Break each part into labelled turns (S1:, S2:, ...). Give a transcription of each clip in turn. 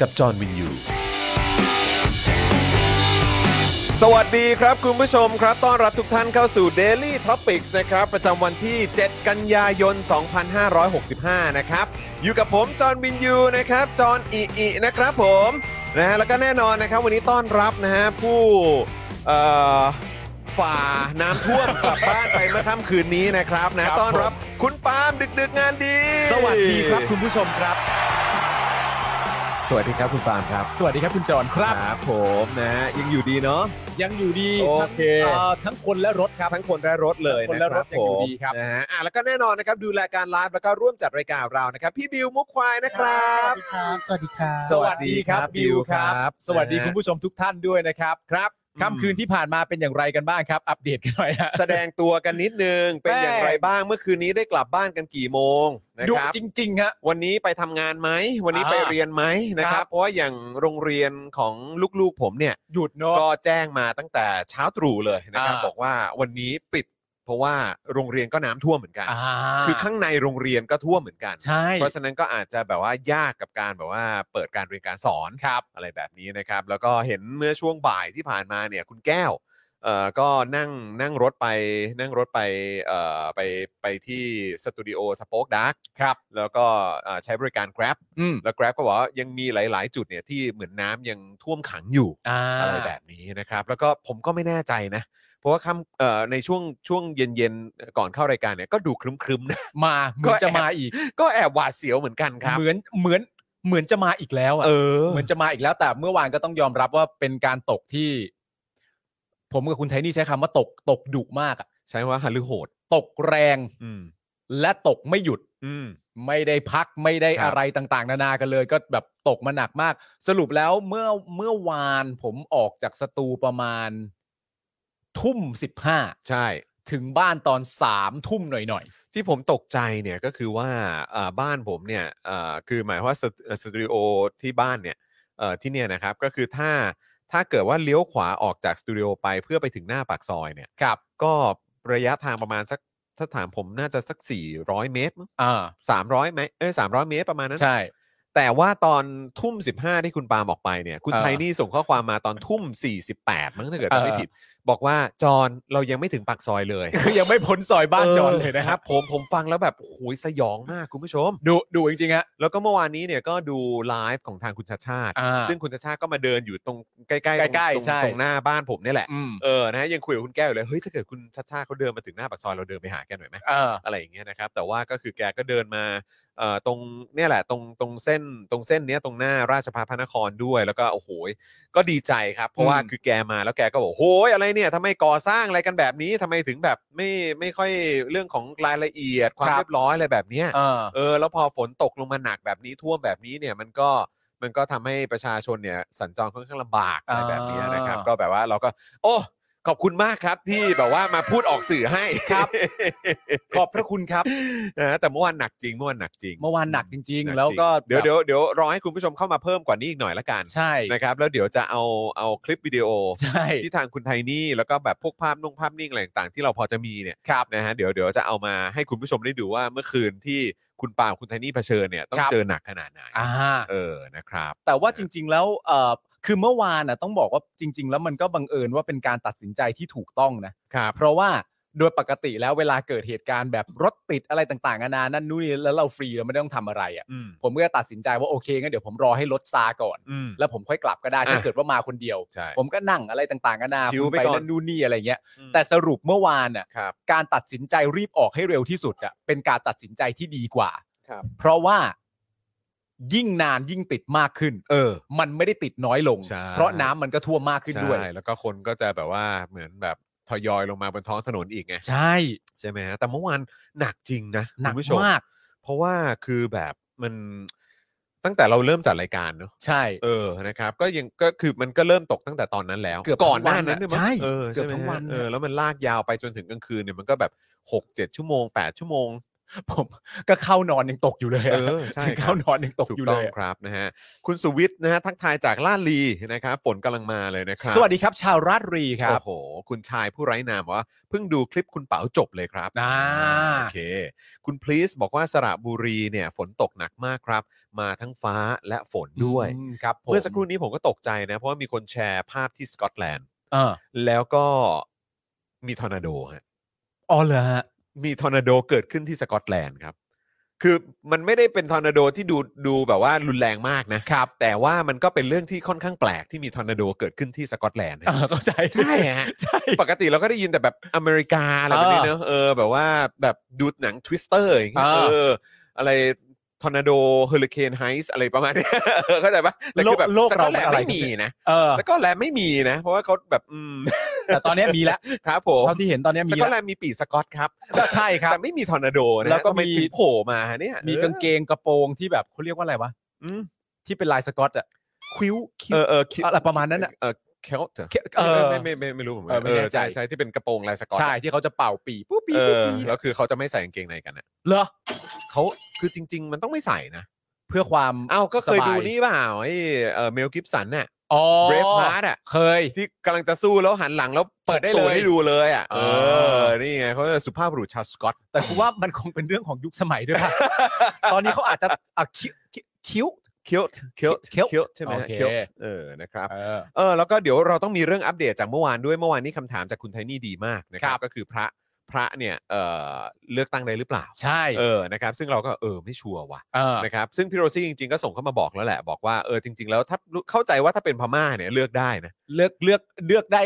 S1: กับจอห์นวินยู
S2: สวัสดีครับคุณผู้ชมครับ ต้อนรับทุกท่านเข้าสู่ Daily Topics นะครับ ประจำวันที่ 7 กันยายน 2565 นะครับ อยู่กับผมจอห์นวินยูนะครับ จอห์นอิอินะครับผมนะฮะแล้วก็แน่นอนนะครับ วันนี้ต้อนรับนะฮะผู้เอ่อฝ่าน้ำ ท่วมกลับบ้านไปเมื่อค่ำคืนนี้นะครับนะต้อนรับคุณปาล์มดึกๆงานดี
S3: สวัสดีครับคุณผู้ชมครับ
S2: สวัสดีครับคุณปาล์มครับ
S3: สวัสดีครับคุณจอนครับ
S2: ครับผมนะฮะยังอยู่ดีเนาะ
S3: ยังอยู่ดี
S2: โอ
S3: ทั้ง
S2: เค
S3: เอ่อทั้งคนและรถครับ
S2: ทั้งคนและรถเลย
S3: ทั้งคนและรถ
S2: นะ
S3: ยังอยู่
S2: ผม
S3: ดีครับ
S2: นะฮะอ่ะแล้วก็แน่นอนนะครับดูรายการไลฟ์แล้วก็ร่วมจัดรายการเรานะครับ พี่บิวมุกควายนะครับ
S4: สวัสดีครับ
S2: สวัสดีครับ
S3: บิวครั
S2: ครับ บ
S3: สวัสดี
S2: นะฮะ
S3: คุณผู้ชมทุกท่านด้วยนะครับ
S2: ครับ
S3: ค่ำคืนที่ผ่านมาเป็นอย่างไรกันบ้างครับ อัปเดตกันหน่อยฮะ
S2: แสดงตัวกันนิดนึง เป็นอย่างไรบ้างเมื่อคืนนี้ได้กลับบ้านกันกี่โมงนะ
S3: ดุ
S2: ครับ
S3: จริงๆฮะ
S2: วันนี้ไปทำงานไหม วันนี้
S3: อ่า
S2: ไปเรียนไหมนะค
S3: ครั
S2: รับ
S3: บ
S2: เพราะว่าอย่างโรงเรียนของลูกๆผมเนี่ย
S3: หยุดเนาะ
S2: ก็แจ้งมาตั้งแต่เช้าตรู่เลยนะครับ
S3: อ่า
S2: บอกว่าวันนี้ปิด เพราะว่าโรงเรียนก็น้ำท่วมเหมือนกัน
S3: อ่า
S2: คือข้างในโรงเรียนก็ท่วมเหมือนกัน
S3: ใช่
S2: เพราะฉะนั้นก็อาจจะแบบว่ายากกับการแบบว่าเปิดการเรียนการสอนอะไรแบบนี้นะครับ แล้วก็เห็นเมื่อช่วงบ่ายที่ผ่านมาเนี่ยคุณแก้วเอ่อก็นั่งนั่งรถไปนั่งรถไปเอ่อไปไปที่สตูดิโอสป็อกดัก
S3: ครับ
S2: แล้วก็อ่าใช้บริการ Grab
S3: อืม
S2: แล้ว Grab ก็บอกว่ายังมีหลาย ๆ จุดเนี่ยที่เหมือนน้ำยังท่วมขังอยู่
S3: อ่า
S2: อะไรแบบนี้นะครับ แล้วก็ผมก็ไม่แน่ใจนะ เพราะว่าคำเอ่อในช่วงช่วงเย็นๆ ก่อนเข้ารายการเนี่ยก็ดูครึ้มๆนะ
S3: มาเหมือนจะมาอีก
S2: ก็แอบหวาดเสียวเหมือนกันครับ
S3: เหมือนเหมือนเหมือนจะมาอีกแล้วอะ
S2: เออ
S3: เหมือนจะมาอีกแล้วแต่เมื่อวานก็ต้องยอมรับว่าเป็นการตกที่ ผมกับคุณไทนี่ใช้คำว่าตกตกดุมากอะ
S2: ใช้ว่าฮันลือโหด
S3: ตกแรง
S2: อืม
S3: และตกไม่หยุด
S2: อืม
S3: ไม่ได้พักไม่ได้
S2: ครับ
S3: อะไรต่างๆ นานากันเลย ก็แบบตกมาหนักมาก สรุปแล้วเมื่อเมื่อวานผมออกจากสตูประมาณทุ่มสิบห้า
S2: ใช่
S3: ถึงบ้านตอนสามทุ่มหน่อย
S2: ที่ผมตกใจเนี่ยก็คือว่าเอ่อบ้านผมเนี่ยเอ่อคือหมายความว่าสตูเอ่อสตูดิโอที่บ้านเนี่ยเอ่อที่เนี่ยนะครับ ก็คือถ้าถ้าเกิดว่าเลี้ยวขวาออกจากสตูดิโอไปเพื่อไปถึงหน้าปากซอยเนี่ย
S3: ๆ ครับ
S2: ก็ระยะทางประมาณสักถ้าถามผมน่าจะสัก 400 เมตรมั้ง
S3: อ่า
S2: 300เมตรเอ้ย300 เมตรประมาณนั้น
S3: ใช่
S2: แต่ว่าตอนทุ่ม 15 ที่คุณปาล์มออกไปเนี่ย คุณ
S3: เออ
S2: ไทนี่ส่งข้อความมาตอนทุ่ม 48 มั้งถ้าเกิดจำไม่
S3: เออ
S2: ผิด บอกว่าจอนเรายังไม่ถึงปากซอยเลย
S3: คือยังไม่พ้นซอยบ้านจอนเลยนะครับ
S2: ผมผมฟังแล้วแบบโอ้โหสยองมากคุณผู้ชม
S3: ดูดูจริงๆฮะ
S2: แล้วก็เมื่อวานนี้เนี่ยก็ดูไลฟ์ของทางคุณชาชาติ
S3: อ่า
S2: ซึ่งคุณชาชาติก็มาเดินอยู่ตรงใกล้ๆ
S3: ใกล้ๆ
S2: ตรง
S3: ใช่
S2: ตรงหน้าบ้านผมเนี่ยแหละ
S3: อืม
S2: เออนะฮะยังคุยกับคุณแก้วอยู่เลยเฮ้ยถ้าเกิดคุณชาชาติเขาเดินมาถึงหน้าปากซอยเราเดินไปหาแกหน่อยไหม
S3: เออ
S2: อะไรอย่างเงี้ยนะครับแต่ว่าก็คือแกก็เดินมาเอ่อตรงเนี่ยแหละตรงตรงเส้นตรงเส้นเนี้ยตรงหน้าราชภัฏพระนครด้วย แล้วก็โอ้โหยก็ดีใจครับ เพราะว่า
S3: อืม
S2: คือแกมาแล้วแกก็บอกโอ้ยอะไรเนี่ยทำไมก่อสร้างอะไรกันแบบนี้ทำไมถึงแบบไม่ไม่ค่อยเรื่องของรายละเอียด ความเรียบร้อยอะไรแบบเนี้ย
S3: เออ
S2: เออแล้วพอฝนตกลงมาหนักแบบนี้ท่วมแบบนี้เนี่ยมันก็มันก็ทำให้ประชาชนเนี่ยสัญจรค่อนข้างลำบากอะไรแบบเนี้ยนะครับ
S3: อ่า
S2: ก็แบบว่าเราก็ โอ้ขอบคุณมากครับที่แบบว่ามาพูดออกสื่อให้
S3: ขอบพระคุณครับ
S2: นะแต่เมื่อวานหนักจริงเมื่อวานหนักจริง
S3: เมื่อวานหนักจริง
S2: หนั
S3: ๆ แล้วก็
S2: จริงเดี๋ยวเดี๋ยวเดี๋ยวรอให้คุณผู้ชมเข้ามาเพิ่มกว่านี้อีกหน่อยละกัน
S3: ใช่
S2: นะครับแล้วเดี๋ยวจะเอาเอาคลิปวิดีโอ
S3: ใช่
S2: ที่ทางคุณไทนี่แล้วก็แบบพวกภาพนุ่งภาพนิ่งอะไรต่างๆที่เราพอจะมีเนี่ย
S3: ครับ
S2: นะฮะเดี๋ยวเดี๋ยวจะเอามาให้คุณผู้ชมได้ดูว่าเมื่อคืนที่คุณปาล์มคุณไทนี่เผชิญเนี่ยต้อ
S3: ค
S2: ง
S3: รับ
S2: เจอหนักขนาดไหน
S3: อ่า
S2: เออนะครับ
S3: แต่ว่าจริง ๆ แล้วเอ่อคือเมื่อวานน่ะต้องบอกว่าจริง ๆ แล้วมันก็บังเอิญว่าเป็นการตัดสินใจที่ถูกต้องนะ
S2: ครับ
S3: เพราะว่า โดยปกติแล้วเวลาเกิดเหตุการณ์แบบรถติดอะไรต่างๆนานานั่นนู่นนี่แล้วเราฟรีเราไม่ต้องทำอะไรอ่ะ
S2: อืม
S3: ผมก็จะตัดสินใจว่าโอเคงั้นเดี๋ยวผมรอให้รถซาก่อน
S2: อืม
S3: แล้วผมค่อยกลับก็ได้
S2: อ่ะ
S3: ถ้าเกิดว่ามาคนเดียว
S2: ใช่
S3: ผมก็นั่งอะไรต่างๆนานา
S2: ชิล
S3: คุณ
S2: ไป
S3: ไป
S2: ก่อน
S3: นั่นนู่นนี่อะไรเงี้ย
S2: อืม
S3: แต่สรุปเมื่อวานน่ะ
S2: ครับ
S3: การตัดสินใจรีบออกให้เร็วที่สุดอ่ะเป็นการตัดสินใจที่ดีกว่า
S2: ครับ
S3: เพราะว่ายิ่งนานยิ่งติดมากขึ้น
S2: เออ
S3: มันไม่ได้ติดน้อยลง
S2: ใช่
S3: เพราะน้ำมันก็ท่วมมากขึ้นด้วย
S2: ใช่แล้วก็คนก็จะแบบว่าเหมือนแบบทยอยลงมาบนท้องถนนอีกไง
S3: ใช่
S2: ใช่ไหมฮะแต่เมื่อวานหนักจริงนะ
S3: หนัก
S2: คุณผู้ชม
S3: มาก
S2: เพราะว่าคือแบบมันตั้งแต่เราเริ่มจัดรายการเนอะ
S3: ใช่
S2: เออนะครับ ก็ยังก็คือมันก็เริ่มตกตั้งแต่ตอนนั้นแล้ว
S3: เกือบ
S2: ก่อนหน้า
S3: ทั้งวัน
S2: นั้นด้วยมั้ง
S3: ใช่
S2: เออ
S3: เกือบ
S2: ใช่ไหม
S3: ทั้งวัน
S2: ฮะเออแล้วมันลากยาวไปจนถึงกลางคืนเนี่ยมันก็แบบหกเจ็ดชั่วโมงแปดชั่วโมง
S3: ผมก็เข้านอนยังตกอยู่เลยอะ
S2: เออใช่
S3: ถึง
S2: ครับ
S3: เข้านอนยังตก
S2: ถูก
S3: อยู่
S2: ต้
S3: เล
S2: อง
S3: ยอะ
S2: ครับนะฮะคุณสุวิทย์นะฮะทักทายจากลาดลีนะครับฝนกำลังมาเลยนะครับ
S3: สวัสดีครับ ชาวราชรีครับ
S2: โอ้โห คุณชายผู้ไร้นามบอกว่าเพิ่งดูคลิปคุณเป๋าจบเลยครับ
S3: อ่า
S2: โอเค คุณพลีสบอกว่าสระบุรีเนี่ย ฝนตกหนักมากครับ มาทั้งฟ้าและฝนด้วย
S3: อืมครับผม
S2: เมื่อสักครู่นี้ผมก็ตกใจนะ เพราะว่ามีคนแชร์ภาพที่สกอตแลนด์
S3: เออ
S2: แล้วก็มีทอร์นาโดฮะ
S3: อ๋อเหรอฮะ
S2: มีทอร์นาโดเกิดขึ้นที่สกอตแลนด์ครับ คือมันไม่ได้เป็นทอร์นาโดที่ดูดูแบบว่ารุนแรงมากนะ
S3: ครับ
S2: แต่ว่ามันก็เป็นเรื่องที่ค่อนข้างแปลกที่มีทอร์นาโดเกิดขึ้นที่สกอตแลนด์นะ
S3: เออเข้าใจ
S2: ใช่ฮะ
S3: ใช่
S2: ปกติเราก็ได้ยินแต่แบบอเมริกาอะไรแบบนี้เนอะเออแบบว่าแบบดูหนังทวิสเตอร์อย่างเงี้ย
S3: อ่า
S2: เอออะไรทอร์นาโดเฮอริเคนไฮส์อะไรประมาณเนี้ย เออเข้าใจปะแต่คือแบบ
S3: โลก
S2: สก
S3: เรา
S2: อตแลนด์
S3: อะไร
S2: ไม่มีนะ
S3: เออ
S2: สกอตแลนด์ไม่มีนะ เพราะว่าเขาแบบอืม
S3: แต่ตอนเนี้ยมีแล้ว
S2: ครับผม
S3: เท่าที่เห็นตอนเนี้ย
S2: ส
S3: มี
S2: กอ
S3: แล้
S2: ต
S3: ว
S2: แลนด์มีปีกสกอตครับ
S3: ก็ใช่ครับ
S2: แต่ไม่มีทอร์นาโดนะ
S3: แล้วก็
S2: ทำ
S3: มี
S2: ไถึงโผล่มาฮะเนี่ย
S3: มีกางเกงกระโปรงที่แบบเขาเรียกว่าอะไรวะ
S2: อืม
S3: ที่เป็นลายสกอตอ่ะคิ้วคิ้
S2: เอ
S3: ว
S2: อเออคิด
S3: อะไรประมาณนั้นอะ
S2: เออเคลต์เหรอ
S3: เออ
S2: ไม่ไม่ไม่ไม่ไม่รู้ผมอนกัน
S3: เออไม่แน่ใจ
S2: ใช่ใช่ที่เป็นกระโปรงลายสกอต
S3: ใช่ที่เขาจะเป่าปีปุ๊บปี
S2: เอ
S3: ปุ๊บ
S2: อ
S3: ปี
S2: แล้วคือเขาจะไม่ใส่กางเกงในกันนะ
S3: เหรอ
S2: เขาคือจริง ๆ มันต้องไม่ใส่นะ
S3: เพื่อความ
S2: เอ้าก็เคย
S3: สบา
S2: ดูนี่เปล่าไอ้เอ่อเมลกิฟสันน่ะ
S3: อ๋อ
S2: เบรฟฮาร์ดอ่ะ
S3: เคย
S2: ที่กำลังจะสู้แล้วหันหลังแล้ว
S3: เปิดได้เลย
S2: ตัวให้ดูเลยอ่ะเอ
S3: อ๋อ
S2: อนี่ไงเขาจะสุภาพบุรุษชาวสกอต
S3: แต่กูว่ามันคงเป็นเรื่องของยุคสมัยด้วยป่ะ ตอนนี้เขาอาจจะอ่ะคิ้วคิ้วคิ้ว
S2: คิลต์คิลต์
S3: Kilt
S2: คิลต์ใช่ไหม
S3: โอเค
S2: คิลต์เออนะครับ
S3: เออ
S2: เออแล้วก็เดี๋ยวเราต้องมีเรื่องอัปเดตจากเมื่อวานด้วยเมื่อวานนี้คำถามจากคุณไทนี่ดีมากนะครั
S3: ครับ บ
S2: ก็คือพระพระเนี่ยเออเลือกตั้งได้หรือเปล่า
S3: ใช่
S2: เออ นะครับ ซึ่งเราก็เออไม่ชัวร์ว่ะ
S3: เออ
S2: นะครับ ซึ่งพี่โรซี่จริงๆ ก็ส่งเข้ามาบอกแล้วแหละ บอกว่า เออ จริง ๆ แล้วถ้าเข้าใจว่าถ้าเป็นพม่าเนี่ยเลือกได้นะ
S3: เลือกเลือกเลือกได้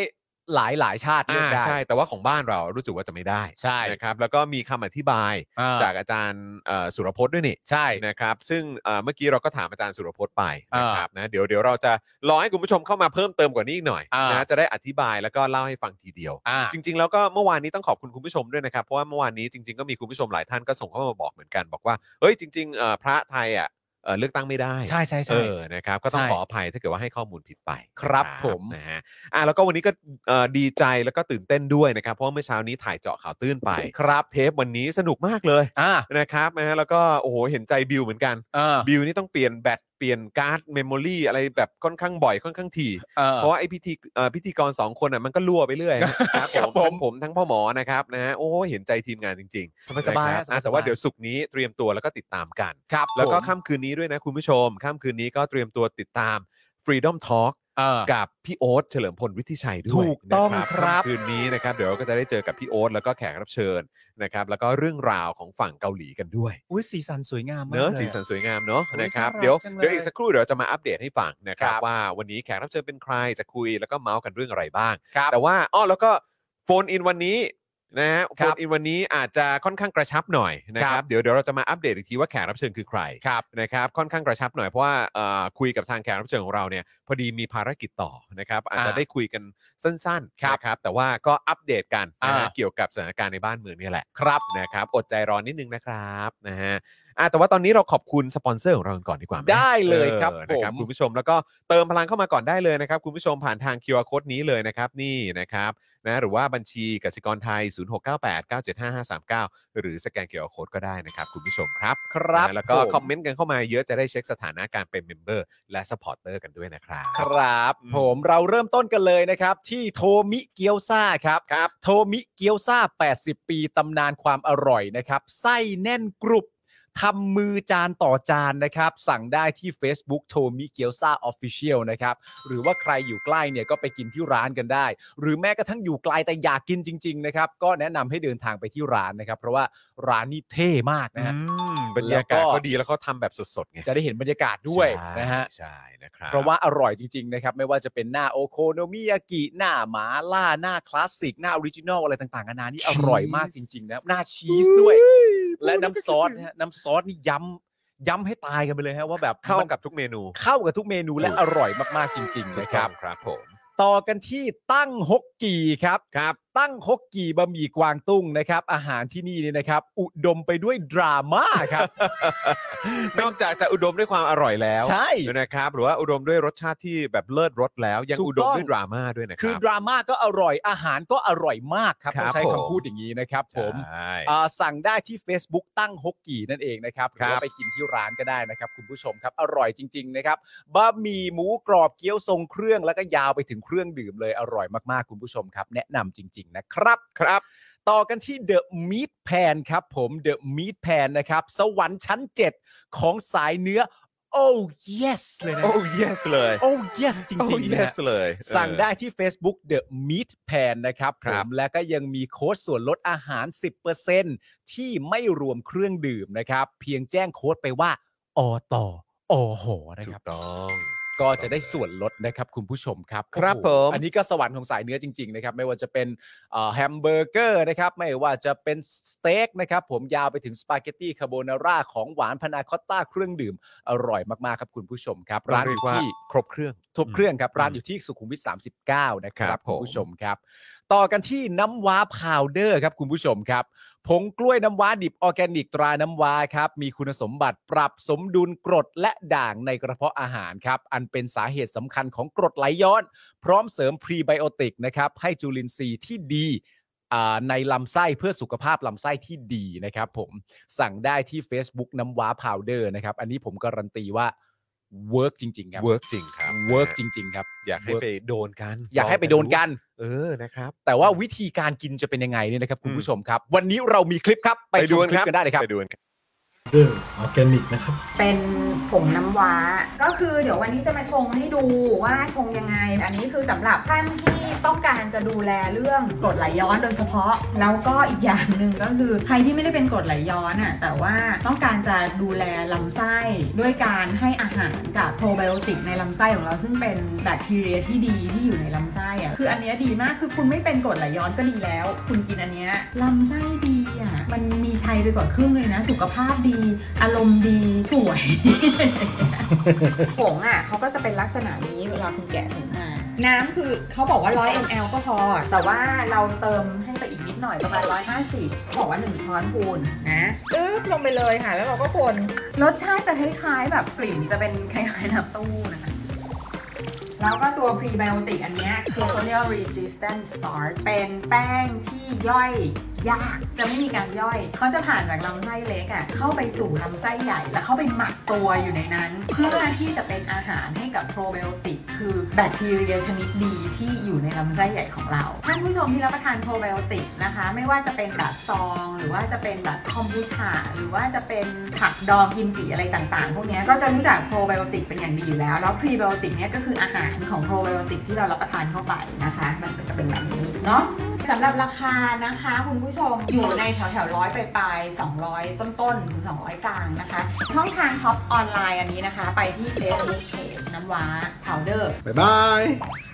S3: หลายหลายชาติเลื
S2: อ่า
S3: อกได้
S2: ใช่ แต่ว่าของบ้านเรารู้สึกว่าจะไม่ได้
S3: ใช่
S2: นะครับ แล้วก็มีคำอธิบาย
S3: อ่
S2: จากอาจารย์เอ่อสุรพจน์ด้วยนี่
S3: ใช่
S2: นะครับ ซึ่งเอ่อเมื่อกี้เราก็ถามอาจารย์สุรพจน์ไปนะครับนะ เดี๋ยวเดี๋ยวเราจะรอให้คุณผู้ชมเข้ามาเพิ่มเติมกว่านี้อีกหน่อย
S3: อ่าน
S2: นะ จะได้อธิบายแล้วก็เล่าให้ฟังทีเดียว
S3: อ่า
S2: จริงๆ แล้วก็เมื่อวานนี้ต้องขอบคุณคุณผู้ชมด้วยนะครับ เพราะว่าเมื่อวานนี้จริงๆ ก็มีคุณผู้ชมหลายท่านก็ส่งเข้ามาบอกเหมือนกัน บอกว่า เฮ้ยจริงๆเอ่อพระไทยอ่ะเอ่อเลือกตั้งไม่ได้
S3: ใช่ใช่
S2: เอ
S3: ใช่
S2: อนะครับก็ต้อง
S3: ใช่
S2: ขออภัยถ้าเกิดว่าให้ข้อมูลผิดไป
S3: ครับผม
S2: นะฮะอ่ะแล้วก็วันนี้ก็เอ่อดีใจแล้วก็ตื่นเต้นด้วยนะครับ เพราะว่าเมื่อเช้านี้ถ่ายเจาะข่าวตื้นไป ครับเทปวันนี้สนุกมากเลย
S3: อ่า
S2: นะครับนะฮะแล้วก็โอ้โหเห็นใจบิวเหมือนกัน
S3: เออ
S2: บิวนี่ต้องเปลี่ยนแบตเปลี่ยนการ์ดเมมโมรีอะไรแบบค่อนข้างบ่อยค่อนข้างถี่
S3: เออ
S2: เพราะว่าไอพิธีเอ่อพิธีกรสองคนอ่ะมันก็รั่วไปเรื่อยนะครับ
S3: ครับ
S2: ผ
S3: ผม ม
S2: ทั้งผมทั้งพ่อหมอนะครับนะฮะโอ้เห็นใจทีมงานจริง
S3: สบาย
S2: ๆ
S3: สบาย
S2: นะครั
S3: สบา
S2: อ่ะ
S3: ย
S2: แต่ว่าเดี๋ยวสุกร์นี้เตรียมตัวแล้วก็ติดตามกัน
S3: ครับ
S2: แล้วก็
S3: ผม
S2: ค่ำคืนนี้ด้วยนะคุณผู้ชมค่ำคืนนี้ก็เตรียมตัวติดตาม Freedom Talk
S3: เออ
S2: กับพี่โอ๊ตเฉลิมพลวิทิชัยด้วย
S3: ถูกต้อง
S2: นะครับ ค่ำคืนนี้นะครับเดี๋ยวก็จะได้เจอกับพี่โอ๊ตแล้วก็แขกรับเชิญนะครับแล้วก็เรื่องราวของฝั่งเกาหลีกันด้วย
S3: อุ้ยสีสันสวยงามมาก
S2: เนอะ
S3: ลย
S2: สีสันสวยงามเนอะ
S3: โอ้ย
S2: นะครับ
S3: น่ารัก
S2: เดี๋ยว
S3: จังเลย
S2: เดี๋ยวอีกสักครู่เดี๋ยวจะมาอัปเดตให้ฟังนะครับ
S3: ครับ
S2: ว่าวันนี้แขกรับเชิญเป็นใครจะคุยแล้วก็เมาส์กันเรื่องอะไรบ้าง
S3: ครับ
S2: แต่ว่าอ้อแล้วก็โฟนอินวันนี้นะฮะโฟ
S3: ครั
S2: น
S3: บ
S2: อินวันนี้อาจจะค่อนข้างกระชับหน่อยนะค
S3: ครั
S2: รับบ เดี๋ยวเดี๋ยวเราจะมาอัปเดตอีกทีว่าแขกรับเชิญคือใคร
S3: ครับ
S2: นะครับค่อนข้างกระชับหน่อยเพราะว่าเอ่อคุยกับทางแขกรับเชิญของเราเนี่ยพอดีมีภารกิจต่อนะครับอาจจะ
S3: อ่า
S2: ได้คุยกันสั้น
S3: ครั
S2: ๆ
S3: บ
S2: นะครับแต่ว่าก็อัปเดตกันนะฮะ
S3: อ่า
S2: เกี่ยวกับสถานการณ์ในบ้านเมืองเนี่ยแหละ
S3: ครับ
S2: นะครับอดใจรอนนิดนึงนะครับนะฮะอ่ะแต่ว่าตอนนี้เราขอบคุณสปอนเซอร์ของเรากันก่อนดีกว่าหม
S3: ได้เลยครับ
S2: ออนะครับ
S3: ผม
S2: คุณผู้ชมแล้วก็เติมพลังเข้ามาก่อนได้เลยนะครับ คุณผู้ชมผ่านทาง QR Code นี้เลยนะครับ นี่นะครับนะหรือว่าบัญชีกสิกรไทย 0698975539 หรือสแกน QR Code ก็ได้นะครับ คุณผู้ชมครับ
S3: ครับ
S2: นะแล้วก็
S3: ผม
S2: คอมเมนต์กันเข้ามาเยอะจะได้เช็คสถานะการเป็นเมมเบอร์และสปอร์เตอร์กันด้วยนะครับ
S3: ครับ
S2: อืม
S3: ผมเราเริ่มต้นกันเลยนะครับ ที่โทมิเกียวซาครับ
S2: ครับ
S3: โทมิเกียวซา80 ปี ตำนานความอร่อยนะครับ ไส้แน่นกรุบ ทำมือจานต่อจานนะครับ สั่งได้ที่ Facebook โทมิเกียวซาออฟฟิเชียลนะครับ หรือว่าใครอยู่ใกล้เนี่ยก็ไปกินที่ร้านกันได้ หรือแม้กระทั่งอยู่ไกลแต่อยากกินจริง ๆ นะครับ ก็แนะนำให้เดินทางไปที่ร้านนะครับ เพราะว่าร้านนี่เท่มากนะฮะ
S2: บรรยากาศ
S3: แล้วก็
S2: ก็ดีแล้วเขาทำแบบสดๆไง
S3: จะได้เห็นบรรยากาศด้วย
S2: ใช่
S3: นะฮะ
S2: ใช่นะครับ
S3: เพราะว่าอร่อยจริง ๆ นะครับ ไม่ว่าจะเป็นหน้าโอโคโนมิยากิหน้าหมาล่าหน้าคลาสสิก หน้าออริจินอลอะไรต่างๆนานานี่อร่อยมากจริง ๆ นะ หน้าชีสด้วย และน้ำซอสนะฮะน้ำซอสนี่ย้ำย้ำให้ตายกันไปเลยฮะว่าแบบ
S2: เข้า
S3: มัน
S2: กับทุกเมนู
S3: เข้ากับทุกเมนูและอร่อยมากๆจริง ๆ นะครับ
S2: ครับผม
S3: ต่อกันที่ตั้งฮกกีครับ
S2: ครับ
S3: ตั้งฮกกีบะหมี่กวางตุ้งนะครับ อาหารที่นี่เนี่ยนะครับ อุดมไปด้วยดราม่าครับ
S2: นอกจากจะอุดมด้วยความอร่อยแล้ว
S3: ใช่
S2: นะครับหรือว่าอุดมด้วยรสชาติที่แบบเลิศรสแล้วยัง
S3: ถูก
S2: อุดม
S3: ต้อง
S2: ด้วยดราม่าด้วยนะค
S3: คือ
S2: รับ
S3: ดราม่าก็อร่อยอาหารก็อร่อยมากครับ
S2: ครับ
S3: ต้องใช้
S2: ผม
S3: คำพูดอย่างนี้นะครับผม
S2: ใช่
S3: อ่าสั่งได้ที่ Facebook ตั้งฮกกี่นั่นเองนะครับห
S2: ครับ
S3: รือว่าไปกินที่ร้านก็ได้นะครับ คุณผู้ชมครับ อร่อยจริง ๆ นะครับบะหมี่หมูกรอบเกี๊ยวทรงเครื่องแล้วก็ยาวไปถึงเครื่องดื่มเลยอร่อยมากๆ คุณผู้ชมครับ แนะนำจริง ๆ นะครับ
S2: ครับ
S3: ต่อกันที่เดอะมีทแพนครับผมเดอะมีทแพนนะครับ สวรรค์ชั้น 7 ของสายเนื้อ oh yes เลยนะ
S2: โอ้ yes เลย
S3: oh yes จริง
S2: Oh
S3: ๆนะฮะ
S2: yes เลย
S3: สั่งได้
S2: เอ
S3: ที่ Facebook The Meat Pan นะครับ
S2: ค
S3: ผ
S2: รับ
S3: มและก็ยังมีโค้ดส่วนลดอาหาร 10%ที่ไม่รวมเครื่องดื่มนะครับ เพียงแจ้งโค้ดไปว่าอต่ออหอ
S2: อ
S3: นะ
S2: ถู
S3: ครับ
S2: กต้อง
S3: ก็จะได้ส่วนลดนะครับคุณผู้ชมครับ
S2: ครับ
S3: โอ้โห
S2: ผม
S3: อันนี้ก็สวรรค์ของสายเนื้อจริง ๆ นะครับ ไม่ว่าจะเป็นเอ่อแฮมเบอร์เกอร์นะครับ ไม่ว่าจะเป็นสเต็กนะครับ ผมยาวไปถึงสปาเกตตีคาโบนาร่าของหวานพานาคอตต้าเครื่องดื่ม อร่อยมากๆครับคุณผู้ชมครับ ร้านอยู่ที่
S2: ครบเครื่อง
S3: ทุบเครื่องครับ
S2: อืม
S3: ร้านอยู่ที่สุขุมวิท39 นะค
S2: ครั
S3: รับบ
S2: ผม
S3: คุณผู้ชมครับ ต่อกันที่น้ำว้าพาวเดอร์ครับคุณผู้ชมครับผงกล้วยน้ำว้าดิบออร์แกนิกตราน้ำว้าครับ มีคุณสมบัติปรับสมดุลกรดและด่างในกระเพาะอาหารครับ อันเป็นสาเหตุสำคัญของกรดไหลย้อน พร้อมเสริมพรีไบโอติกนะครับ ให้จุลินทรีย์ที่ดีอ่าในลำไส้เพื่อสุขภาพลำไส้ที่ดีนะครับผมสั่งได้ที่ Facebook น้ำว้าพาวเดอร์นะครับ อันนี้ผมการันตีว่าเวิร์กจริง ๆ ครับ
S2: เวิร์กจริงครับ
S3: เวิร์ก
S2: นะ
S3: จ
S2: ฮะ
S3: ริง ๆ ครับ
S2: อยากให้ไปโดนกัน
S3: อยากให้ไปโดนกัน
S2: เออนะครับ
S3: แต่ว่าวิธีการกินจะเป็นยังไงเนี่ยนะครับ คุณ
S2: อืม
S3: ผู้ชมครับ วันนี้เรามีคลิปครับ ไปชมคลิปกันได้เลยครับ
S2: ไปดูกันครับ
S5: เรื่องออร์แกนิกนะครับ
S6: เป็นผงน้ำว้า ก็คือเดี๋ยววันนี้จะมาชงให้ดูว่าชงยังไง อันนี้คือสำหรับท่านที่ต้องการจะดูแลเรื่องกรดไหลย้อนโดยเฉพาะ แล้วก็อีกอย่างหนึ่งก็คือใครที่ไม่ได้เป็นกรดไหลย้อนอ่ะแต่ว่าต้องการจะดูแลลำไส้ ด้วยการให้อาหารกับโปรไบโอติกในลำไส้ของเราซึ่งเป็นแบคทีเรียที่ดีที่อยู่ในลำไส้อ่ะคืออันเนี้ยดีมากคือคุณไม่เป็นกรดไหลย้อนก็ดีแล้ว คุณกินอันเนี้ยลำไส้ดีอ่ะมันมีชัยไปกว่าครึ่งเลยนะ สุขภาพดี อารมณ์ดีสวย ผงอ่ะเขาก็จะเป็นลักษณะนี้เวลาคุณแกะถุงมาน้ำคือเขาบอกว่า 100 ml ก็พอ แต่ว่าเราเติมให้ไปอีกนิดหน่อยประมาณ 150เขาบอกว่า 1 ช้อนคูณนะตึ๊บลงไปเลยค่ะ แล้วเราก็คนรสชาติจะคล้ายๆ แบบกลิ่นจะเป็นคล้ายๆน้ำเต้าหู้นะคะ แล้วก็ตัวพรีไบโอติกอันเนี้ยคือเขาเรียกว่า resistant starch เป็นแป้งที่ย่อยยาก จะไม่มีการย่อยเขาจะผ่านจากลำไส้เล็กอะ่ะเข้าไปสู่ลำไส้ใหญ่ แล้วเข้าไปหมักตัวอยู่ในนั้น เพื่อที่จะเป็นอาหารให้กับโปรไบโอติกคือแบคทีเรียชนิดดีที่อยู่ในลำไส้ใหญ่ของเรา ท่านผู้ชมที่รับประทานโปรไบโอติกนะคะ ไม่ว่าจะเป็นแบบซอง หรือว่าจะเป็นแบบคอมบูชาหรือว่าจะเป็นผักดองกิมจิอะไรต่างๆ พวกเนี้ยก็จะรู้จักโปรไบโอติกเป็นอย่างดีอยู่แล้ว แล้วพรีไบโอติกเนี้ยก็คืออาหารของโปรไบโอติกที่เรารับประทานเข้าไปนะคะ มันก็จะเป็นแบบนี้เนาะ สำหรับราคานะคะคุณผู้ชมอยู่ในแถวแถวร้อยปลายปลาย200 ต้นต้นๆถึง 200 กลางนะคะ ช่องทางช็อปออนไลน์อันนี้นะคะ ไปที่เฟซบุ๊กเพจน้ำว้าพาวเดอร์
S5: บ๊ายบาย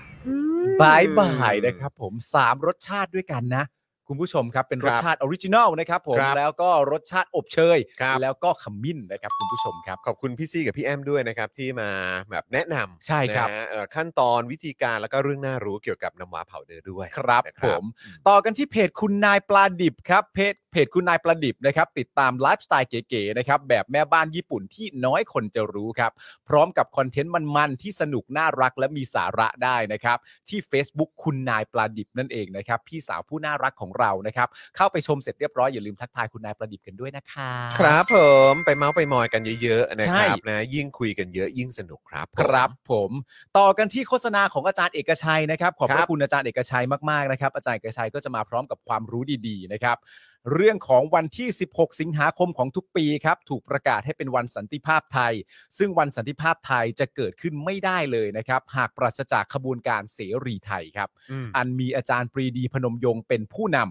S3: บายบายนะครับผมสามรสชาติด้วยกันนะ คุณผู้ชมครับเป็นรสชาติออริจินอลนะครับผม
S2: ครับ
S3: แล้วก็รสชาติอบเชย
S2: ครับ
S3: แล้วก็ขมิ้นนะครับคุณผู้ชมครับ
S2: ขอบคุณพี่ซี่กับพี่แอมด้วยนะครับ ที่มาแบบแนะนำ
S3: ใช่ครับ
S2: นะฮะเอ่อขั้นตอนวิธีการแล้วก็เรื่องน่ารู้เกี่ยวกับน้ำว้าเผาเดอร์ด้วย
S3: ครับ
S2: นะ
S3: ผม ต่อกันที่เพจคุณนายปลาดิบครับเพจเพจคุณนายปลาดิบนะครับ ติดตามไลฟ์สไตล์เก๋ๆนะครับ แบบแม่บ้านญี่ปุ่นที่น้อยคนจะรู้ครับ พร้อมกับคอนเทนต์มันๆ ที่สนุกน่ารักและมีสาระได้นะครับ ที่ Facebook คุณนายปลาดิบนั่นเองนะครับ พี่สาวผู้น่ารักของเรานะครับ เข้าไปชมเสร็จเรียบร้อยอย่าลืมทักทายคุณนายปลาดิบกันด้วยนะคะ
S2: ครับผมไปเมาส์ไปมอยกันเยอะๆนะครับ
S3: ใช่
S2: นะยิ่งคุยกันเยอะยิ่งสนุกครับผม
S3: ครับผมต่อกันที่โฆษณาของอาจารย์เอกชัยนะครับ ขอบพ
S2: ครั
S3: ระ
S2: บ
S3: คุณอาจารย์เอกชัยมากๆนะครับอาจารย์เอกชัยก็จะมาพร้อมกับความรู้ดีๆนะครับ เรื่องของวันที่ 16 สิงหาคมของทุกปีครับ ถูกประกาศให้เป็นวันสันติภาพไทย ซึ่งวันสันติภาพไทยจะเกิดขึ้นไม่ได้เลยนะครับ หากปราศจากขบวนการเสรีไทยครับ
S2: อืม
S3: อันมีอาจารย์ปรีดีพนมยงค์เป็นผู้นำ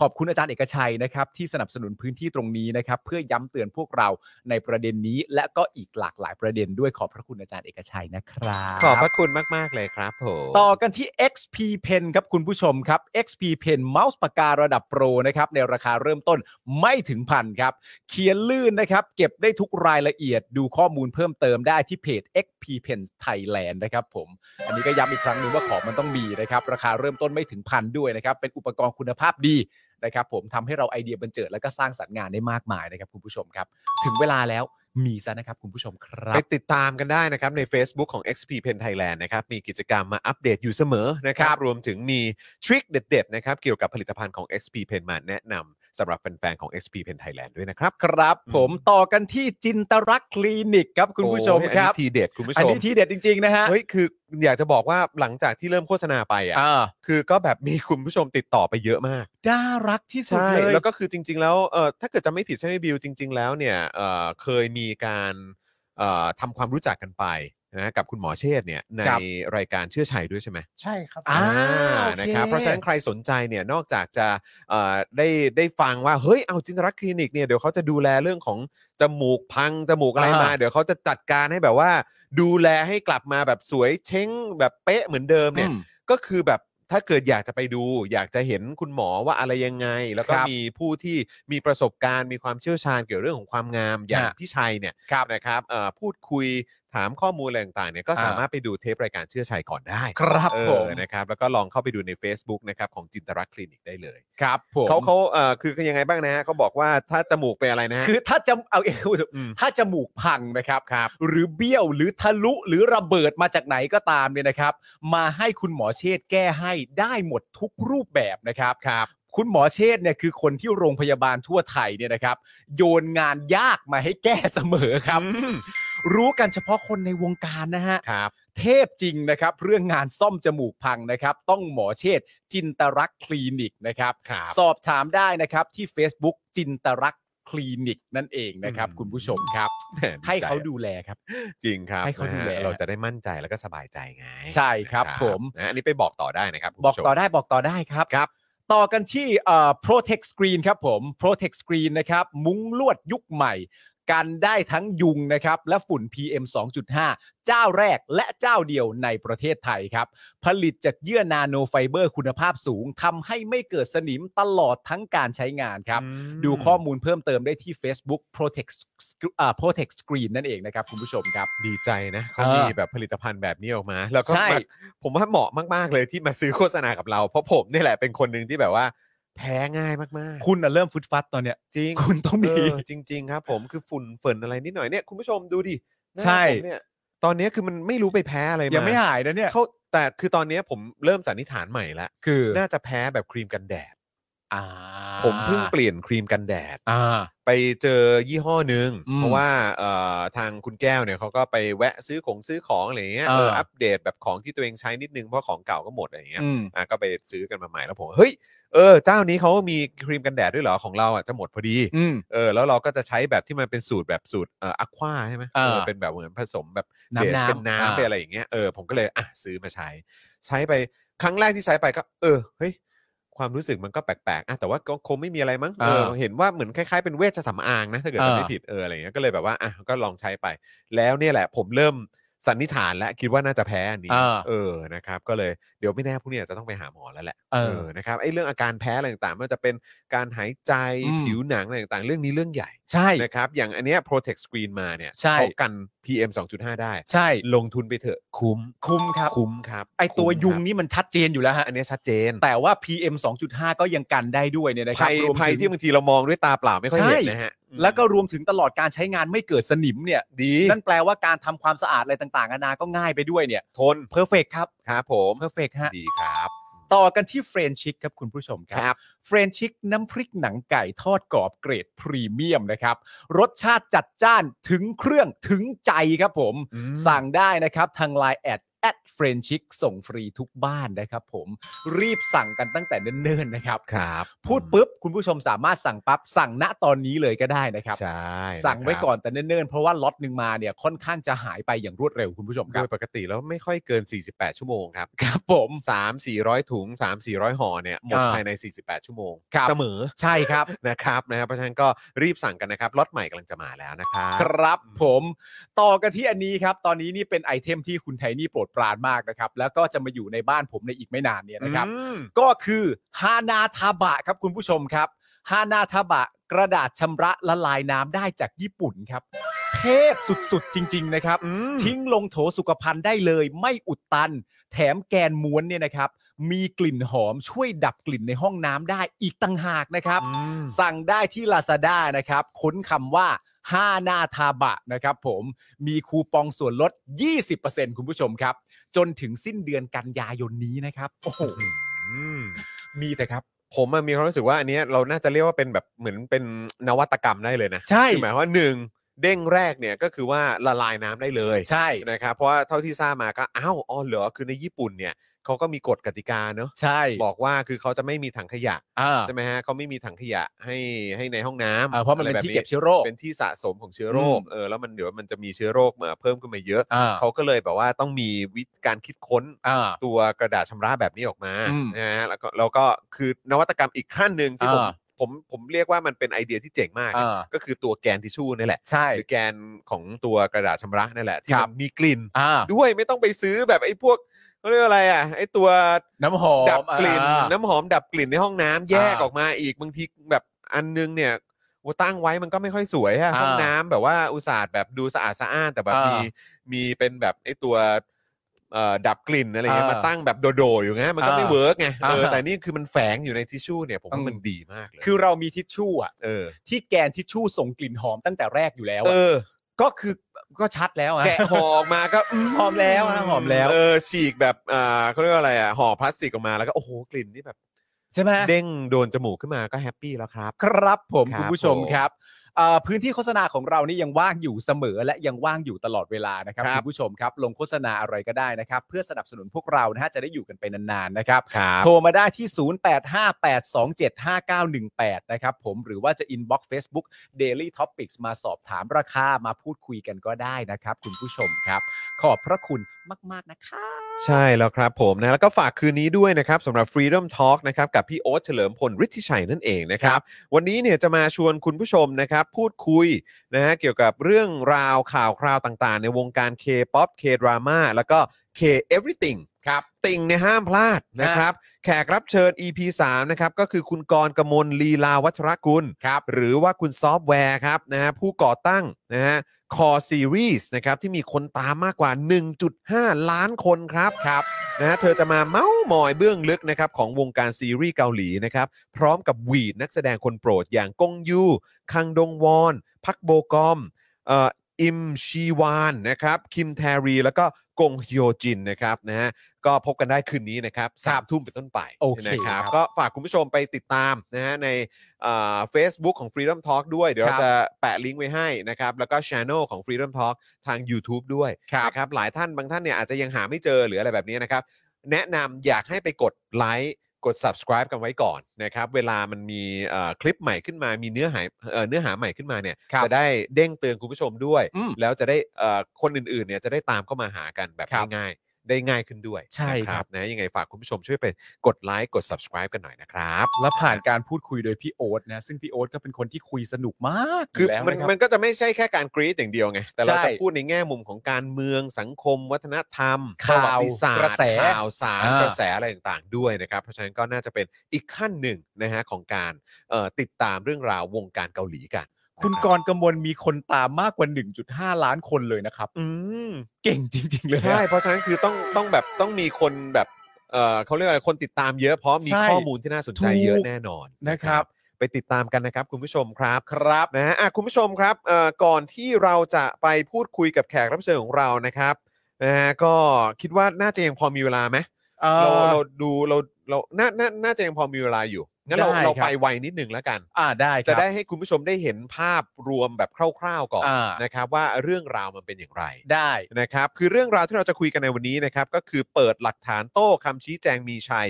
S3: ขอบคุณอาจารย์เอกชัยนะครับ ที่สนับสนุนพื้นที่ตรงนี้นะครับ เพื่อย้ำเตือนพวกเราในประเด็นนี้ และก็อีกหลากหลายประเด็นด้วยขอบพระคุณอาจารย์เอกชัยนะครับ
S2: ขอบพระคุณมาก ๆ เลยครับผม
S3: ต่อกันที่ XP Pen ครับคุณผู้ชมครับ XP Pen เมาส์ปากการะดับโปรนะครับในราคาเริ่มต้นไม่ถึงพันครับ เขียนลื่นนะครับ เก็บได้ทุกรายละเอียดดูข้อมูลเพิ่มเติมได้ที่เพจ XP Pen Thailand นะครับผม อันนี้ก็ย้ำอีกครั้งหนึ่งว่าของมันต้องมีนะครับ ราคาเริ่มต้นไม่ถึงพันด้วยนะครับ เป็นอุปกรณ์คุณภาพดีนะครับ ผมทำให้เราไอเดียบันเจิดแล้วก็สร้างสรรค์งานได้มากมายนะครับคุณผู้ชมครับ ถึงเวลาแล้วมีซะนะครับคุณผู้ชมครั
S2: ไป
S3: บ
S2: ติดตามกันได้นะครับ ใน Facebook ของ XP Pen Thailand นะครับ มีกิจกรรมมาอัปเดตอยู่เสมอนะครับ รวมถึงมีทริคเด็ด ๆ นะครับ เกี่ยวกับผลิตภัณฑ์ของ XP Pen มาแนะนำสำหรับแฟน ๆ ของ XP Pen Thailand ด้วยนะครับ
S3: ครับ ผมต่อกันที่จินตรักษณ์คลินิกครับคุณผู้ชม
S2: โอ้ย
S3: ครั
S2: อั
S3: บ
S2: นนี้ทีเด็ดคุณผู้ช
S3: อัน
S2: ม
S3: นี้ทีเด็ดจริง ๆ นะฮะ
S2: เฮ้ยคืออยากจะบอกว่าหลังจากที่เริ่มโฆษณาไปอ่ะ
S3: อ่า
S2: คือก็แบบมีคุณผู้ชมติดต่อไปเยอะมาก
S3: น่ารักที่สุด
S2: ใช่
S3: เลย
S2: แล้วก็คือจริง ๆ แล้วเอ่อถ้าเกิดจะไม่ผิดใช่ไหมบิวจริง ๆ แล้วเนี่ยเอ่อเคยมีการเอ่อทำความรู้จักกันไปนะกับคุณหมอเชษฐ์เนี่ยใน
S3: ครับ
S2: รายการเชื่อชัยด้วยใช่ไหม
S7: ใช่ครับ
S3: อ่า
S2: อ่า
S3: โอค
S2: นะครับเพราะฉะนั้นใครสนใจเนี่ยนอกจากจะเอ่อได้ได้ฟังว่าเฮ้ยเอาจินตรักษณ์คลินิกเนี่ยเดี๋ยวเขาจะดูแลเรื่องของจมูกพังจมูกอะไรมา
S3: อ่า
S2: เดี๋ยวเขาจะจัดการให้แบบว่า ดูแลให้กลับมาแบบสวยเช้งแบบเป๊ะเหมือนเดิมเนี่ย
S3: อืม
S2: ก็คือแบบถ้าเกิดอยากจะไปดู อยากจะเห็นคุณหมอว่าอะไรยังไง แล้วก็
S3: ครับ
S2: มีผู้ที่มีประสบการณ์มีความเชี่ยวชาญเกี่ยวเรื่องของความงามอย่าง
S3: ฮะ
S2: พี่ชัยเนี่ยนะครับเอ่อพูดคุยถามข้อมูลอะไรต่างๆเนี่ยก็
S3: อ่า
S2: สามารถไปดูเทปรายการเชื่อชัยก่อนได้
S3: ครับ
S2: เอ
S3: ผ
S2: อ
S3: ม
S2: นะครับแล้วก็ลองเข้าไปดูใน Facebook นะครับของจินตรักษณ์คลินิกได้เลย
S3: ครับผม
S2: เขาเขาเอ่อคือยังไงบ้างนะฮะเขาบอกว่าถ้าจมูกเป็นอะไรนะฮะ
S3: คือถ้าจะเอาเอง
S2: อืม
S3: ถ้าจมูกพังนะครับ
S2: ครับ
S3: หรือเบี้ยวหรือทะลุหรือระเบิดมาจากไหนก็ตามเนี่ยนะครับ มาให้คุณหมอเชษฐ์แก้ให้ได้หมดทุกรูปแบบนะครับครับ คุณหมอเชษฐ์เนี่ยคือคนที่โรงพยาบาลทั่วไทยเนี่ยนะครับ โยนงานยากมาให้แก้เสมอครับ รู้กันเฉพาะคนในวงการนะฮะ
S2: ครับ
S3: เทพจริงนะครับ เรื่องงานซ่อมจมูกพังนะครับ ต้องหมอเชษฐ์จินตรักษณ์คลินิกนะครับ
S2: ครับ
S3: สอบถามได้นะครับที่ Facebook จินตรักษณ์คลินิกนั่นเองนะครับ คุณผู้ชมครับ
S2: แหมดี
S3: ให้
S2: จ
S3: เขา
S2: อะ
S3: ดูแลครับ
S2: จริงครับ
S3: ให้เขาดูแล
S2: นะฮะเราจะได้มั่นใจแล้วก็สบายใจไง
S3: ใช่ครับ
S2: นะ
S3: ผม
S2: นะอันนี้ไปบอกต่อได้นะครับคุณ
S3: บอก
S2: ผู้ชม
S3: ต่อได้บอกต่อได้ครับ
S2: ครับ
S3: ต่อกันที่เอ่อ protect screen ครับผม protect screen นะครับ มุ้งลวดยุคใหม่ กันได้ทั้งยุงนะครับ และฝุ่น PM 2.5 เจ้าแรกและเจ้าเดียวในประเทศไทยครับ ผลิตจากเยื่อนาโนไฟเบอร์คุณภาพสูงทำให้ไม่เกิดสนิมตลอดทั้งการใช้งานครับ
S2: อืม
S3: ดูข้อมูลเพิ่มเติมได้ที่ Facebook protect Sc- อ่า protect screen นั่นเองนะครับคุณผู้ชมครับ
S2: ดีใจนะเขา
S3: เออ
S2: มีแบบผลิตภัณฑ์แบบนี้ออกมา แล้วก็
S3: ใช่
S2: มาผมว่าเหมาะมาก ๆ เลยที่มาซื้อโฆษณากับเรา เพราะผมนี่แหละเป็นคนหนึ่งที่แบบว่า แพ้ง่ายมาก
S3: คุณน่ะเริ่มฟุดฟัดตอนเนี้ย
S2: ๆ จริง
S3: คุณต้องมี
S2: เออจริง ๆ ครับผมคือฝุ่นเฝินอะไรนิดหน่อยเนี่ยคุณผู้ชมดูดิหน้า
S3: ใช่
S2: ผมเนี่ยตอนเนี้ยคือมันไม่รู้ไปแพ้อะไรมา
S3: ยังไม่หายนะเนี่ย
S2: เขาแต่คือตอนเนี้ยผมเริ่มสันนิษฐานใหม่ละ
S3: คือ
S2: น่าจะแพ้แบบครีมกันแดด
S3: อ่า
S2: ผมเพิ่งเปลี่ยนครีมกันแดด
S3: อ่า
S2: ไปเจอยี่ห้อหนึ่ง
S3: อืม
S2: เพราะว่าเอ่อทางคุณแก้วเนี่ยเขาก็ไปแวะซื้อของซื้อของอะไรอย่างเงี้ย
S3: เออ
S2: เอออัปเดตแบบของที่ตัวเองใช้นิดนึงเพราะของเก่าก็หมดอะไรอย่างเงี้ย
S3: อืม
S2: อ่ะก็ไปซื้อกันมาใหม่แล้วผมเฮ้ยเออเจ้านี้เขามีครีมกันแดดด้วยเหรอของเราอ่ะจะหมดพอดี
S3: อืม
S2: เออแล้วเราก็จะใช้แบบที่มันเป็นสูตรแบบสูตรเอ่ออะควาใช่ไหม
S3: เออ
S2: เออเป็นแบบเหมือนผสมแบบ
S3: น้ำ
S2: เบส
S3: น้ำ
S2: เป็นน้ำ
S3: อ่า
S2: เป็นอะไรอย่างเงี้ยเออผมก็เลยอ่ะซื้อมาใช้ ใช้ไปครั้งแรกที่ใช้ไปก็ เออเฮ้ยความรู้สึกมันก็แปลกๆอ่ะแต่ว่าก็คงไม่มีอะไรมั้งเออ
S3: เออ
S2: เห็นว่าเหมือนคล้ายๆเป็นเวชสำอางนะถ้าเกิดจำไม่
S3: เออ
S2: ผิดเอออะไรเงี้ยก็เลยแบบว่าอ่ะก็ลองใช้ไป แล้วเนี่ยแหละ ผมเริ่มสันนิษฐานแล้วคิดว่าน่าจะแพ้อันนี้
S3: เออ
S2: เออนะครับ ก็เลยเดี๋ยวไม่แน่พรุ่งนี้อาจจะต้องไปหาหมอแล้วแหละ
S3: เออ
S2: นะครับไอ้เรื่องอาการแพ้อะไรต่างๆไม่ว่าจะเป็นการหายใจ
S3: อืม
S2: ผิวหนังอะไรต่างๆ เรื่องนี้เรื่องใหญ่
S3: ใช่
S2: นะครับอย่างอันเนี้ย protect screen มาเนี่ย
S3: ใช่
S2: เขากัน PM 2.5 ได้
S3: ใช่
S2: ลงทุนไปเถอะคุ้ม
S3: คุ้มครับ
S2: คุ้มครับ
S3: ไอตัว
S2: คุ้มครับ
S3: ยุงนี่มันชัดเจนอยู่แล้วฮะ
S2: อันเนี้ยชัดเจน
S3: แต่ว่า PM 2.5 ก็ยังกันได้ด้วยเนี่ยนะค
S2: ภั
S3: รับ
S2: ย
S3: รวม
S2: ภัย
S3: ถึง
S2: ที่บางทีเรามองด้วยตาเปล่าไม่ค่อย
S3: ใช่
S2: เห็นนะฮะ
S3: แล้วก็รวมถึงตลอดการใช้งานไม่เกิดสนิมเนี่ย
S2: ดี
S3: นั่นแปลว่าการทำความสะอาดอะไรต่างๆนานาก็ง่ายไปด้วยเนี่ย
S2: ทน
S3: เพอร์เฟกครับ
S2: ครับผม
S3: เพอร์เฟกฮะ
S2: ดีครับ
S3: ต่อกันที่เฟรนชิกครับคุณผู้ชมค
S2: ครั
S3: รับ เฟรนชิกน้ำพริกหนังไก่ทอดกรอบเกรดพรีเมียมนะครับ รสชาติจัดจ้านถึงเครื่องถึงใจครับผม
S2: อืม
S3: สั่งได้นะครับทาง Line แอด แอดเฟรนชิกส่งฟรีทุกบ้านนะครับผมรีบสั่งกันตั้งแต่เนิ่นๆนะครับ
S2: ครับ
S3: พูดปุ๊บ คุณผู้ชมสามารถสั่งปั๊บ สั่งณตอนนี้เลยก็ได้นะครับ
S2: ใช่
S3: สั่งไว้
S2: ะครับ
S3: ก่อนแต่เนิ่นๆ เพราะว่าล็อตหนึ่งมาเนี่ยค่อนข้างจะหายไปอย่างรวดเร็วคุณผู้ชมค
S2: โด
S3: รับ
S2: ยปกติแล้วไม่ค่อยเกิน 48 ชั่วโมงครับ
S3: ครับผม
S2: 3 400 ถุง 3 400ห่อเนี่ยหมด
S3: อ่า
S2: ภายใน 48 ชั่วโมง
S3: ครับ
S2: เสมอ
S3: ใช่ครับ
S2: นะครับนะครับเพราะฉะนั้นก็รีบสั่งกันนะครับล็อตใหม่กำลังจะมาแล้วนะครับ
S3: ครับผม ต่อกันที่อันนี้ครับ ตอนนี้นี่เป็นไอเทมที่คุณไทนี่โปรดปรานมากนะครับ แล้วก็จะมาอยู่ในบ้านผมในอีกไม่นานเนี่ยนะครับ
S2: อืม
S3: ก็คือฮานาทาบะครับคุณผู้ชมครับฮานาทาบะกระดาษชำระละลายน้ำได้จากญี่ปุ่นครับ เทพสุดๆจริง ๆ นะครับ
S2: อืม
S3: ทิ้งลงโถสุขภัณฑ์ได้เลย ไม่อุดตัน แถมแกนม้วนเนี่ยนะครับ มีกลิ่นหอมช่วยดับกลิ่นในห้องน้ำได้อีกต่างหากนะครับ
S2: อืม
S3: สั่งได้ที่ Lazada นะครับ ค้นคำว่าห้าหน้าทาบะนะครับผมมีคูปองส่วนลด 20%คุณผู้ชมครับ จนถึงสิ้นเดือนกันยายนนี้นะครับ โอ้โห
S2: อืม
S3: มีแต่ครับ
S2: ผมอะมีความรู้สึกว่าอันเนี้ยเราน่าจะเรียกว่าเป็นแบบเหมือนเป็นนวัตกรรมได้เลยนะ
S3: ใช่
S2: คือหมายความว่าหนึ่งเด้งแรกเนี่ยก็คือว่าละลายน้ำได้เลย
S3: ใช่
S2: นะครับเพราะว่าเท่าที่ทราบมาก็อ้าวอ๋อเหรอคือในญี่ปุ่นเนี่ยเขาก็มีกฎกติกาเนอะ
S3: ใช่
S2: บอกว่าคือเขาจะไม่มีถังขยะ
S3: อ่า
S2: ใช่ไหมฮะเขาไม่มีถังขยะให้ให้ในห้องน้ำ
S3: อ่าเพราะมันเป็น
S2: อไ
S3: ที่เก็บเชื้อโรค
S2: เป็นที่สะสมของเชื้อโรค
S3: อืม
S2: เออแล้วมันเดี๋ยวมันจะมีเชื้อโรคมาเพิ่มขึ้นมาเยอะ
S3: อ่า
S2: เขาก็เลยแบบว่าต้องมีวิธีการคิดค้น
S3: อ่า
S2: ตัวกระดาษชำระแบบนี้ออกมา
S3: อืม
S2: นะฮะแล้วก็แล้วก็คือนวัตกรรมอีกขั้นหนึ่งที่ผม
S3: อ่า
S2: ผมผมเรียกว่ามันเป็นไอเดียที่เจ๋งมากนะ
S3: อ่า
S2: ก็คือตัวแกนทิชชู่นี่แหละ
S3: ใช่
S2: หรือแกนของตัวกระดาษชำระนี่แหละที่
S3: ครั
S2: มั
S3: บ
S2: นมีกลิ่น
S3: อ่า
S2: ด้วยไม่ต้องไปซื้อแบบไอ้พวกเขาเรียกว่าอะไรอ่ะไอ้ตัว
S3: น้ำหอม
S2: ดับกลิ่น
S3: อ่า
S2: น้ำหอมดับกลิ่นในห้องน้ำแยก
S3: อ่า
S2: ออกมาอีกบางทีแบบอันนึงเนี่ยโอ้ตั้งไว้มันก็ไม่ค่อยสวยฮะ
S3: อ่า
S2: ห้องน้ำแบบว่าอุตส่าห์แบบดูสะอาดสะอ้านแต่แบบ
S3: อ่ามี
S2: มีมีเป็นแบบไอ้ตัวเอ่อดับกลิ่นอะไรเงี้ย
S3: อ่าม
S2: มาตั้งแบบโดดๆอยู่งั้นมันก็ไม่
S3: อ่า
S2: เวิร์กไงเอออา แต่นี่คือมันแฝงอยู่ในทิชชู่เนี่ยผม
S3: อื
S2: ว่าม มันดีมากเลย
S3: คือเรามีทิชชู่อะ
S2: เออ
S3: ที่แกนทิชชู่ส่งกลิ่นหอมตั้งแต่แรกอยู่แล้ว
S2: เออ
S3: อะก็คือก็ชัดแล้วอะ
S2: แกะห่อออกมาก็ม
S3: หอมแล้วนะหอมแล้ว
S2: เออฉีกแบบอ่าเขาเรียกว่าอะไรอ่ะห่อพลาสติกออกมาแล้วก็โอ้โหกลิ่นนี่แบบ
S3: ใช่ไหม
S2: เด้งโดนจมูกขึ้นมาก็แฮปปี้แล้วครับ
S3: ครับผม
S2: ครับ
S3: คุณผู้ชม
S2: ผม
S3: ครับเอ่อพื้นที่โฆษณาของเรานี่ยังว่างอยู่เสมอและยังว่างอยู่ตลอดเวลานะครับ
S2: ครับ
S3: คุณผู้ชมครับลงโฆษณาอะไรก็ได้นะครับ เพื่อสนับสนุนพวกเรานะฮะจะได้อยู่กันไปนานๆนะครับ
S2: ครับ
S3: โทรมาได้ที่ 0858275918 นะครับผมหรือว่าจะ inbox Facebook Daily Topics มาสอบถามราคามาพูดคุยกันก็ได้นะครับ คุณผู้ชมครับ ขอบพระคุณมากๆนะคะ
S2: ใช่แล้วครับผมนะแล้วก็ฝากคืนนี้ด้วยนะครับสำหรับ Freedom Talk นะครับกับพี่โอ๊ตเฉลิมพลฤทธิชัยนั่นเองนะครับ วันนี้เนี่ยจะมาชวนคุณผู้ชมนะครับ พูดคุยนะฮะเกี่ยวกับเรื่องราวข่าวคราวต่างๆ ในวงการ K-POP K-drama แล้วก็ K everything ครับติ่งเนี่ยห้ามพลาดนะครับ แขกรับเชิญ EP 3นะครับก็คือคุณกรกมลลีลาวัชรกุลครับหรือว่าคุณซอฟต์แวร์ครับนะฮะผู้ก่อตั้งนะฮะคอซีรีส์นะครับที่มีคนตามมากกว่า 1.5 ล้านคนครับครับนะฮะเธอจะมาเมาส์มอยเบื้องลึกนะครับของวงการซีรีส์เกาหลีนะครับ พร้อมกับหวีดนักแสดงคนโปรดอย่างกงยู คังดงวอน พักโบกอมเอ่ออิมชีวานนะครับ คิมแทรี แล้วก็กงฮยอจินนะครับนะฮะ ก็พบกันได้คืนนี้นะครับสามทุ่มเป็นต้นไป
S3: โอเค
S2: นะครั
S3: ครับ
S2: ก็ฝากคุณผู้ชมไปติดตามนะฮะในเฟซบุ๊กของ Freedom Talk ด้วย เดี๋ยวเราจะแปะลิงก์ไว้ให้นะครับ แล้วก็ช ANNEL ของ Freedom Talk ทาง YouTube ด้วยนะครับหลายท่านบางท่านเนี่ยอาจจะยังหาไม่เจอหรืออะไรแบบนี้นะครับ แนะนำอยากให้ไปกดไลค์กด subscribe กันไว้ก่อนนะครับ เวลามันมีเอ่อคลิปใหม่ขึ้นมา มีเนื้อหาเอ่อเนื้อหาใหม่ขึ้นมาเนี่ย
S3: ครับ
S2: จะได้เด้งเตือนคุณผู้ชมด้วย
S3: อืม
S2: แล้วจะได้เอ่อคนอื่นๆเนี่ยจะได้ตามเข้ามาหากันแบบ
S3: ครับ
S2: ง่ายๆ ได้ง่ายขึ้นด้วย
S3: ใช่
S2: นะครับ นะยังไงฝากคุณผู้ชมช่วยไปกดไลค์กด subscribe กันหน่อยนะครับ
S3: และผ่านการพูดคุยโดยพี่โอ๊ตนะซึ่งพี่โอ๊ตก็เป็นคนที่คุยสนุกมาก
S2: คือ
S3: แล้ว
S2: มัน
S3: นะครับ
S2: มันก็จะไม่ใช่แค่การกรี๊ดอย่างเดียวไง แต่เรา
S3: ใช่
S2: จะพูดในแง่มุมของการเมืองสังคม วัฒนธรรมประ
S3: ข่าว
S2: วัติศาสต
S3: กระแส
S2: ข่าวสาร
S3: อ่าก
S2: ระแสอะไรต่างๆด้วยนะครับ เพราะฉะนั้นก็น่าจะเป็นอีกขั้นหนึ่งนะฮะของการเอ่อติดตามเรื่องราววงการเกาหลีกัน
S3: คุณ
S2: นะ
S3: ก
S2: รับ
S3: รกมลมีคนตามมากกว่า 1.5 ล้านคนเลยนะครับ
S2: อืม
S3: เก่งจริง ๆ เลยนะ
S2: ใช่เพราะฉะนั้นคือต้องต้องแบบต้องมีคนแบบเอ่อเขาเรียกว่าอะไรคนติดตามเยอะเพราะมี
S3: ใช่
S2: ข้อมูลที่น่าสนใจ
S3: ถูก
S2: เยอะแน่นอน
S3: นะครับ
S2: ไปติดตามกันนะครับคุณผู้ชมครับ
S3: ครับ
S2: นะฮะอ่ะคุณผู้ชมครับเอ่อก่อนที่เราจะไปพูดคุยกับแขกรับเชิญของเรานะครับนะฮะก็คิดว่าน่าจะยังพอมีเวลาไหมเราเราดูเราเราน่าน่าน่าจะยังพอมีเวลาอยู่ งั้นเรา
S3: ได้
S2: เรา
S3: ครับ
S2: ไปไวนิดหนึ่งแล้วกัน
S3: อ่าได้ครับ
S2: จะได้ให้คุณผู้ชมได้เห็นภาพรวมแบบคร่าวๆก่อน
S3: อ่าน
S2: นะครับว่าเรื่องราวมันเป็นอย่างไร
S3: ได้
S2: นะครับคือเรื่องราวที่เราจะคุยกันในวันนี้นะครับก็คือเปิดหลักฐานโต้คำชี้แจงมีชัย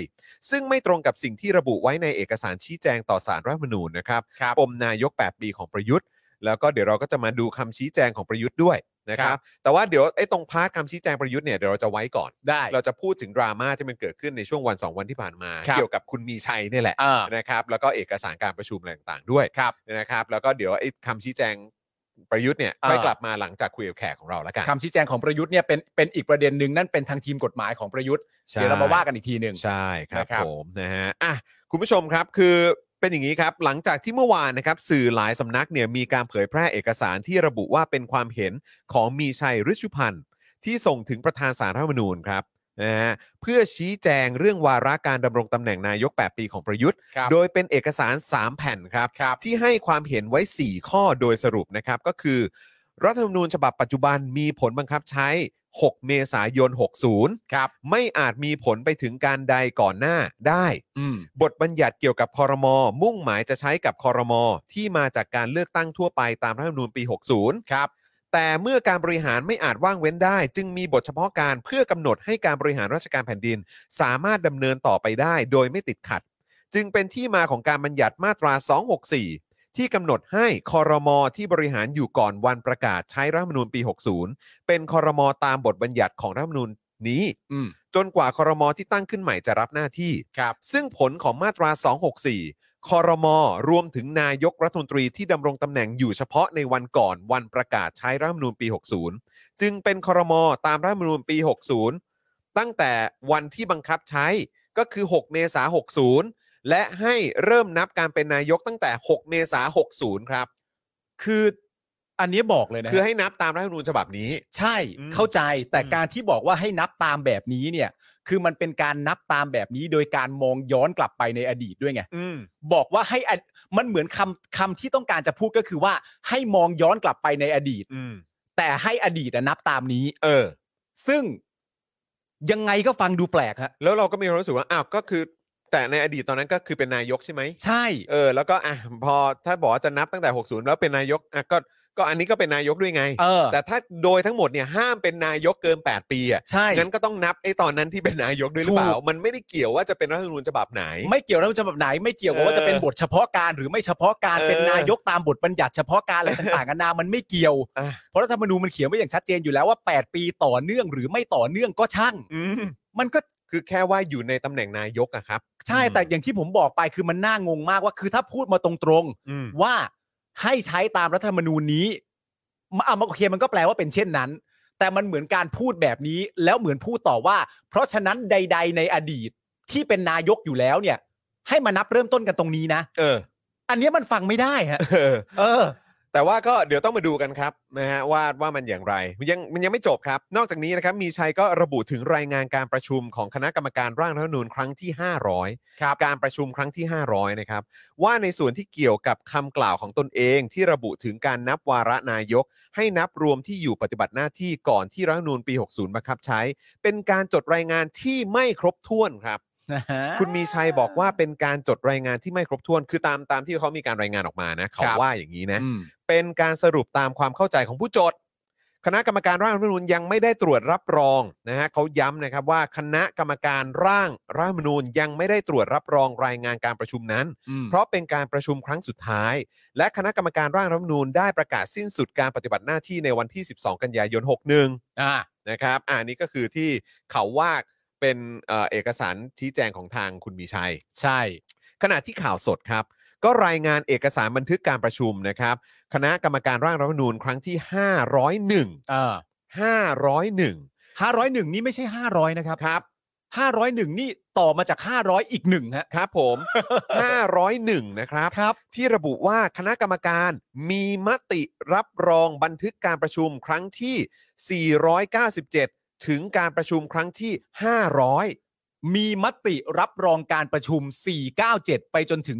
S2: ซึ่งไม่ตรงกับสิ่งที่ระบุไว้ในเอกสารชี้แจงต่อสารรัฐธรรมนูญนะครับ
S3: ครับ
S2: ปมนายก 8 ปีของประยุทธ์ แล้วก็เดี๋ยวเราก็จะมาดูคำชี้แจงของประยุทธ์ด้วยนะครับแต่ว่าเดี๋ยวไอ้ตรงพาร์ทคำชี้แจงประยุทธ์เนี่ยเดี๋ยวเราจะไว้ก่อน
S3: ได้
S2: เราจะพูดถึงดราม่าที่มันเกิดขึ้นในช่วงวัน 2 วันที่ผ่านมา
S3: ครับ
S2: เกี่ยวกับคุณมีชัยเนี่ยแหละ
S3: อ่า
S2: นะครับแล้วก็เอกสารการประชุมอะไรต่างๆด้วย
S3: ครับ
S2: นะครับแล้วก็เดี๋ยวไอ้คำชี้แจงประยุทธ์เนี่ย
S3: อ่า
S2: ค่อยกลับมาหลังจากคุยกับแขกของเราแล้วกัน
S3: คำชี้แจงของประยุทธ์เนี่ยเป็นเป็นอีกประเด็นหนึ่งนั่นเป็นทางทีมกฎหมายของประยุทธ์
S2: ใช่
S3: เดี๋ยวเรามาว่ากันอีกทีหนึ่ง
S2: ใช่ครับ
S3: นะครับ
S2: ผมนะฮะอ่ะคุณผู้ชมครับคือเป็นอย่างนี้ครับหลังจากที่เมื่อวานนะครับสื่อหลายสำนักเนี่ยมีการเผยแพร่เอกสารที่ระบุว่าเป็นความเห็นของมีชัยฤชุพันธ์ที่ส่งถึงประธานสารรัฐธรรมนูญครับนะฮะเพื่อชี้แจงเรื่องวาระการดำรงตำแหน่งนายก 8 ปีของประยุทธ์
S3: ครับ
S2: โดยเป็นเอกสาร 3 แผ่นครับ
S3: ครับ
S2: ที่ให้ความเห็นไว้ 4 ข้อโดยสรุปนะครับ ก็คือ รัฐธรรมนูญฉบับปัจจุบันมีผลบังคับใช้ 6 เมษายน 60
S3: ครับ
S2: ไม่อาจมีผลไปถึงการใดก่อนหน้าได้
S3: อืม
S2: บทบัญญัติเกี่ยวกับคอรมอมุ่งหมายจะใช้กับคอรมอที่มาจากการเลือกตั้งทั่วไปตามรัฐธรรมนูญปี 60 ครับ แต่เมื่อการบริหารไม่อาจว่างเว้นได้ จึงมีบทเฉพาะการเพื่อกำหนดให้การบริหารราชการแผ่นดิน สามารถดำเนินต่อไปได้โดยไม่ติดขัด จึงเป็นที่มาของการบัญญัติมาตรา 264 ที่กำหนดให้คอรมอที่บริหารอยู่ก่อนวันประกาศใช้รัฐธรรมนูญปี 60 เป็นคอรมอตามบทบัญญัติของรัฐธรรมนูญนี้
S3: อืม
S2: จนกว่าคอรมอที่ตั้งขึ้นใหม่จะรับหน้าที่
S3: ครับ
S2: ซึ่งผลของมาตรา 264 คอรมอรวมถึงนายกรัฐมนตรีที่ดำรงตำแหน่งอยู่เฉพาะในวันก่อนวันประกาศใช้รัฐธรรมนูญปี 60 จึงเป็นคอรมอตามรัฐธรรมนูญปี 60 ตั้งแต่วันที่บังคับใช้ก็คือ 6 เมษา60 และให้เริ่มนับการเป็นนายกตั้งแต่ 6 เมษา60 ครับ
S3: คืออันนี้บอกเลยนะฮะ
S2: คือให้นับตามรัฐธรรมนูญฉบับนี้
S3: ใช่
S2: อืม
S3: เข้าใจแต่
S2: อืม
S3: การที่บอกว่าให้นับตามแบบนี้เนี่ย คือมันเป็นการนับตามแบบนี้ โดยการมองย้อนกลับไปในอดีตด้วยไง
S2: อืม
S3: บอกว่าให้อดมันเหมือนคำคำที่ต้องการจะพูดก็คือว่า ให้มองย้อนกลับไปในอดีต
S2: อืม
S3: แต่ให้อดีตอะนับตามนี้
S2: เออ
S3: ซึ่งยังไงก็ฟังดูแปลกฮะ
S2: แล้วเราก็มีความรู้สึกว่า อ้าว ก็คือ แต่ในอดีตตอนนั้นก็คือเป็นนายกใช่ไหม
S3: ใช่
S2: เออแล้วก็อ่ะพอถ้าบอกว่าจะนับตั้งแต่ 60 แล้วเป็นนายกอ่ะก็ก็อันนี้ก็เป็นนายกด้วยไง
S3: เออ
S2: แต่ถ้าโดยทั้งหมดเนี่ยห้ามเป็นนายกเกิน 8 ปีอ่ะ
S3: ใช่
S2: งั้นก็ต้องนับไอ้ตอนนั้นที่เป็นนายกด้วยหรือเปล่า
S3: ถูก
S2: มันไม่ได้เกี่ยวว่าจะเป็นรัฐธรรมนูญฉบับไหน
S3: ไม่เกี่ยวนะว่าจะแบบไหนไม่เกี่ยวกับว่า
S2: เออ
S3: จะเป็นบทเฉพาะการหรือไม่เฉพาะการ
S2: เออ
S3: เป็นนายกตามบทบัญญัติเฉพาะการอะไรต่างๆกันานามันไม่เกี่ยว
S2: อ่ะ
S3: เพราะรัฐธรรมนูญมันเขียนไว้อย่างชัดเจนอยู่แล้วว่า 8 ปีต่อเนื่องหรือไม่ต่อเนื่องก็ช่าง
S2: อืม
S3: มันก็
S2: คือแค่ว่าอยู่ในตำแหน่งนายกอะครับ
S3: ใช่
S2: อืม
S3: แต่อย่างที่ผมบอกไปคือมันน่างงมากว่าคือถ้าพูดมาตรง
S2: อืม
S3: ๆว่าให้ใช้ตามรัฐธรรมนูญนี้มาอ่ะมันโอเคมันก็แปลว่าเป็นเช่นนั้น แต่มันเหมือนการพูดแบบนี้แล้วเหมือนพูดต่อว่า เพราะฉะนั้นใด ๆ ในอดีตที่เป็นนายกอยู่แล้วเนี่ย ให้มานับเริ่มต้นกันตรงนี้นะ
S2: เออ
S3: อันเนี้ยมันฟังไม่ได้ฮะ
S2: เออ
S3: เออ
S2: แต่ว่าก็เดี๋ยวต้องมาดูกันครับนะฮะว่าว่ามันอย่างไรยังมันยังไม่จบครับ นอกจากนี้นะครับมีชัยก็ระบุถึงรายงานการประชุมของคณะกรรมการร่างรัฐธรรมนูญครั้งที่ 500 ครับการประชุมครั้งที่ 500 นะครับ ว่าในส่วนที่เกี่ยวกับคำกล่าวของตนเองที่ระบุถึงการนับวาระนายก ให้นับรวมที่อยู่ปฏิบัติหน้าที่ก่อนที่รัฐธรรมนูญปี 60บังคับใช้ เป็นการจดรายงานที่ไม่ครบถ้วนครับ
S3: นะฮะ
S2: คุณมีชัยบอกว่าเป็นการจดรายงานที่ไม่ครบถ้วน คือตามตามที่เขามีการรายงานออกมานะเขา
S3: ครับ
S2: ว่าอย่างนี้นะ
S3: อืม
S2: เป็นการสรุปตามความเข้าใจของผู้โจทย์ คณะกรรมการร่างรัฐธรรมนูญยังไม่ได้ตรวจรับรองนะฮะเขาย้ำนะครับว่าคณะกรรมการร่างรัฐธรรมนูญยังไม่ได้ตรวจรับรองรายงานการประชุมนั้น
S3: อืม
S2: เพราะเป็นการประชุมครั้งสุดท้าย และคณะกรรมการร่างรัฐธรรมนูญได้ประกาศสิ้นสุดการปฏิบัติหน้าที่ในวันที่ 12 กันยายน 61
S3: อ่า
S2: นะครับอ่านี้ก็คือที่เขาว่าเป็นเอ่อเอกสารชี้แจงของทางคุณมีชัย
S3: ใช่
S2: ขณะที่ข่าวสดครับ ก็รายงานเอกสารบันทึกการประชุมนะครับ คณะกรรมการร่างรัฐธรรมนูญครั้งที่
S3: เออ
S2: 501 501
S3: ห้าร้อยหนึ่งนี่ไม่ใช่ห้าร้อยนะครับ
S2: ครับ
S3: ห้าร้อยหนึ่งนี่ต่อมาจากห้าร้อยอีกหนึ่งฮะ
S2: ครับผม 501 นะครับ
S3: ครับ
S2: ที่ระบุว่าคณะกรรมการมีมติรับรองบันทึกการประชุมครั้งที่ 497 ถึงการประชุมครั้งที่ 500
S3: มีมติรับรองการประชุม 497 ไปจนถึง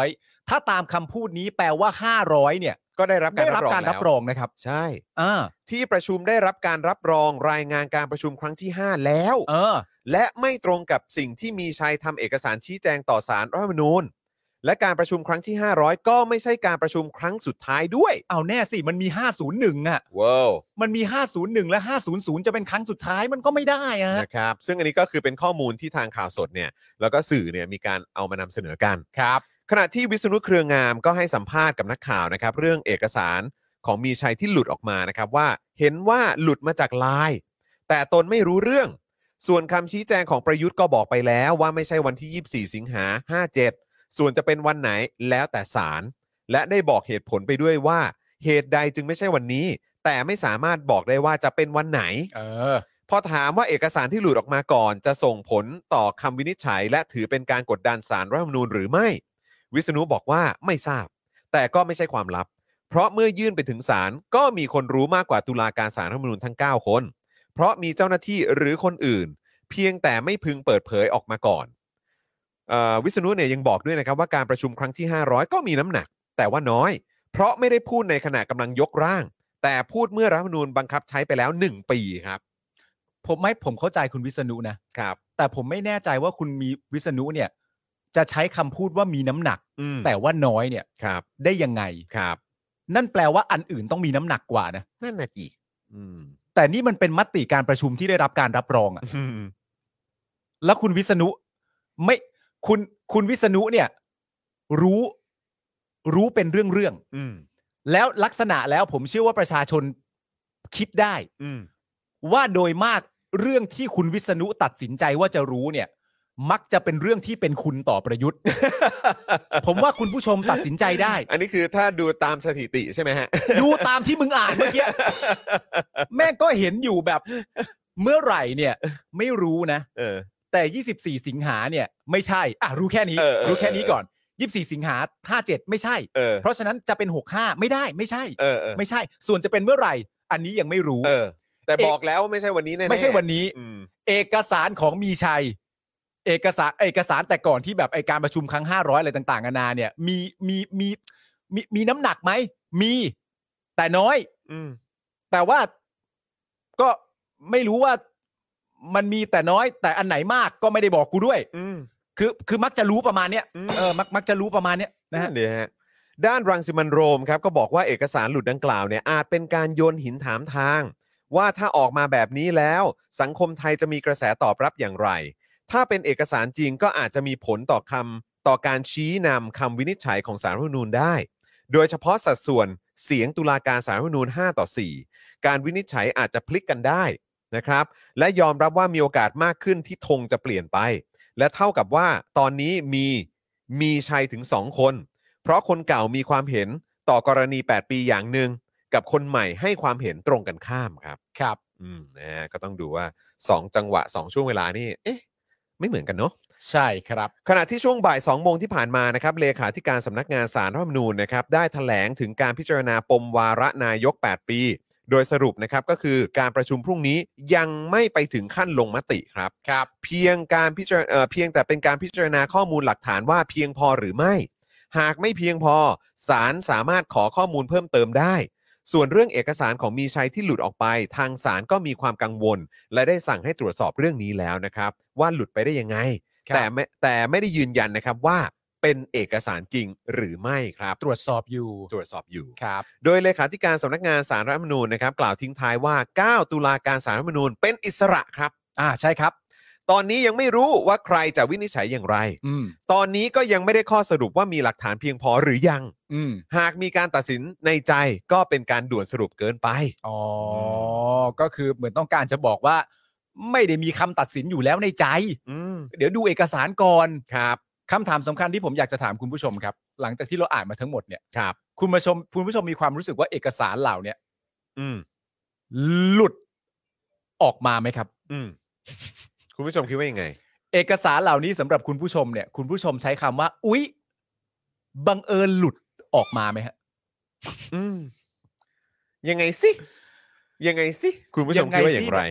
S3: 500 ถ้าตามคำพูดนี้แปลว่า 500 เนี่ย
S2: ก็ได้รับการ
S3: ได้รับการ
S2: แล้ว
S3: รับรองนะครับ
S2: ใช่
S3: อ่า
S2: ที่ประชุมได้รับการรับรองรายงานการประชุมครั้งที่ 5 แล้ว
S3: เออ
S2: และไม่ตรงกับสิ่งที่มีชัยทำเอกสารชี้แจงต่อสารรัฐธรรมนูญ และการประชุมครั้งที่ 500 ก็ไม่ใช่การประชุมครั้งสุดท้ายด้วย
S3: เอาแน่สิมันมี 501 อ่ะ
S2: ว้าว
S3: มันมี 501 และ 500 จะเป็นครั้งสุดท้ายมันก็ไม่ได้อะ
S2: นะครับซึ่งอันนี้ก็คือเป็นข้อมูลที่ทางข่าวสดเนี่ยแล้วก็สื่อเนี่ยมีการเอามานำเสนอกัน
S3: ครับ
S2: ขณะที่วิษณุเครืองามก็ให้สัมภาษณ์กับนักข่าวนะครับ เรื่องเอกสารของมีชัยที่หลุดออกมานะครับว่าเห็นว่าหลุดมาจากไลน์แต่ตนไม่รู้เรื่อง ส่วนคำชี้แจงของประยุทธ์ก็บอกไปแล้วว่าไม่ใช่วันที่ 24 สิงหา57 ส่วนจะเป็นวันไหนแล้วแต่ศาลและได้บอกเหตุผลไปด้วยว่า เหตุใดจึงไม่ใช่วันนี้ แต่ไม่สามารถบอกได้ว่าจะเป็นวันไหน
S3: เออ
S2: พอถามว่าเอกสารที่หลุดออกมาก่อน จะส่งผลต่อคำวินิจฉัย และถือเป็นการกดดันสารรัฐธรรมนูญหรือไม่ วิษณุบอกว่าไม่ทราบ แต่ก็ไม่ใช่ความลับ เพราะเมื่อยื่นไปถึงศาลก็มีคนรู้มากกว่าตุลาการสารรัฐธรรมนูญทั้ง 9 คน เพราะมีเจ้าหน้าที่หรือคนอื่น เพียงแต่ไม่พึงเปิดเผยออกมาก่อนเออวิษณุเนี่ยยังบอกด้วยนะครับว่าการประชุมครั้งที่ 500 ก็มีน้ำหนัก แต่ว่าน้อย เพราะไม่ได้พูดในขณะกำลังยกร่าง แต่พูดเมื่อรัฐธรรมนูญบังคับใช้ไปแล้วหนึ่งปีครับ
S3: ผมไม่ผมเข้าใจคุณวิษณุนะ
S2: ครับ
S3: แต่ผมไม่แน่ใจว่าคุณมีวิษณุเนี่ย จะใช้คำพูดว่ามีน้ำหนัก
S2: อืม
S3: แต่ว่าน้อยเนี่ย
S2: ครับ
S3: ได้ยังไง
S2: ครับ
S3: นั่นแปลว่าอันอื่นต้องมีน้ำหนักกว่านะ
S2: นั่นน่ะจีอืม
S3: แต่นี่มันเป็นมติการประชุมที่ได้รับการรับรองอะ แล้วคุณวิษณุไม่คุณคุณวิษณุเนี่ย รู้รู้เป็นเรื่องเรื่องๆ
S2: อืม
S3: แล้วลักษณะแล้วผมเชื่อว่าประชาชนคิดได้
S2: อืม
S3: ว่าโดยมากเรื่องที่คุณวิษณุตัดสินใจว่าจะรู้เนี่ย มักจะเป็นเรื่องที่เป็นคุณต่อประยุทธ์ ผมว่าคุณผู้ชมตัดสินใจได้
S2: อันนี้คือถ้าดูตามสถิติใช่ไหมฮะ
S3: ดูตามที่มึงอ่านเมื่อกี้แม่งก็เห็นอยู่แบบเมื่อไหร่เนี่ย ไม่รู้นะ
S2: เออ
S3: แต่ 24 สิงหาเนี่ย ไม่ใช่ อ่ะ รู้แค่นี้
S2: เออเออ
S3: รู้แค่นี้ก่อน 24 สิงหา57 ไม่ใช่
S2: เออ
S3: เพราะฉะนั้นจะเป็น 65 ไม่ได้ ไม่ใช่
S2: เออ เออ
S3: ไม่ใช่ ส่วนจะเป็นเมื่อไหร่ อันนี้ยังไม่รู้
S2: เออ แต่บอกแล้วว่าไม่ใช่วันนี้แน่ๆ
S3: ไม่ใช่วันนี้
S2: อืม
S3: เอกสารของมีชัย เอกสาร เอกสารแต่ก่อนที่แบบไอการประชุมครั้ง 500 อะไรต่างๆนานาเนี่ย มี มี มี มี มีน้ำหนักไหม มี แต่น้อย
S2: อืม
S3: แต่ว่าก็ไม่รู้ว่ามันมีแต่น้อย แต่อันไหนมากก็ไม่ได้บอกกูด้วย
S2: อืม
S3: คือคือมักจะรู้ประมาณเนี้ย
S2: อืม
S3: เออมักมักจะรู้ประมาณเนี้ยนะ
S2: นะ
S3: ฮะ
S2: เดี๋ยวฮะ ด้านรังสิมันต์โรมครับก็บอกว่าเอกสารหลุดดังกล่าวเนี่ยอาจเป็นการโยนหินถามทาง ว่าถ้าออกมาแบบนี้แล้ว สังคมไทยจะมีกระแสตอบรับอย่างไร ถ้าเป็นเอกสารจริงก็อาจจะมีผลต่อคำต่อการชี้นำคำวินิจฉัยของสารรัฐธรรมนูญได้ โดยเฉพาะสัดส่วนเสียงตุลาการสารรัฐธรรมนูญ 5 ต่อ 4 การวินิจฉัยอาจจะพลิกกันได้นะครับ และยอมรับว่ามีโอกาสมากขึ้นที่ธงจะเปลี่ยนไป และเท่ากับว่าตอนนี้มีมีชัยถึง 2 คน เพราะคนเก่ามีความเห็นต่อกรณี 8 ปีอย่างหนึ่งกับคนใหม่ให้ความเห็นตรงกันข้ามครับ
S3: ครับ
S2: อืมนะฮะก็ต้องดูว่า 2 จังหวะ 2 ช่วงเวลานี่เอ๊ะ ไม่เหมือนกันเนาะ
S3: ใช่ครับ
S2: ขณะที่ช่วงบ่าย 2 โมงที่ผ่านมานะครับเลขาธิการสำนักงานสารรัฐธรรมนูญนะครับได้แถลงถึงการพิจารณาปมวาระนายก 8 ปี โดยสรุปนะครับก็คือการประชุมพรุ่งนี้ยังไม่ไปถึงขั้นลงมติครับ
S3: ครับ
S2: เพียงการพิจารณาเอ่อเพียงแต่เป็นการพิจารณาข้อมูลหลักฐานว่าเพียงพอหรือไม่ หากไม่เพียงพอศาลสามารถขอข้อมูลเพิ่มเติมได้ ส่วนเรื่องเอกสารของมีชัยที่หลุดออกไป ทางศาลก็มีความกังวล และได้สั่งให้ตรวจสอบเรื่องนี้แล้วนะครับ ว่าหลุดไปได้ยังไง
S3: ครับ
S2: แต่ไม่แต่ไม่ได้ยืนยันนะครับว่าเป็นเอกสารจริงหรือไม่ครับ
S3: ตรวจสอบอยู่
S2: ตรวจสอบอยู่
S3: ครับ
S2: โดยเลขาธิการสำนักงานสารรัฐธรรมนูญนะครับกล่าวทิ้งท้ายว่า 9 ตุลาการสารรัฐธรรมนูญเป็นอิสระครับ
S3: อ่าใช่ครับ
S2: ตอนนี้ยังไม่รู้ว่าใครจะวินิจฉัยอย่างไร
S3: อืม
S2: ตอนนี้ก็ยังไม่ได้ข้อสรุปว่ามีหลักฐานเพียงพอหรือยัง
S3: อืม
S2: หากมีการตัดสินในใจก็เป็นการด่วนสรุปเกินไป
S3: อ๋ออก็คือเหมือนต้องการจะบอกว่า ไม่ได้มีคำตัดสินอยู่แล้วในใจ
S2: อืม
S3: เดี๋ยวดูเอกสารก่อน
S2: ครับ
S3: คำถามสำคัญที่ผมอยากจะถามคุณผู้ชมครับ หลังจากที่เราอ่านมาทั้งหมดเนี่ย
S2: ครับ
S3: คุณผู้ชมคุณผู้ชมมีความรู้สึกว่าเอกสารเหล่าเนี้ย
S2: อืม
S3: หลุดออกมาไหมครับ
S2: อืม คุณผู้ชมคิดว่ายังไง
S3: เอกสารเหล่านี้สำหรับคุณผู้ชมเนี่ย คุณผู้ชมใช้คำว่า อุ๊ย บังเอิญหลุดออกมาไหมฮะ
S2: อืม ยังไงสิ ยังไงสิ คุณผู้ชมคิดว่าอย่างไร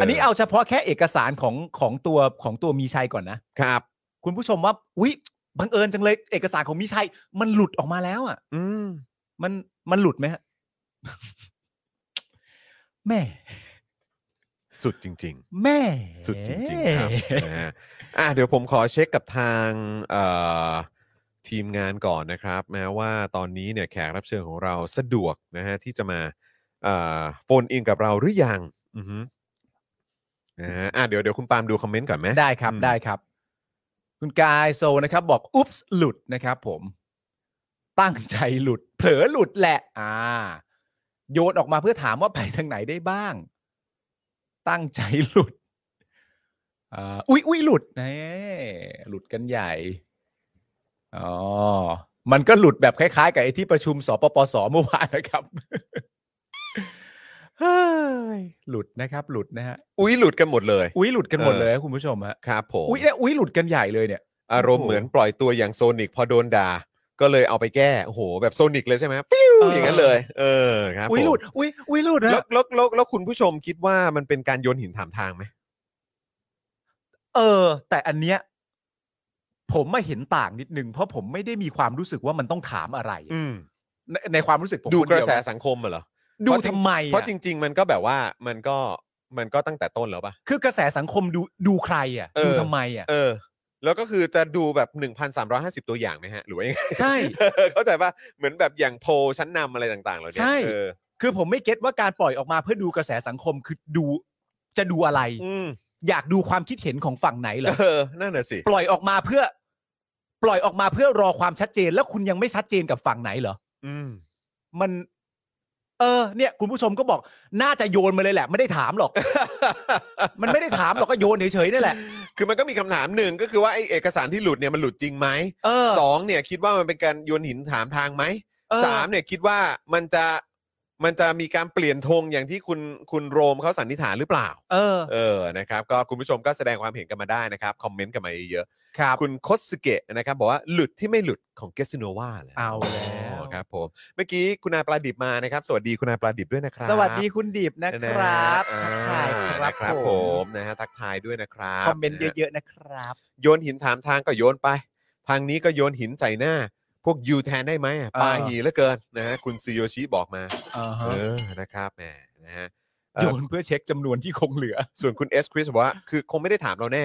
S3: อันนี้เอาเฉพาะแค่เอกสารของของตัวของตัวมีชัยก่อนนะครับ คุณผู้ชมว่า อุ๊ย บังเอิญจังเลยเอกสารของมีชัย มันหลุดออกมาแล้วอ่ะ
S2: อืม
S3: มันมันหลุดไหมฮะ แม่
S2: สุดจริง ๆ
S3: แม่
S2: สุดจริง ๆ ครับนะฮะอ่ะเดี๋ยวผมขอเช็คกับทางเอ่อ ทีมงานก่อนนะครับ แม้ว่าตอนนี้เนี่ยแขกรับเชิญของเราสะดวกนะฮะที่จะมาโฟนอินกับเราหรือยังอือฮึนะฮะอ่ะเดี๋ยวเดี๋ยวคุณปาล์มดูคอมเมนต์ก่อนไหม
S3: ได้ครับ
S2: อืม
S3: ได้ครับ คุณกายโซนะครับ บอกอุ๊บส์หลุดนะครับผม ตั้งใจหลุด เผลอหลุดแหละ อ่า โยนออกมาเพื่อถามว่าไปทางไหนได้บ้าง ตั้งใจหลุดอ่าอุ้ยอุ้ยหลุดแน่หลุดกันใหญ่อ๋อมันก็หลุดแบบคล้ายๆ กับไอ้ที่ประชุมสปปสเมื่อวานนะครับ เฮ้ยหลุดนะครับ หลุดนะฮะ
S2: อุ้ยหลุดกันหมดเลย
S3: อุ้ยหลุดกันหมด
S2: เออ
S3: เลยครับคุณผู้ชมฮะ
S2: ครับผม
S3: อุ้ยเนี่ยอุ้ยหลุดกันใหญ่เลยเนี่ย
S2: อารมณ์เหมือนปล่อยตัวอย่างโซนิกพอโดนด่า ก็เลยเอาไปแก้โอ้โหแบบโซนิกเลยใช่ไหมปิ้ว
S3: เออ
S2: อ
S3: อ
S2: ย่างนั้นเลยเออครับ
S3: อุ้ย
S2: ผม
S3: หลุดอุ้ยอุ้ยหลุด
S2: แล้ว
S3: นะ
S2: แล้วแล้วแล้วคุณผู้ชมคิดว่ามันเป็นการโยนหินถามทางไหม
S3: เออ แต่อันเนี้ยผมไม่เห็นต่างนิดนึง เพราะผมไม่ได้มีความรู้สึกว่ามันต้องถามอะไรอะ
S2: อืม
S3: ในในความรู้สึกผม
S2: ดู
S3: คน
S2: ก
S3: เย
S2: ระ
S3: วน
S2: แสสังคมอะเหรอ
S3: ดู
S2: เพราะจริง
S3: ทำไม
S2: เพราะ
S3: อะ
S2: จริง ๆ มันก็แบบว่ามันก็มันก็ตั้งแต่ต้นแล้วปะ
S3: คือกระแสสังคมดูดูใครอ่ะ
S2: เออ
S3: ดูทำไมอ่ะ
S2: เออ แล้วก็คือจะดูแบบ 1,350 ตัวอย่างไหมฮะ หรือว่ายังไง
S3: ใช่
S2: เข้าใจป่ะเหมือนแบบอย่างโพลชั้นนำอะไรต่างๆเหล่านี้
S3: ใช่
S2: เออ
S3: คือผมไม่เก็ตว่าการปล่อยออกมาเพื่อดูกระแสสังคมคือดูจะดูอะไร
S2: อืม
S3: อยากดูความคิดเห็นของฝั่งไหนเหรอ
S2: เออนั่นน่ะสิ
S3: ปล่อยออกมาเพื่อ ปล่อยออกมาเพื่อรอความชัดเจน แล้วคุณยังไม่ชัดเจนกับฝั่งไหนเหรอ
S2: อืม
S3: มัน เออ เนี่ย คุณผู้ชมก็บอก น่าจะโยนมาเลยแหละ ไม่ได้ถามหรอก มันไม่ได้ถามหรอกก็โยนเฉยๆนี่แหละ
S2: คือมันก็มีคำถามหนึ่งก็คือว่าไอเอกสารที่หลุดเนี่ยมันหลุดจริงไหม
S3: เออ
S2: สองเนี่ยคิดว่ามันเป็นการโยนหินถามทางไหม
S3: เออ
S2: สามเนี่ยคิดว่ามันจะมันจะมีการเปลี่ยนธงอย่างที่คุณคุณโรมเขาสันนิษฐานหรือเปล่า
S3: เออ
S2: เออนะครับก็คุณผู้ชมก็แสดงความเห็นกันมาได้นะครับคอมเมนต์กันมาเยอะ
S3: ครับ
S2: ๆคุณคสเกะนะครับบอกว่าหลุดที่ไม่หลุดของเกสโนวาเลย
S3: เอาแล้ว
S2: ครับผมเมื่อกี้คุณนายปลาดิบมานะครับสวัสดีคุณนายปลาดิบด้วยนะครับ
S3: สวัสดีคุณดิบนะครับ
S2: อ่า
S3: ทักทายครับ
S2: นะครับ
S3: ผ
S2: ผม มนะฮะทักทายด้วยนะครับ
S3: คอมเมนต์
S2: นะฮะ
S3: เยอะๆนะครับ
S2: โยนหินถามทางก็โยนไป ทางนี้ก็โยนหินใส่หน้า พวกยูแทนได้ไหมอ่ะ
S3: เออ
S2: ปาหีเหลือเกินนะฮะคุณซิโยชิบอกมา
S3: อ่า
S2: เอ
S3: ฮะ
S2: อนะครับแหมนะฮะ
S3: โยนเพื่อเช็คจำนวนที่คงเหลือ
S2: ส่วนคุณเอสคริสบอกว่าคือคงไม่ได้ถามเราแน่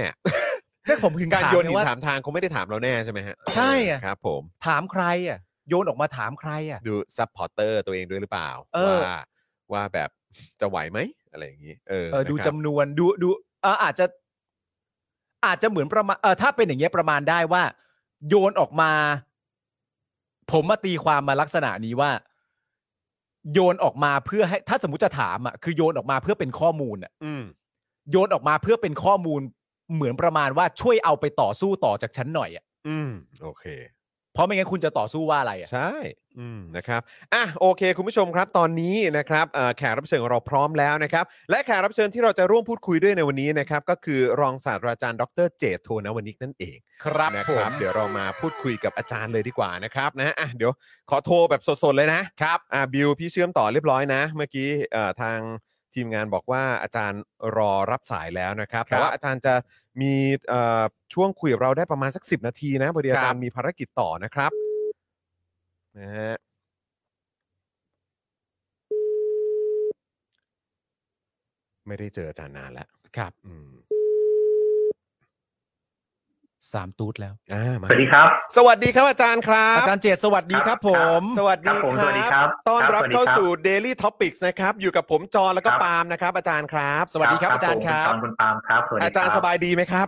S3: แม่ผมถึง
S2: การ
S3: ถาม
S2: โยน
S3: ไง
S2: หิน
S3: ว่า
S2: ถามทางคงไม่ได้ถามเราแน่ใช่ไหมฮะ
S3: ใช่อ่ะ
S2: ครับผม
S3: ถามใครอ่ะ โยนออกมาถามใครอ่ะ
S2: ดูซัพพอร์เตอร์ตัวเองด้วยหรือเปล่า
S3: เออ
S2: ว่าว่าแบบจะไหวไหมอะไรอย่างนี้เออ
S3: เออดู
S2: นะค
S3: จำ
S2: รับ
S3: นวนดูดูเอออาจจะ อาจจะเหมือนประมาณเออถ้าเป็นอย่างเงี้ยประมาณได้ว่า โยนออกมา ผมมาตีความมาลักษณะนี้ว่า โยนออกมาเพื่อให้ ถ้าสมมติจะถามอ่ะคือโยนออกมาเพื่อเป็นข้อมูลอ่ะ
S2: อืม
S3: โยนออกมาเพื่อเป็นข้อมูล เหมือนประมาณว่าช่วยเอาไปต่อสู้ต่อจากฉันหน่อยอ่ะ
S2: อืมโอเค
S3: เพราะไม่งั้นคุณจะต่อสู้ว่าอะไรอ่ะ
S2: ใช่ อืม นะครับ อ่ะ โอเค คุณผู้ชมครับ ตอนนี้นะครับเอ่อแขกรับเชิญของเราพร้อมแล้วนะครับ และแขกรับเชิญที่เราจะร่วมพูดคุยด้วยในวันนี้นะครับ ก็คือรองศาสตราจารย์ดรเจตโทนวนิกนั่นเอง
S3: ครับ
S2: นะ
S3: ผ
S2: ครับ
S3: ม
S2: เดี๋ยวเรามาพูดคุยกับอาจารย์เลยดีกว่านะครับนะ อ่ะ เดี๋ยวขอโทรแบบสดๆเลยนะ ครับ อ่ะ บิว พี่เชื่อมต่อเรียบร้อยนะ เมื่อกี้เอ่อทางทีมงานบอกว่าอาจารย์รอรับสายแล้วนะครับ
S3: ครั
S2: แต่
S3: บ
S2: ว่าอาจารย์จะมีเอ่อช่วงคุยกับเราได้ประมาณสัก 10 นาทีนะพอดีอาจาร
S3: ครั
S2: ย์
S3: บ
S2: มีภารกิจต่อนะครับ นะฮะ ไม่ได้เจออาจารย์นานแล้ว
S3: ครับ
S2: อืม
S3: สามตูดแล้ว
S2: อ่ามา
S8: สวัสดีครับ
S2: สวัสดีครับอาจารย์ครั
S3: อา
S2: บ
S3: จารย์เจตสวัสดีครับ ผม
S2: สวัสดี
S8: ครับ
S2: ค
S8: ผมสวัสดีครั
S2: รับบต้อน
S8: ครับ
S2: รับ
S8: สวัสดี
S2: เข้า
S8: ครับ
S2: สู่ Daily Topics นะครับ อยู่กับผมจอห์นแล้วก็
S8: ครับ
S2: ปาล์มนะครับ อาจารย์ครับ
S3: สวัสดีครับอาจารย์ครับ
S8: ผมคุณปาล์มครับสวัสดีค
S2: อาจารย์สบายดีไหมครับ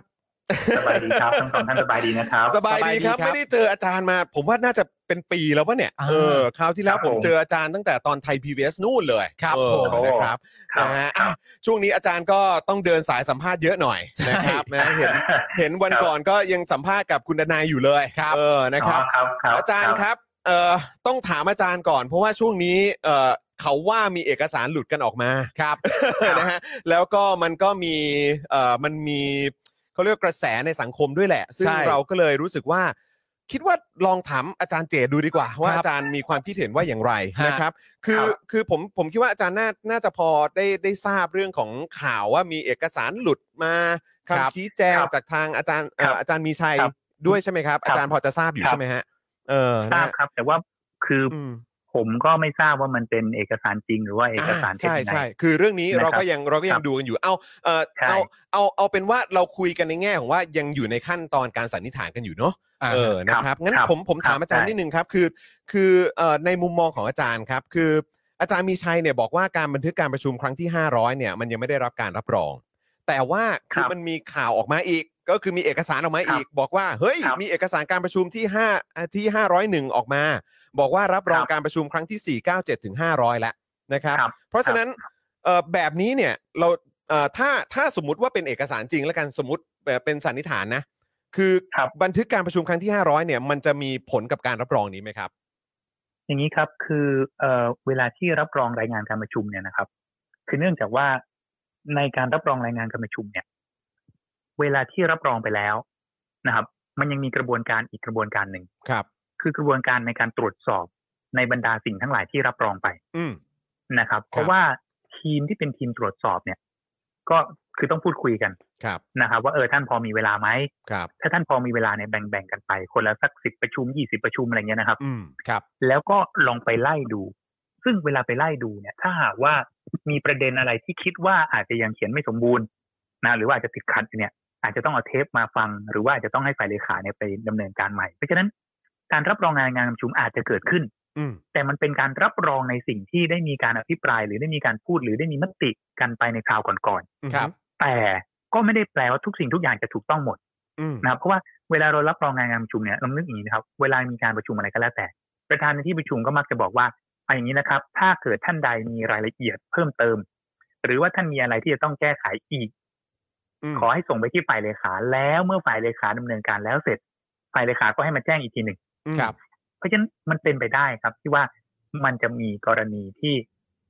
S8: สบายดีครับทั้งสองท่านสบายดีนะครับ
S2: สบายดีครับ
S3: สบายดีครับ
S2: ไม่ได้เจออาจารย์มา ผมว่าน่าจะเป็นปีแล้วปะเนี่ย
S3: อ่า
S2: เออคราวที่แล้ว
S8: ครับ
S2: ผ
S8: ผม ม
S2: เจออาจารย์ตั้งแต่ตอนไทย PBS นู่นเลย
S3: ครับ
S2: เออ
S3: ผม
S2: นะครับ
S8: ครับ
S2: นะฮะอ่ะช่วงนี้อาจารย์ก็ต้องเดินสายสัมภาษณ์เยอะหน่อยนะครับนะเห็น เห็นวัน
S8: ครับ
S2: ก่อนก็ยังสัมภาษณ์กับคุณดนายอยู่เลย
S3: ครับ
S2: เออนะครับ
S8: อ๋อครับครับ
S2: อาจารย์ครับเอ่อต้องถามอาจารย์ก่อน เพราะว่าช่วงนี้เอ่อเขาว่ามีเอกสารหลุดกันออกมา
S3: ครับ
S2: นะฮะแล้วก็มันก็มีเอ่อมันมีเขาเรียกว่ากระแสในสังคมด้วยแหละ ซึ่ง
S3: ใช่
S2: เราก็เลยรู้สึกว่า คิดว่าลองถามอาจารย์เจตดูดีกว่า ว่า
S3: ครับ
S2: อาจารย์มีความคิดเห็นว่าอย่างไร
S3: ฮะ
S2: นะครับ คือคือผมผมคิดว่าอาจารย์น่าน่าจะพอได้ได้ทราบเรื่องของข่าวว่ามีเอกสารหลุดมาคำชี้แจง
S8: ครับ
S2: จากทางอาจารย์เอ่
S8: ค
S2: อ
S8: รั
S2: บ อาจารย์มีชัย
S8: ครับ
S2: ด้วยใช่ไหมครับ อาจารย์พอจะทราบอยู่
S8: ครับ
S2: ใช่ไหมฮะ เออ
S8: ท
S2: นะ
S8: ราบ
S2: ฮะ
S8: ครับ แต่ว่าคืออ
S2: อืม
S8: ผ ผมก็ไม่ทราบว่ามันเป็นเอกสารจริงหรือว่าเอกสารเท็จ
S2: ใช่
S8: ยังไง
S2: ใช่ คือเรื่องนี้
S8: นะครับ
S2: เราก็ยังเราก็ยั
S8: ครั
S2: ง
S8: บ
S2: ดูกันอยู่ เอาเออ
S8: ใช่
S2: เอาเอาเอาเป็นว่าเราคุยกันในแง่ของว่ายังอยู่ในขั้นตอนการสันนิษฐานกันอยู่เนาะ
S3: า
S2: เออ นะครับ งั้น
S8: ครับ
S2: ผมผม
S8: ครั
S2: ถา
S8: บ
S2: มอาจารย์
S8: ใช่
S2: นิดนึงครับ คือ คือเอ่อในมุมมองของอาจารย์ครับ คือ อาจารย์มีชัยเนี่ยบอกว่าการบันทึกการประชุมครั้งที่ 500 เนี่ย มันยังไม่ได้รับการรับรอง แต่ว่าคือมันมีข่าวออกมาอีก ก็คือมีเอกสารออกมาอีก บอกว่า เฮ้ย
S8: ครับ
S2: มีเอกสารการประชุมที่5ที่ 501 ออกมา บอกว่ารับรอง
S8: ครับ
S2: การประชุมครั้งที่ 497 ถึง 500 แล้วนะครับ
S8: ครับ
S2: เพราะ
S8: ครั
S2: ฉะ
S8: บ
S2: นั้นเอ่อแบบนี้เนี่ย เราเอ่อถ้า ถ้าสมมติว่าเป็นเอกสารจริงแล้วกัน สมมติเอ่อเป็นสันนิษฐานนะ คือ
S8: ครับ
S2: บันทึกการประชุมครั้งที่ 500 เนี่ย มันจะมีผลกับการรับรองนี้ไหมครับ
S8: อย่างนี้ครับคือเอ่อเวลาที่รับรองรายงานการประชุมเนี่ยนะครับ คือเนื่องจากว่าในการรับรองรายงานการประชุมเนี่ย เวลาที่รับรองไปแล้วนะครับ มันยังมีกระบวนการอีกกระบวนการหนึ่ง
S2: ครับ
S8: คือกระบวนการในการตรวจสอบในบรรดาสิ่งทั้งหลายที่รับรองไป
S2: อืม
S8: นะครับ
S2: ค
S8: เพ
S2: รั
S8: ราะ
S2: บ
S8: ว่าทีมที่เป็นทีมตรวจสอบเนี่ย ก็คือต้องพูดคุยกัน
S2: ครับ
S8: นะครับ ว่าเออท่านพอมีเวลาไหม
S2: ครับ
S8: ถ้าท่านพอมีเวลาเนี่ยแบ่งๆกันไป คนละสักสิบประชุมยี่สิบประชุมอะไรเงี้ยนะครับ
S2: อืม ครับ
S8: แล้วก็ลองไปไล่ดู ซึ่งเวลาไปไล่ดูเนี่ย ถ้าหากว่ามีประเด็นอะไรที่คิดว่าอาจจะยังเขียนไม่สมบูรณ์นะหรือว่าอาจจะติดขัดอยู่เนี่ย อาจจะต้องเอาเทปมาฟัง หรือว่าอาจจะต้องให้ฝ่ายเลขาเนี่ยไปดำเนินการใหม่ เพราะฉะนั้นการรับรองงานงานประชุมอาจจะเกิดขึ้น
S2: อืม
S8: แต่มันเป็นการรับรองในสิ่งที่ได้มีการอภิปราย หรือได้มีการพูดหรือได้มีมติกันไปในคราวก่อน
S3: ครับ
S8: ๆ แต่ก็ไม่ได้แปลว่าทุกสิ่งทุกอย่างจะถูกต้องหมด
S2: อืม
S8: นะครับ เพราะว่าเวลาเรารับรองงานงานประชุมเนี่ยลองนึกอย่างนี้นะครับ เวลามีการประชุมอะไรก็แล้วแต่ ประธานในที่ประชุมก็มักจะบอกว่าเอาอย่างนี้นะครับ ถ้าเกิดท่านใดมีรายละเอียดเพิ่มเติม หรือว่าท่านมีอะไรที่จะต้องแก้ไขอีก
S2: อืม
S8: ขอให้ส่งไปที่ฝ่ายเลขา แล้วเมื่อฝ่ายเลขาดำเนินการแล้วเสร็จ ฝ่ายเลขาก็ให้มาแจ้งอีกทีหนึ่ง
S3: ครับ
S8: เพราะฉะนั้นมันเป็นไปได้ครับที่ว่ามันจะมีกรณีที่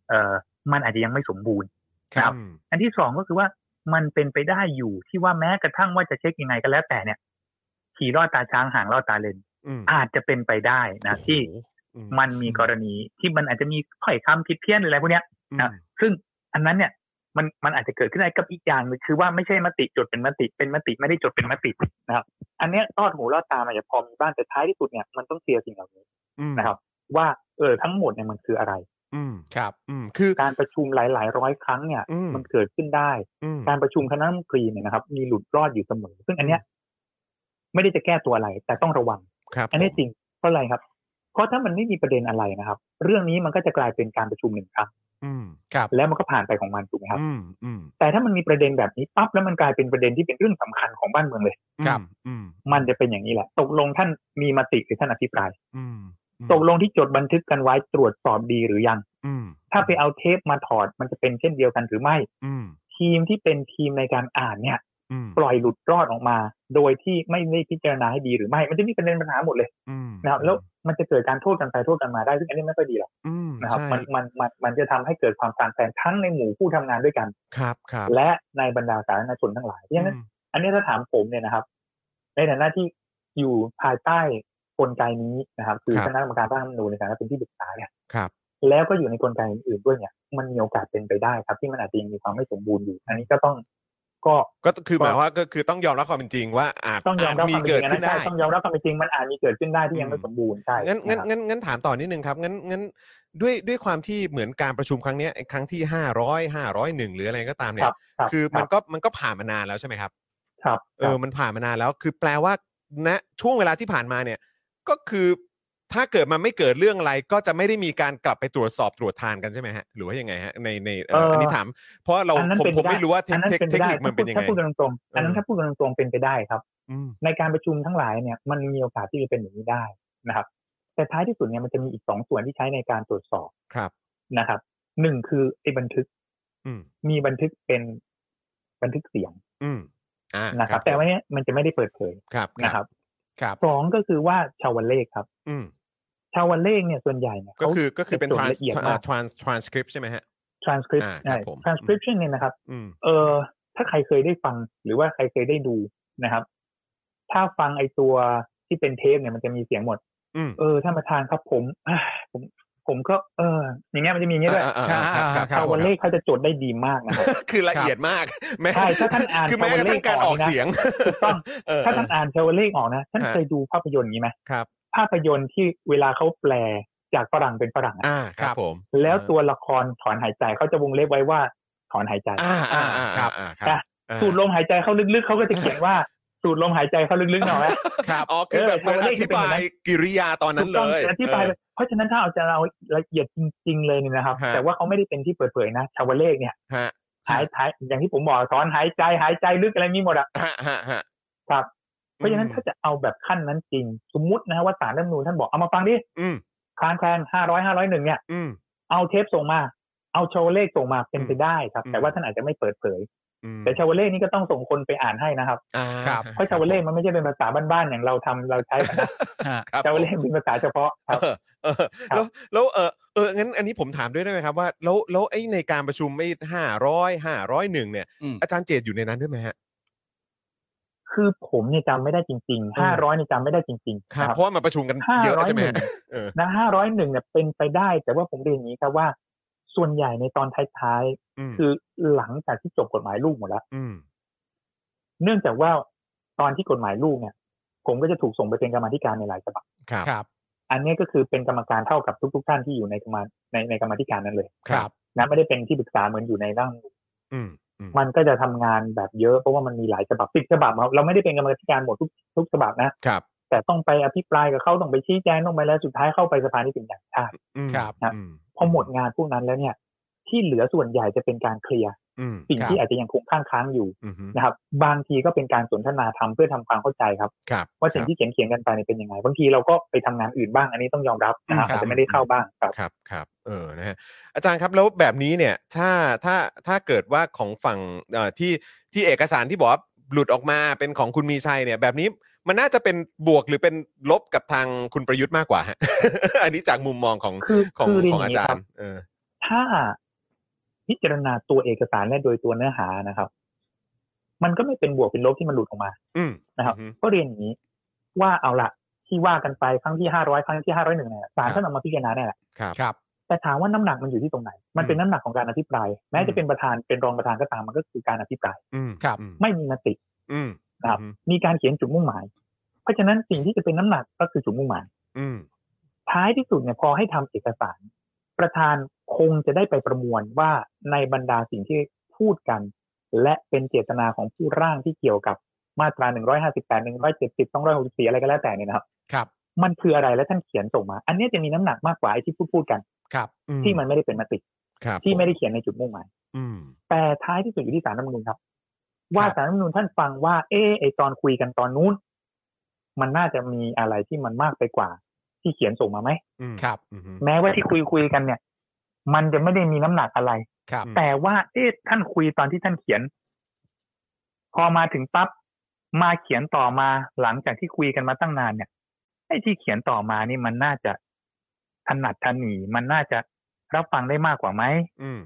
S8: เอ่อมันอาจจะยังไม่สมบูรณ์ ครับ อันที่สองก็คือว่ามันเป็นไปได้อยู่ที่ว่าแม้กระทั่งว่าจะเช็คยังไงก็แล้วแต่เนี่ย ขี่รอดตาช้างห่างรอดตาเลน
S2: อืม
S8: อาจจะเป็นไปได้นะ
S2: โอ้โห
S8: ที่
S2: อืม
S8: มันมีกรณีที่มันอาจจะมีถ้อยคำผิดเพี้ยนอะไรพวกเนี้ย
S2: อืม
S8: นะ ซึ่งอันนั้นเนี่ยมันมันอาจจะเกิดขึ้นได้กับอีกอย่างหนึงคือว่าไม่ใช่มติจดเป็นมติเป็นมติไม่ได้จดเป็นมตินะครับ อันเนี้ยรอดหูรอดตามันจะพอมีบ้างแต่ท้ายที่สุดเนี่ยมันต้องเคลียร์สิ่งเหล่านี้
S2: อืม
S8: นะครับว่าเออทั้งหมดเนี่ยมันคืออะไร
S2: อืม
S3: ครับ
S2: อืม คือ
S8: การประชุมหลาย ๆ ร้อยครั้งเนี่ย
S2: อืม
S8: มันเกิดขึ้นได้
S2: อืม
S8: การประชุมคณะรัฐมนตรีเนี่ยนะครับ มีหลุดรอดอยู่เสมอ ซึ่งอันเนี้ยไม่ได้จะแก้ตัวอะไร แต่ต้องระวัง
S2: ครับ
S8: อันนี้จริงเพราะอะไรครับ เพราะถ้ามันไม่มีประเด็นอะไรนะครับ เรื่องนี้มันก็จะกลายเป็นการประชุมหนึ่งครั้ง
S2: อืม
S3: ครับ
S8: แล้วมันก็ผ่านไปของมันถูกไหมครับ
S2: อืม อืม
S8: แต่ถ้ามันมีประเด็นแบบนี้ปั๊บแล้วมันกลายเป็นประเด็นที่เป็นเรื่องสำคัญของบ้านเมืองเลย
S3: ครับ
S2: อืม
S8: มันจะเป็นอย่างนี้แหละ ตกลงท่านมีมติหรือท่านอภิปราย
S2: อืมอืม
S8: ตกลงที่จดบันทึกกันไว้ตรวจสอบดีหรือยัง
S2: อืม
S8: ถ้าไปเอาเทปมาถอดมันจะเป็นเช่นเดียวกันหรือไม่
S2: อืม
S8: ทีมที่เป็นทีมในการอ่านเนี่ย
S2: อืม
S8: ปล่อยหลุดรอดออกมา โดยที่ไม่ได้พิจารณาให้ดีหรือไม่ มันจะมีประเด็นปัญหาหมดเลย
S2: อืม
S8: นะครับแล้วมันจะเกิดการโทษกันไปโทษกันมาได้ซึ่งอันนี้ไม่ค่อยดีหรอก
S2: อืม
S8: นะครับ
S2: ใช่
S8: มันมันมันมันจะทำให้เกิดความคลางแคลงทั้งในหมู่ผู้ทำงานด้วยกัน
S2: ครับ ครับ
S8: และในบรรดาสาธารณชนทั้งหลายเพราะฉะนั้น
S2: อืม
S8: อันนี้ถ้าถามผมเนี่ยนะครับ ในฐานะที่อยู่ภายใต้กลไกนี้นะครับ คือคณะกรรมการร่างรัฐธรรมนูญในฐานะเป็นที่ปรึกษาเนี่ย
S2: ครับ
S8: แล้วก็อยู่ในกลไกอื่นๆด้วยเนี่ย มันมีโอกาสเป็นไปได้ครับ ที่มันอาจจะยังมีความไม่สมบูรณ์อยู่ อันนี้ก็ต้องก็
S2: ก็คือห
S8: ก็
S2: มายความว่าก็คือต้องยอมรับความเป็นจริงว่าอาจ
S8: ต้องยอมรับ
S2: าจ
S8: ค
S2: มี
S8: วามเป็น
S2: เกิ
S8: จ
S2: ด
S8: ริงอัน
S2: ขึ้
S8: นั้นนใช่
S2: ได้
S8: ต้องยอมรับความเป็นจริงมันอาจมีเกิดขึ้นได้ที่ยังไม่สมบูรณ์ใช่
S2: งั้นงั้น
S8: นะครับ
S2: งั้นงั้นถามต่อนิดนึงครับงั้นงั้นด้วยด้วยความที่เหมือนการประชุมครั้งเนี้ยไอ้ครั้งที่ห้าร้อยห้าร้อยหนึ่งหรืออะไรก็ตามเนี่
S8: ค
S2: ย
S8: รับ รับ
S2: คือมันก็มันก็ผ่านมานานแล้วใช่ไหมครับ
S8: ครับ
S2: เออมันผ่านมานานแล้วคือแปลว่าณช่วงเวลาที่ผ่านมาเนี่ยก็คือถ้าเกิดมันไม่เกิดเรื่องอะไรก็จะไม่ได้มีการกลับไปตรวจสอบตรวจทานกันใช่ไหมฮะหรือว่ายังไงฮะในในเอ่ออันนี้ถาม เพราะเรา
S8: อันนั้น
S2: ผม
S8: เป็น
S2: ผม
S8: ปด้
S2: ไม่รู้ว่าเทค
S8: อันนั้น
S2: เทค
S8: เป็น
S2: เทค
S8: ไปได้
S2: นิคมันเป็นยังไง
S8: ถ้าพูดกันตรงๆอันนั้น
S2: เออ
S8: ถ้าพูดกันตรงๆเป็นไปได้ครับ
S2: อืม
S8: ในการประชุมทั้งหลายเนี่ยมันมีโอกาสที่จะเป็นอย่างนี้ได้นะครับ แต่ท้ายที่สุดเนี่ยมันจะมีอีกสองส่วนที่ใช้ในการตรวจสอบ
S2: ครับ
S8: นะครับหนึ่งคือไอ้บันทึก
S2: อืม
S8: มีบันทึกเป็นบันทึกเสียง
S2: อืมอ่า
S8: นะ
S2: นะครับ
S8: แต่ว่าเนี้ยมันจะไม่ได้เปิดเผย
S2: ครับ
S8: นะ
S2: ค
S8: ค
S2: รับ
S8: รับ
S3: ครับ
S8: สองก็คือว่าชาววันเลขครับ
S2: อืม
S8: ชาววันเลขเนี่ยส่วนใหญ่เนี่ย
S2: ก็
S8: เขา
S2: คือก็คือเป็น
S8: ส่วน
S2: trans
S8: ละเอียด
S2: อ่า
S8: มาก
S2: trans transcript ใช่ไหมฮะ
S8: transcript
S2: อ่าครับ
S8: ใช่
S2: ผม
S8: transcription เนี่ยนะครับ
S2: อืม
S8: เออถ้าใครเคยได้ฟังหรือว่าใครเคยได้ดูนะครับ ถ้าฟังไอตัวที่เป็นเทปเนี่ยมันจะมีเสียงหมด
S2: อืม
S8: เออท่านประธานครับผมอ่าผมผมก็เออ อย่างเงี้ยมันจะมีอย่างเงี้ยด้วย
S2: อ่า
S3: ครับ
S2: อ่าอ่า
S3: ครั
S2: รับ
S8: ชาววันเลขเขาจะจดได้ดีมากนะครับ
S2: คือละเอียดมากแม้
S8: ใช่ถ้าท่านอ่าน
S2: คือแม้กระทั่งการออกเสียง
S8: ถูก ต้อง
S2: เออ
S8: ถ้าท่านอ่านชาววันเลขออกนะท่าน
S2: ฮะ
S8: เคยดูภาพยนตร์อย่างนี้ไหม
S2: ครับ
S8: ภาพยนตร์ที่เวลาเขาแปล จากฝรั่งเป็นฝรั่งอะ
S2: อ่าค
S3: ค
S2: รั
S3: รั
S2: บบ ผม
S8: แล้วตัวละครถอนหายใจเขาจะวงเล็บไว้ว่าถอนหายใจ
S2: อ่าอ่าอ่าอ่าอ่าครับ
S8: อ่ะ
S2: อ่า
S8: สูดลมหายใจเข้าลึกๆเขาก็จะเขียน ว่าสูดลมหายใจเข้าลึกๆหน่อย
S3: ครับ
S2: อ๋อคือแบบเหมือน
S8: เออ
S2: อธิ
S8: ทำไมเลขจะเป็น
S2: บา
S8: แบบนั้
S2: ย
S8: น
S2: กิริยาตอนนั้นเลย
S8: ถูกต้งอธิบาย
S2: เอ
S8: เล
S2: อ
S8: ยเพราะฉะนั้นถ้าเอาจะเอาละเอียดจริง ๆ เลยเนี่ยนะครับ
S2: ฮะ
S8: แต่ว่าเขาไม่ได้เป็นที่เปิดเผยนะ ชาวเลขเนี่ย
S2: ฮะ
S8: หายหายอย่างที่ผมบอกถอนหายใจหายใจลึกอะไรมีหมดอะ
S2: ฮะฮะฮะ
S8: ครับ เพราะฉะนั้น
S2: อืม
S8: ถ้าจะเอาแบบขั้นนั้นจริง สมมุตินะว่าสารรัฐธรรมนูญท่านบอกเอามาฟังดิ
S2: อืม
S8: คลานแคลนห้าร้อยห้าร้อยหนึ่งเนี่ย
S2: อืม
S8: เอาเทปส่งมา เอาชาวเลขส่งมาเป็นไปได้ครับ
S2: อืม
S8: แต่ว่าท่านอาจจะไม่เปิดเผย
S2: อืม
S8: แต่ชาวเลขนี่ก็ต้องส่งคนไปอ่านให้นะครับ
S2: อ่า
S3: ครับ
S8: เพราะชาวเลขมันไม่ใช่เป็นภาษาบ้านๆอย่างเราทำเราใช้กันนะ
S3: ฮะ
S2: ครับ
S8: ชาว
S2: ผม
S8: เลขเป็นภาษาเฉพาะครับ
S2: เออเออ
S8: ครับ
S2: แล้วแล้วเออเอองั้นอันนี้ผมถามด้วยได้ไหมครับว่าแล้วแล้วไอ้ในการประชุมไม่ห้าร้อยห้าร้อยหนึ่งเนี่ย
S3: อืม
S2: อาจารย์เจตอยู่ในนั้นด้วยไหมฮะ
S8: คือผมเนี่ยจำไม่ได้จริง
S2: เอ
S8: ๆห้า
S2: อ
S8: ร้อยเนี่ยจำไม่ได้จริงๆ
S2: ครับ
S8: นะ
S2: เพราะว่ามาประชุมกันเยอะใช่ไหมฮะเออ
S8: นะห้าร้อยหนึ่งเนี่ยเป็นไปได้ แต่ว่าผมเรียนอย่างนี้ครับว่า ส่วนใหญ่ในตอนท้าย
S2: อืม
S8: ๆ คือหลังจากที่จบกฎหมายลูกหมดแล้ว
S2: อืม
S8: เนื่องจากว่าตอนที่กฎหมายลูกเนี่ย ผมก็จะถูกส่งไปเป็นกรรมาธิการในหลายฉบับ
S2: ครับ
S3: ครับ
S8: อันนี้ก็คือเป็นกรรมการเท่ากับทุก ๆ ท่านที่อยู่ในกรรมาในในกรรมาธิการนั้นเลย
S3: ครับ
S8: นะไม่ได้เป็นที่ปรึกษาเหมือนอยู่ในร่าง
S2: อืมอืม
S8: มันก็จะทำงานแบบเยอะเพราะว่ามันมีหลายฉบับติดฉบับครับเราไม่ได้เป็นกรรมาธิการหมดทุกทุกฉบับนะ
S2: ครับ
S8: แต่ต้องไปอภิปรายกับเขาต้องไปชี้แจงต้องไปแล้วสุดท้ายเข้าไปสภานิติบัญญัติแห่งชาติ
S2: อืม
S3: ครับ
S2: อืม
S8: พอหมดงานพวกนั้นแล้วเนี่ย ที่เหลือส่วนใหญ่จะเป็นการเคลียร์
S2: อืม
S8: สิ่ง
S3: ครับ
S8: ที่อาจจะยังคงค้างค้างๆอยู่
S2: อืม
S8: นะครับ บางทีก็เป็นการสนทนาธรรมเพื่อทำความเข้าใจครับ
S2: ครับ
S8: ว่าสิ่งที่เขียนเขียนๆกันไปเนี่ยเป็นยังไง บางทีเราก็ไปทำงานอื่นบ้างอันนี้ต้องยอมรับนะครั
S3: อื
S8: บ
S3: มครับ
S8: อาจจะไม่ได้เข้าบ้างครับ
S2: ครับครับเออนะฮะอาจารย์ครับแล้วแบบนี้เนี่ยถ้าถ้าถ้าเกิดว่าของฝั่งเอ่อที่ที่เอกสารที่บอกว่าหลุดออกมาเป็นของคุณมีชัยเนี่ยแบบนี้มันน่าจะเป็นบวกหรือเป็นลบกับทางคุณประยุทธ์มากกว่าฮะ อันนี้จากมุมมองของ
S8: คือ
S2: ของ
S8: คือเรีย
S2: ข
S8: น
S2: อง
S8: อ
S2: อา
S8: ย่างนี้
S2: จาร
S8: ครับ
S2: ย์ เออ
S8: ถ้าพิจารณาตัวเอกสารและโดยตัวเนื้อหานะครับ มันก็ไม่เป็นบวกเป็นลบที่มันหลุดออกมา
S2: อืม
S8: นะครับ
S2: อืม
S8: ก็เรียนอย่างนี้ ว่าเอาละที่ว่ากันไปครั้งที่ห้าร้อยครั้งที่ห้าร้อยหนึ่งเนี่ยศาล
S2: ครับ
S8: ท่านเอามาพิจารณาเนี่ยแหละ
S2: ครับ
S3: ครับ
S8: แต่ถามว่าน้ำหนักมันอยู่ที่ตรงไหน มันเป็นน้ำหนักของการอภิปราย แม้จะเป็นประธานเป็นรองประธานก็ตามมันก็คือการอภิปราย
S2: อืม
S3: ครับ
S2: อืม
S8: ไม่มีมติ
S2: อืม
S8: นะครับ มีการเขียนจุดมุ่งหมาย เพราะฉะนั้นสิ่งที่จะเป็นน้ำหนักก็คือจุดมุ่งหมาย
S2: อืม
S8: ท้ายที่สุดเนี่ยพอให้ทำเอกสาร ประธานคงจะได้ไปประมวลว่าในบรรดาสิ่งที่พูดกัน และเป็นเจตนาของผู้ร่างที่เกี่ยวกับมาตรา 158 170 264 อะไรก็แล้วแต่เนี่ยนะครับ
S3: ครับ
S8: มันคืออะไรและท่านเขียนส่งมา อันเนี้ยจะมีน้ำหนักมากกว่าไอ้ที่พูดพูดๆกัน
S3: ครับ
S2: อื
S8: ที่มันไม่ได้เป็นมติ
S2: ครับ
S8: ที่ไม่ได้เขียนในจุดมุ่งหมาย
S2: อืม
S8: แต่ท้ายที่สุดอยู่ที่สารรัฐธรรมนูญครับ ว่า
S3: ครับ
S8: สารรัฐธรรมนูญท่านฟังว่า เออไอตอนคุยกันตอนนู้น มันน่าจะมีอะไรที่มันมากไปกว่า ที่เขียนส่งมาไหม
S2: อืม
S3: ครับ
S2: อืม
S8: แม้ว่าที่คุยคุยกันเนี่ย มันจะไม่ได้มีน้ำหนักอะไร
S3: ครับ
S2: อืม
S8: แต่ว่าเอ๊ะท่านคุยตอนที่ท่านเขียน พอมาถึงปั๊บมาเขียนต่อมาหลังจากที่คุยกันมาตั้งนานเนี่ยไอ้ที่เขียนต่อมานี่มันน่าจะถนัดถนีมันน่าจะรับฟังได้มากกว่าไหม
S2: อืม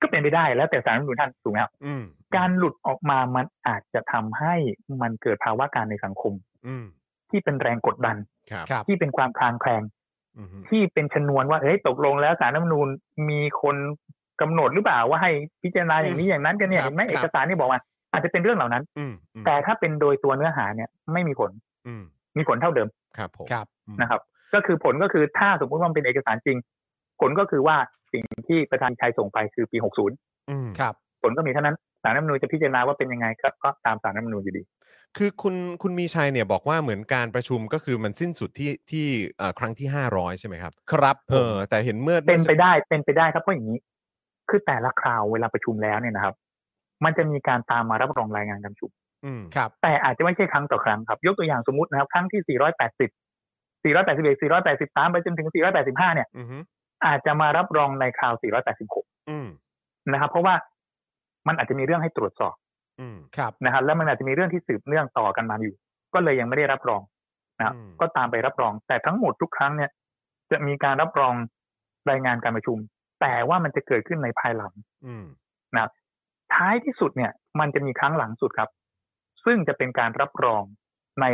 S8: ก็เป็นไปได้แล้วแต่สารรัฐธรรมนูญท่านถูกไหมครับ
S2: อืม
S8: การหลุดออกมามันอาจจะทำให้มันเกิดภาวะการในสังคม
S2: อืม
S8: ที่เป็นแรงกดดัน
S2: ครับ
S3: ครับ
S8: ที่เป็นความคลางแคลง
S2: อืม
S8: ที่เป็นชนวนว่าเฮ้ยตกลงแล้วสารรัฐธรรมนูญมีคนกำหนดหรือเปล่าว่าให้พิจารณาอย่างนี้อย่างนั้นกันเนี่ยเห็นไหมเอกสารนี่บอกมาอาจจะเป็นเรื่องเหล่านั้น
S2: อืมอืม
S8: แต่ถ้าเป็นโดยตัวเนื้อหาเนี่ยไม่มีผล
S2: อืม
S8: มีผลเท่าเดิม
S2: ครับผม
S3: ครับ
S8: นะครับ ก็คือผลก็คือถ้าสมมุติว่ามันเป็นเอกสารจริง ผลก็คือว่าสิ่งที่ประธานชัยส่งไปคือปี 60
S2: อืม
S3: ครับ
S8: ผลก็มีเท่านั้นสารรัฐธรรมนูญจะพิจารณาว่าเป็นยังไงก็ก็ตามสารรัฐธรรมนูญอยู่ดี
S2: คือคุณคุณมีชัยเนี่ยบอกว่าเหมือนการประชุมก็คือมันสิ้นสุดที่ที่เอ่อครั้งที่ห้าร้อยใช่ไหมครับ
S3: ครับ
S2: เออ แต่เห็นเมื่อ
S8: เป็นไปได้เป็นไปได้ครับเพราะอย่างนี้ คือแต่ละคราวเวลาประชุมแล้วเนี่ยนะครับ มันจะมีการตามมารับรองรายงานการประชุม
S2: อืม
S3: ครับ
S8: แต่อาจจะไม่ใช่ครั้งต่อครั้งครับ ยกตัวอย่างสมมตินะครับ ครั้งที่ 480 481 483 ไปจนถึง 485 เนี่ย
S2: อืม
S8: อาจจะมารับรองในคราว
S2: อืม
S8: 486 นะครับ เพราะว่ามันอาจจะมีเรื่องให้ตรวจสอบ
S2: อืม
S3: ครับ
S8: นะครับ แล้วมันอาจจะมีเรื่องที่สืบเนื่องต่อกันมาอยู่ ก็เลยยังไม่ได้รับรองนะครับ
S2: อืม
S8: ก็ตามไปรับรอง แต่ทั้งหมดทุกครั้งเนี่ย จะมีการรับรองรายงานการประชุม แต่ว่ามันจะเกิดขึ้นในภายหลัง
S2: อืม
S8: นะครับท้ายที่สุดเนี่ย มันจะมีครั้งหลังสุดครับ ซึ่งจะเป็นการรับรองใน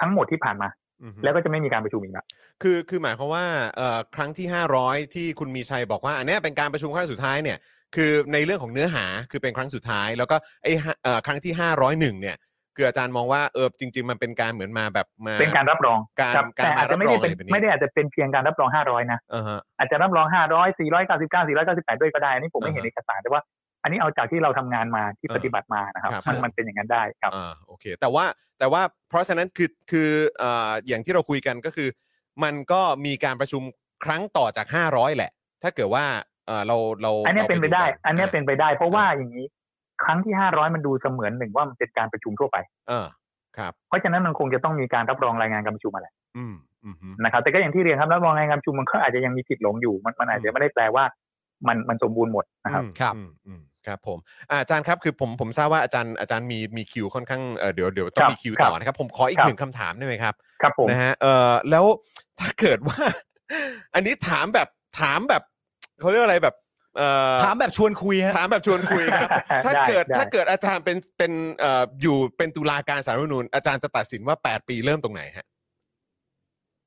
S8: ทั้งหมดที่ผ่านมา
S2: อืม
S8: แล้วก็จะไม่มีการประชุมอีกแล้ว
S2: คือคือหมายความว่าเอ่อครั้งที่ 500 ที่คุณมีชัยบอกว่าอันเนี้ยเป็นการประชุมครั้งสุดท้ายเนี่ยคือในเรื่องของเนื้อหาคือเป็นครั้งสุดท้าย แล้วก็ไอ้ห้าเอ่อครั้งที่ 501เนี่ย คืออาจารย์มองว่าเออจริง ๆ มันเป็นการเหมือนมาแบบมา
S8: เป็นการรับรอง
S2: การ
S8: คบ
S2: การ
S8: แต่อาจจะไม่ได้เป็น
S2: รับรองอะไรแบบนี้
S8: ไม่ได้อาจจะเป็นเพียงการรับรองห้าร้อยนะ
S2: อ่าฮะ
S8: อาจจะรับรอง 500 499 498 ด้วยก็ได้ อันนี้ผมไม่เห็น
S2: อ่า
S8: เอ
S2: ฮะ
S8: กสาร แต่ว่าอันนี้เอาจากที่เราทำงานมาที่
S2: อ่า
S8: ปฏิบัติมานะครับ
S2: ครับ
S8: มัน
S2: ครับ
S8: มันเป็นอย่างนั้นได้ครับ
S2: อ่าโอเค แต่ว่าแต่ว่าเพราะฉะนั้นคือคืออ่าอย่างที่เราคุยกันก็คือ มันก็มีการประชุมครั้งต่อจาก 500 แหละ ถ้าเกิดว่าเอ่อเราเรา
S8: อันเนี้ยเป็นไปได้
S2: รากั
S8: อันเนี้ยเป็นไปได้ เพราะว่าอย่างนี้ ครั้งที่ 500 มันดูเสมือนหนึ่งว่ามันเป็นการประชุมทั่วไป
S2: เออครับ
S8: เพราะฉะนั้นมันคงจะต้องมีการรับรองรายงานการประชุมอะไร
S2: อืมอืมฮึ
S8: นะครับ แต่ก็อย่างที่เรียนครับรับรองรายงานการประชุมมันก็อาจจะยังมีผิดหลงอยู่ มันมันอาจจะไม่ได้แปลว่ามันมันสมบูรณ์หมดนะครับ
S2: อืม
S3: ครับ
S2: อืมอืมครับผมอ่าอาจารย์ครับคือผมผมทราบว่าอาจารย์อาจารย์มีมีคิวค่อนข้างเอ่อเดี๋ยวเดี๋ยวต้อ
S8: ค
S2: ง
S8: รับ
S2: มีคิว
S8: ครับ
S2: ต่อนะครับ ผมขออีก
S8: ครับ
S2: หนึ่งคำถามได้ไหมครับ
S8: ครับผม
S2: นะฮะ เออแล้วถ้าเกิดว่า อันนี้ถามแบบถามแบบเขาเรียกอะไรแบบเอ่อ
S3: ถามแบบชวนคุยฮะ
S2: ถามแบบชวนคุยครับ ถ้า
S8: ได้
S2: เกิด
S8: ได้
S2: ถ้าเกิดอาจารย์เป็นเป็นเอ่ออยู่เป็นตุลาการสารรัฐธรรมนูญอาจารย์จะตัดสินว่า 8 ปีเริ่มตรงไหนฮะ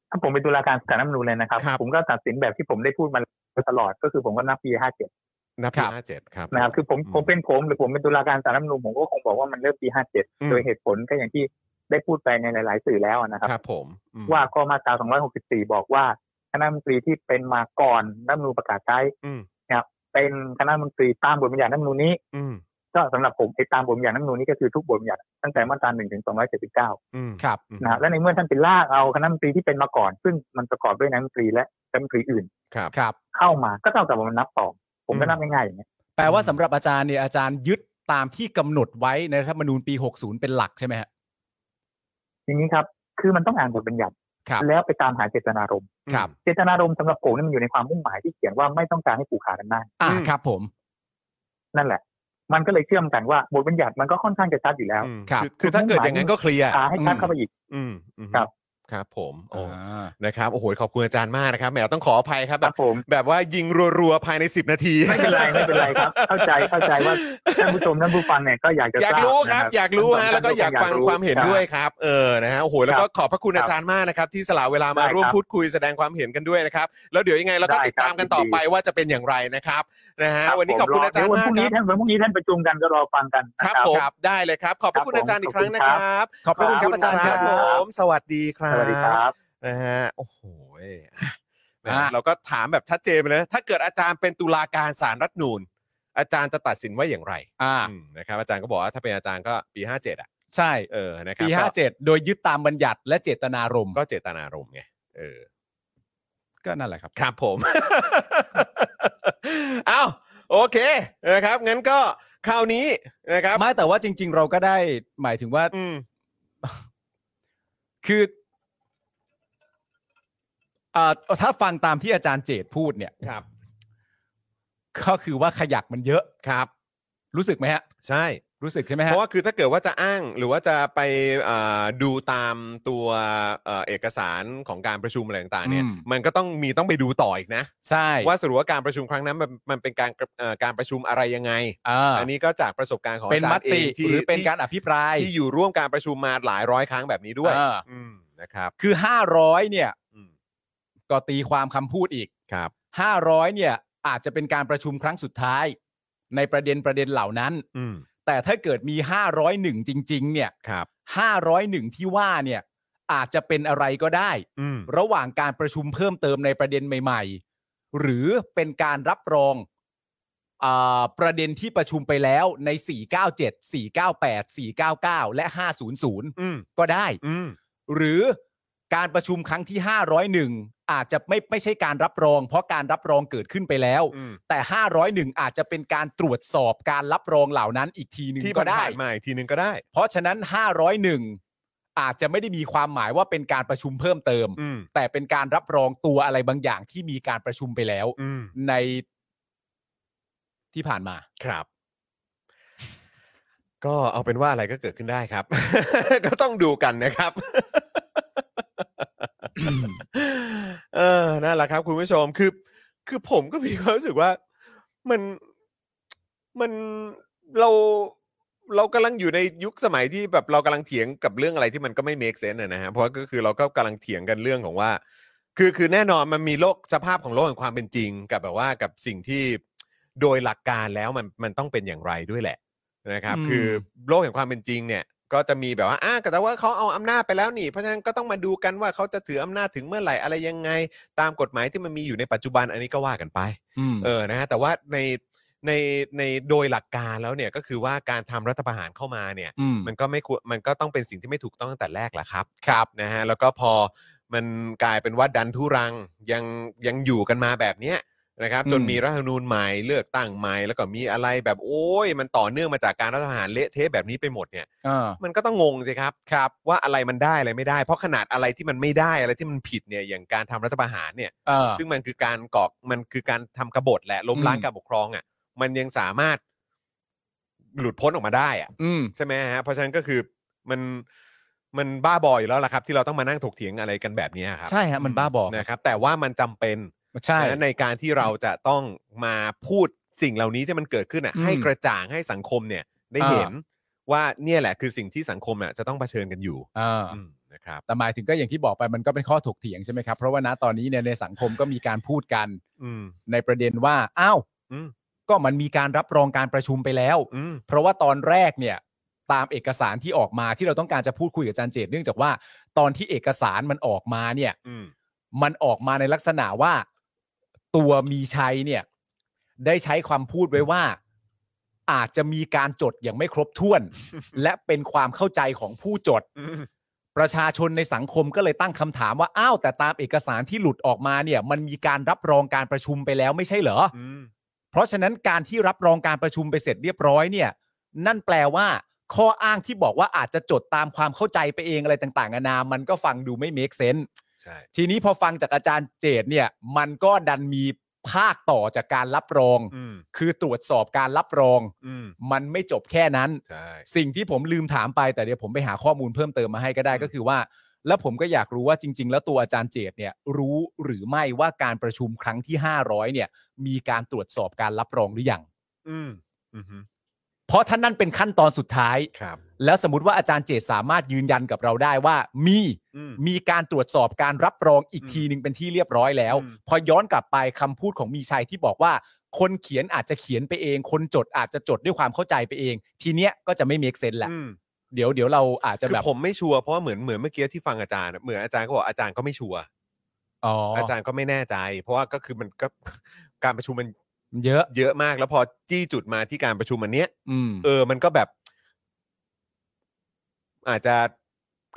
S8: ถ้าผมเป็นตุลาการศาลรัฐธรรมนูญเลยนะครับ
S2: ครับ
S8: ผมก็ตัดสินแบบที่ผมได้พูดมาตลอด ก็คือผมก็นับปี 57
S2: นับปี
S3: ครับ
S2: ห้าเจ็ดครับ
S8: นะครับคือผม
S2: อืม
S8: ผมเป็นผมหรือผมเป็นตุลาการสารรัฐธรรมนูญผมก็คงบอกว่ามันเริ่มปี
S2: อืม
S8: 57 โดยเหตุผลก็อย่างที่ได้พูดไปในหลาย ๆ สื่อแล้วนะครับ
S2: ครับผมอืม
S8: ว่าข้อมาตรา 264 บอกว่าคณะรัฐมนตรีที่เป็นมาก่อนรัฐธรรมนูญประกาศใช้
S2: อืม
S8: นะครับเป็นคณะรัฐมนตรีตามบทบัญญัติรัฐธรรมนูญนี้
S2: อืม
S8: ก็สำหรับผมไอ้ตามบทบัญญัติรัฐธรรมนูญนี้ก็คือทุกบทบัญญัติตั้งแต่มาตรา1ถึง279
S2: อืม
S3: ครับ
S8: นะครับและในเมื่อท่านเป็นลากเอาคณะรัฐมนตรีที่เป็นมาก่อน ซึ่งมันประกอบด้วยนัฐมนตรีและรัฐมนตรีอื่น
S2: ครับ
S3: ครับ
S8: เข้ามาก็เท่ากับว่ามันนับต่อผมก็นับง่ายๆอย่างเงี้ย
S3: แปลว่าสำหรับอาจารย์เนี่ยอาจารย์ยึดตามที่กำหนดไว้ในรัฐธรรมนูญปี 60 เป็นหลักใช่ไหมฮะ
S8: ทีนี้ครับ คือมันต้องอ่านบทบัญญัติ
S3: ครับ
S8: แล้วไปตามหาเจตนารมณ์
S3: ครับ
S8: เจตนารมณ์สำหรับผมเนี่ยมันอยู่ในความมุ่งหมายที่เขียนว่าไม่ต้องการให้ผูกขาดอำนาจ
S3: อ่า
S2: อืม
S3: ครับผม
S8: นั่นแหละ มันก็เลยเชื่อมกันว่าบทบัญญัติมันก็ค่อนข้างจะชัดอยู่แล้ว
S2: อืม
S3: ครับ
S2: อคือถ้าเกิดอย่างนั้นก็เคลียร์
S8: หาให้ชัดเข้าไปอีก
S2: อืมอืม
S8: ครับ
S2: ครับผมโอ้
S3: อ่า
S2: นะครับโอ้โหขอบคุณอาจารย์มากนะครับแหมต้องขออภัยครับ
S8: ค
S2: แบ
S8: รั
S2: บบ
S8: ผม
S2: แบบว่ายิงรัวๆภายใน 10 นาที
S8: ไม่เป็นไรไม่เป็นไรครับ เข้าใจเข้าใจว่าท่านผู้ชมท่านผู้ฟังเนี่ยก็อยากจะ
S2: อยากรู้ครับ
S8: ทาบนะ
S2: อยากรู้ฮะแล้
S8: ท่นผู้ชม
S2: วก็อยากฟังความเห็น
S8: รับ
S2: ด้วยครับ เออนะฮะโอ้โหแล้วก็ขอบพระคุณ
S8: ครับ
S2: อาจารย์มากนะครับ ที่สละเวลามา
S8: ได้ครับ
S2: ร่วมพูดคุยแสดงความเห็นกันด้วยนะครับ แล้วเดี๋ยวยังไงเราก็
S8: ได้ครับ
S2: ติดตามกัน
S8: ยินดี
S2: ต่อไปว่าจะเป็นอย่างไรนะครับนะฮะวันนี้ขอบคุณอาจารย์
S8: เดี๋ววัน
S2: มาก
S8: พรุ่
S2: ค
S8: งนี้
S2: รับ
S8: ท่านวันพรุ่งนี้ท่านประชุมกันก็รอฟังกัน
S2: ค
S8: นะ
S2: รับผมได้เลยครับ ขอบพระคุณ
S8: ครับ
S2: อาจารย์อีกครั้งนะ
S8: ข
S2: ค
S8: อบคุณ
S2: รับ
S3: ขอบพระคุณครับอาจารย์ค
S2: ข
S3: รั
S2: อบ บ
S8: ค
S2: ผ
S8: รับ
S2: มสวัสดีครับ
S8: สวัสดีครับ
S2: นะฮะโอ้โห
S3: อ่ะ
S2: เราก็ถามแบบชัดเจนไปเลยถ้าเกิดอาจารย์เป็นตุลาการศาลรัฐธรรมนูนอาจารย์จะตัดสินว่าอย่างไร
S3: อ่า
S2: อืมนะครับอาจารย์ก็บอกว่าถ้าเป็นอาจารย์ก็ปี 57อ่ะ
S3: ใช่
S2: เออนะครับ
S3: ปี
S2: ก็
S3: 57 โดยยึดตามบัญญัติและเจตนารมณ์
S2: ก็เจตนารมณ์ไง เออ
S3: ก็นั่นแหละครับ
S2: ครับผม เอาโอเค นะครับ งั้นก็คราวนี้นะครับ
S3: ไม่แต่ว่าจริง ๆ เราก็ได้หมายถึงว่า
S2: อืม
S3: คืออ่าถ้าฟังตามที่อาจารย์เจตพูดเนี่ย
S2: ครับ
S3: ก็คือว่าขยักมันเยอะ
S2: ครับ
S3: รู้สึกไหมฮะ
S2: ใช่
S3: รู้สึกใช่ไหม
S2: เพ
S3: ฮะ
S2: ราะว่าคือถ้าเกิดว่าจะอ้างหรือว่าจะไปอ่าดูตามตัวเอ่อเอกสารของการประชุมอะไรต่างๆเนี่ย
S3: อืม
S2: มันก็ต้องมีต้องไปดูต่ออีกนะ
S3: ใช่
S2: ว่าสรุปว่าการประชุมครั้งนั้นมันมันเป็นการเอ่อการประชุมอะไรยังไง
S3: อ่า
S2: อันนี้ก็จากประสบการณ์ของ
S3: เป็น
S2: อาจาม รย์เอ
S3: ติ
S2: งที่
S3: หรือเป็นการอภิปราย
S2: ที่อยู่ร่วมการประชุมมาหลายร้อยครั้งแบบนี้ด้วย
S3: เออ
S2: มนะครับ
S3: คือ 500 เนี่ย
S2: อืม
S3: ก็ตีความคำพูดอีก
S2: ครับ
S3: 500 เนี่ย อาจจะเป็นการประชุมครั้งสุดท้าย ในประเด็นประเด็นเหล่านั้น
S2: อืม
S3: แต่ถ้าเกิดมี 501 จริง ๆ เนี่ย
S2: ครับ
S3: 501 ที่ว่าเนี่ย อาจจะเป็นอะไรก็ได้
S2: อืม
S3: ระหว่างการประชุมเพิ่มเติมในประเด็นใหม่ ๆ หรือเป็นการรับรองอาประเด็นที่ประชุมไปแล้วใน 497 498 499 และ 500
S2: อืม
S3: ก็ได้
S2: อืม
S3: หรือการประชุมครั้งที่ 501 อาจจะไม่ไม่ใช่การรับรอง เพราะการรับรองเกิดขึ้นไปแล้ว
S2: อืม
S3: แต่ 501 อาจจะเป็นการตรวจสอบการรับรองเหล่านั้นอีกทีหนึ่ง
S2: ที่
S3: ก็
S2: มัน
S3: ได้
S2: ผ่านมาอีกทีนึงก็ได้
S3: เพราะฉะนั้น 501 อาจจะไม่ได้มีความหมายว่าเป็นการประชุมเพิ่มเติม
S2: อืม
S3: แต่เป็นการรับรองตัวอะไรบางอย่างที่มีการประชุมไปแล้ว
S2: อืม
S3: ในที่ผ่านมา
S2: ครับ ก็เอาเป็นว่าอะไรก็เกิดขึ้นได้ครับ ก็ต้องดูกันนะครับ เออนั่นแหละครับ คุณผู้ชมคือ คือผมก็มีความรู้สึกว่ามันมันเราเรากำลังอยู่ในยุคสมัยที่แบบเรากำลังเถียงกับเรื่องอะไรที่มันก็ไม่ make sense อะนะฮะเพราะก็คือเราก็กำลังเถียงกันเรื่องของว่า คือคือแน่นอนมันมีโลกสภาพของโลกแห่งความเป็นจริง กับแบบว่ากับสิ่งที่โดยหลักการแล้วมันมันต้องเป็นอย่างไรด้วยแหละนะครับ
S3: อืม
S2: คือโลกแห่งความเป็นจริงเนี่ย ก็ ก็จะมีแบบว่าอ่ะแต่ว่าเขาเอาอำนาจไปแล้วนี่เพราะฉะนั้นก็ต้องมาดูกันว่าเขาจะถืออำนาจถึงเมื่อไหร่อะไรยังไง ตามกฎหมายที่มันมีอยู่ในปัจจุบันอันนี้ก็ว่ากันไป
S3: อืม
S2: เออ นะฮะ แต่ว่าใน ใน ในโดยหลักการแล้วเนี่ยก็คือว่าการทำรัฐประหารเข้ามาเนี่ย
S3: อืม
S2: มันก็ไม่ควร มันก็ต้องเป็นสิ่งที่ไม่ถูกต้องตั้งแต่แรกแหละครับ
S3: ครับ
S2: นะฮะ แล้วก็พอมันกลายเป็นว่าดันทุรังยังยังอยู่กันมาแบบเนี้ยนะครับ จน
S3: อืม
S2: มีรัฐธรรมนูญใหม่เลือกตั้งใหม่แล้วก็มีอะไรแบบโอ้ยมันต่อเนื่องมาจากการรัฐประหารเละเทะแบบนี้ไปหมดเนี่ย
S3: เออ
S2: มันก็ต้องงงสิครับ
S3: ครับ
S2: ว่าอะไรมันได้อะไรไม่ได้ เพราะขนาดอะไรที่มันไม่ได้อะไรที่มันผิดเนี่ยอย่างการทำรัฐประหารเนี่ย
S3: เออ
S2: ซึ่งมันคือการก่อมันคือการทำกบฏแหละล้มล้าง
S3: อืม
S2: การปกครองอ่ะ มันยังสามารถหลุดพ้นออกมาได้อ่ะ
S3: อืม
S2: ใช่ไหมฮะเพราะฉะนั้นก็คือมันมันบ้าบออยู่แล้วล่ะครับ ที่เราต้องมานั่งถกเถียงอะไรกันแบบนี้ครับ
S3: ใช่ฮะมันบ้าบอ
S2: นะครับ แต่ว่ามันจำเป็น
S3: ใช่
S2: นะในการที่เราจะต้องมาพูดสิ่งเหล่านี้ที่มันเกิดขึ้นอ่ะ
S3: อืม
S2: ให้กระจ่างให้สังคมเนี่ย ได้
S3: อ่า
S2: เห็นว่าเนี่ยแหละคือสิ่งที่สังคมอ่ะจะต้องเผชิญกันอยู่
S3: เออ
S2: อืมนะครับ
S3: แต่หมายถึงก็อย่างที่บอกไปมันก็เป็นข้อถกเถียงใช่ไหมครับ เพราะว่าณตอนนี้เนี่ยในสังคมก็มีการพูดกัน
S2: อืม
S3: ในประเด็นว่า อ้าว
S2: อืม
S3: ก็มันมีการรับรองการประชุมไปแล้ว
S2: อืม
S3: เพราะว่าตอนแรกเนี่ยตามเอกสารที่ออกมาที่เราต้องการจะพูดคุยกับอาจารย์เจตเนื่องจากว่า ตอนที่เอกสารมันออกมาเนี่ย
S2: อืม
S3: มันออกมาในลักษณะว่าตัวมีชัยเนี่ย ได้ใช้ความพูดไว้ว่า อาจจะมีการจดอย่างไม่ครบ ถ้วน และเป็นความเข้าใจของผู้จด
S2: อืม
S3: ประชาชนในสังคมก็เลยตั้งคำถามว่าอ้าวแต่ตามเอกสารที่หลุดออกมาเนี่ย มันมีการรับรองการประชุมไปแล้วไม่ใช่เหรอ
S2: อืม
S3: เพราะฉะนั้นการที่รับรองการประชุมไปเสร็จเรียบร้อยเนี่ย นั่นแปลว่า ข้ออ้างที่บอกว่าอาจจะจดตามความเข้าใจไปเองอะไรต่างๆนานามันก็ฟังดูไม่ make sense
S2: ใช่
S3: ทีนี้พอฟังจากอาจารย์เจตเนี่ย มันก็ดันมีภาคต่อจากการรับรอง
S2: อืม
S3: คือตรวจสอบการรับรอง
S2: อืม
S3: มันไม่จบแค่นั้น
S2: ใช่
S3: สิ่งที่ผมลืมถามไปแต่เดี๋ยวผมไปหาข้อมูลเพิ่มเติมมาให้ก็ได้
S2: อืม
S3: ก็คือว่า แล้วผมก็อยากรู้ว่าจริง ๆ แล้วตัวอาจารย์เจตเนี่ย รู้หรือไม่ว่าการประชุมครั้งที่ 500 เนี่ย มีการตรวจสอบการรับรองหรือยัง
S2: อืม อือฮึ
S3: เพราะท่านนั่นเป็นขั้นตอนสุดท้าย
S2: ครับ
S3: แล้วสมมติว่าอาจารย์เจตสามารถยืนยันกับเราได้ว่ามี
S2: อืม
S3: มีการตรวจสอบการรับรองอีก
S2: อืม
S3: ทีหนึ่งเป็นที่เรียบร้อยแล้ว
S2: อืม
S3: พอย้อนกลับไปคำพูดของมีชัยที่บอกว่า คนเขียนอาจจะเขียนไปเอง คนจดอาจจะจดด้วยความเข้าใจไปเอง ทีเนี้ยก็จะไม่เมกเซนแหละ
S2: อืม
S3: เดี๋ยวเดี๋ยวเราอาจจะ
S2: คื
S3: แบ
S2: อบ ผมไม่ชัวร์เพราะว่าเหมือนเหมือนเมื่อกี้ที่ฟังอาจารย์อะเหมือนอาจารย์ก็บอกอาจารย์ก็ไม่ชัวร์
S3: อ๋อ
S2: อาจารย์ก็ไม่แน่ใจ เพราะว่าก็คือมันก็ การประชุมมัน
S3: เยอะ
S2: เยอะมากแล้วพอจี้จุดมาที่การประชุมอันเนี้ย
S3: อืม
S2: เออมันก็แบบ อาจจะ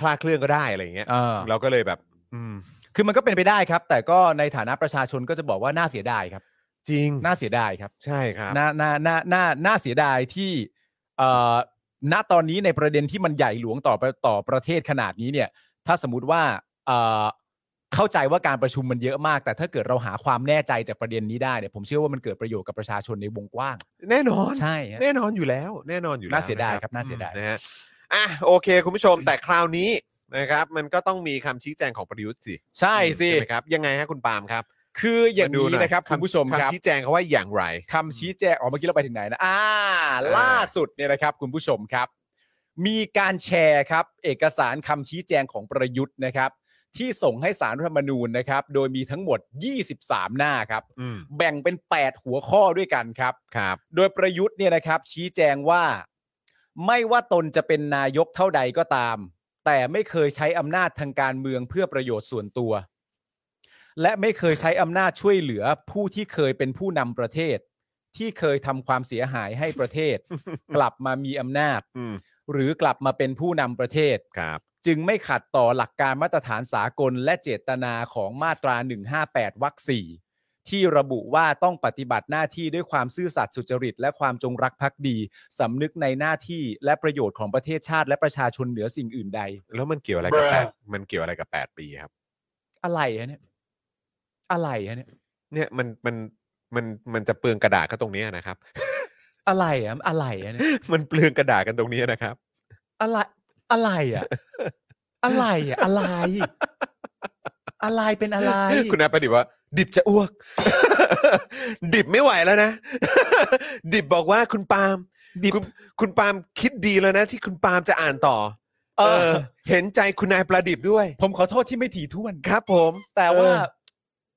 S2: คลาดเคลื่อนก็ได้อะไรอย่างเงี้ย
S3: เออ
S2: เราก็เลยแบบ อืม
S3: คือมันก็เป็นไปได้ครับ แต่ก็ในฐานะประชาชนก็จะบอกว่าน่าเสียดายครับ
S2: จริง
S3: น่าเสียดายครับ
S2: ใช่ครับ
S3: น่าน่าน่าน่าน่าเสียดายที่เอ่อณตอนนี้ในประเด็นที่มันใหญ่หลวงต่อประต่อประเทศขนาดนี้เนี่ย ถ้าสมมติว่าเอ่อเข้าใจว่าการประชุมมันเยอะมาก แต่ถ้าเกิดเราหาความแน่ใจจากประเด็นนี้ได้เนี่ยผมเชื่อว่ามันเกิดประโยชน์กับประชาชนในวงกว้าง
S2: แน่นอน
S3: ใช่ฮะ
S2: แน่นอนอยู่แล้ว แน่นอนอยู่แล้ว
S3: น่าเสียดาย
S2: ะ
S3: ครับน่าเสียดาย
S2: นะฮะอ่ะโอเค คุณผู้ชมแต่คราวนี้นะครับ มันก็ต้องมีคำชี้แจงของประยุทธ์สิ
S3: ใช่สิ
S2: ใช่ไหมครับ ยังไงฮะคุณปาล์มครับ
S3: คืออย่าง
S2: มดู
S3: นี้
S2: หอย
S3: นะครับคุณผู้ชมครับ
S2: คำชี้แจงเขาว่าอย่างไร
S3: คำชี้แจงออกเมื่อกี้เราไปถึงไหนนะอ่า ล่าสุดเนี่ยนะครับ คุณผู้ชมครับ มีการแชร์ครับ เอกสารคำชี้แจงของประยุทธ์นะครับ ที่ส่งให้สารรัฐธรรมนูญนะครับ โดยมีทั้งหมด 23 หน้าครับ
S2: อืม
S3: แบ่งเป็น 8 หัวข้อด้วยกันครับ
S2: ครับ
S3: โดยประยุทธ์เนี่ยนะครับ ชี้แจงว่า ไม่ว่าตนจะเป็นนายกเท่าใดก็ตาม แต่ไม่เคยใช้อำนาจทางการเมืองเพื่อประโยชน์ส่วนตัว และไม่เคยใช้อำนาจช่วยเหลือผู้ที่เคยเป็นผู้นำประเทศ ที่เคยทำความเสียหายให้ประเทศ กลับมามีอำนาจ
S2: อืม
S3: หรือกลับมาเป็นผู้นำประเทศ
S2: ครับ
S3: จึงไม่ขัดต่อหลักการมาตรฐานสากลและเจตนาของมาตรา 158 วรรค4ที่ระบุว่าต้องปฏิบัติหน้าที่ด้วยความซื่อสัตย์สุจริต และความจงรักภักดี สำนึกในหน้าที่และประโยชน์ของประเทศชาติและประชาชนเหนือสิ่งอื่นใด
S2: แล้วมันเกี่ยวอะไรกับ
S5: Bruh
S2: แปดมันเกี่ยวอะไรกับแปดปีครับ
S3: อะไรฮะเนี่ย อะไรฮะเนี่ย
S2: เนี่ยมันมันมันมันจะเปลืองกระดาษก็ตรงเนี้ย นะครับ
S3: อะไรอะอะไรฮะเนี่ย
S2: มันเปลืองกระดาษกันตรงเนี้ยนะครับ
S3: อะไร อะไรอะอะไรอะอะไร อะไรเป็นอะไร
S2: คุณอาประดิษฐ์ว่า ดิบจะอ้วก ดิบไม่ไหวแล้วนะ ดิบบอกว่าคุณปาล์ม
S3: ดิบ
S2: คุณคุณปาล์มคิดดีแล้วนะ ที่คุณปาล์มจะอ่านต่อ
S3: เอ
S2: เอ
S3: อ
S2: อ เห็นใจคุณนายประดิษฐ์ด้วย
S3: ผมขอโทษที่ไม่ถี่ถ้วน
S2: ครับผม
S3: แต่ว่า
S2: เออ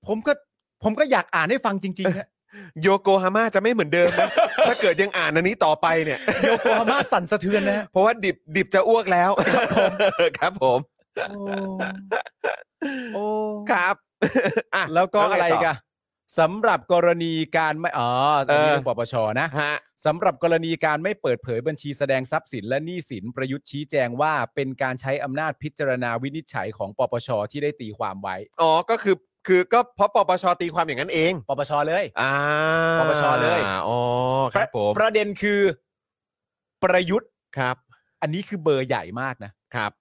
S3: ผมก็ผมก็อยากอ่านให้ฟังจริงๆฮะ
S2: โยโกฮาม่าจะไม่เหมือนเดิมนะ ถ้าเกิดยังอ่านอันนี้ต่อไปเนี่ย
S3: โยโกฮาม่าสั่นสะเทือนนะฮะ
S2: เพราะว่าดิบดิบจะอ้วกแล้ว ครับผม
S3: โอ้
S2: ครับ อ่ะ
S3: แล้วก็
S2: ง
S3: อะไร
S2: ต่
S3: กันสำหรับกรณีการไม่อ๋อ
S2: เออ
S3: เรื่องปปชนะ
S2: ฮะ
S3: สำหรับกรณีการไม่เปิดเผยบัญชีแสดงทรัพย์สินและหนี้สินประยุทธ์ชี้แจงว่าเป็นการใช้อำนาจพิจารณาวินิจฉัยของปปชที่ได้ตีความไว้
S2: อ๋อ ก็คือ คือก็เพราะปปชตีความอย่างนั้นเอง
S3: ปปชเลย
S2: อ่า
S3: ปปชเลย
S2: อ๋อ ครับผม
S3: ประเด็นคือ ประยุทธ์
S2: ครับ
S3: อันนี้คือเบอร์ใหญ่มากนะ
S2: ครับ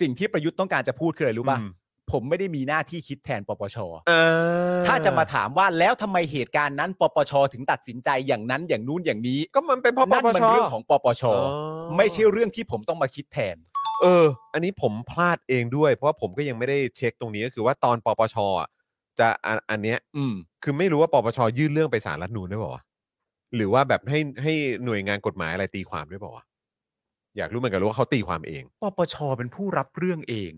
S3: สิ่งที่ประยุทธ์ต้องการจะพูดคืออะไรรู้ป่ะ
S2: อืม
S3: ผมไม่ได้มีหน้าที่คิดแทนปปช
S2: อ่
S3: ถ้าจะมาถามว่าแล้วทำไมเหตุการณ์นั้น ปปชถึงตัดสินใจอย่างนั้นอย่างนู้นอย่างนี้
S2: ก็มันเป็นเพราะป
S3: นั่น
S2: ป
S3: มัน
S2: ช
S3: เรื่องของปปช
S2: อ๋อ
S3: ไม่ใช่เรื่องที่ผมต้องมาคิดแทน
S2: เออ อันนี้ผมพลาดเองด้วย เพราะว่าผมก็ยังไม่ได้เช็คตรงนี้ก็คือว่าตอนปปชอ่ะจะอันอันเนี้ย
S3: อืม
S2: คือไม่รู้ว่าปปชยื่นเรื่องไปศาลรัฐธรรมนูนได้เปล่าวะหรือว่าแบบให้ให้หน่วยงานกฎหมายอะไรตีความได้เปล่าวะอยากรู้เหมือนกันว่าเขาตีความเอง
S3: ปปชเป็นผู้รับเรื่องเอง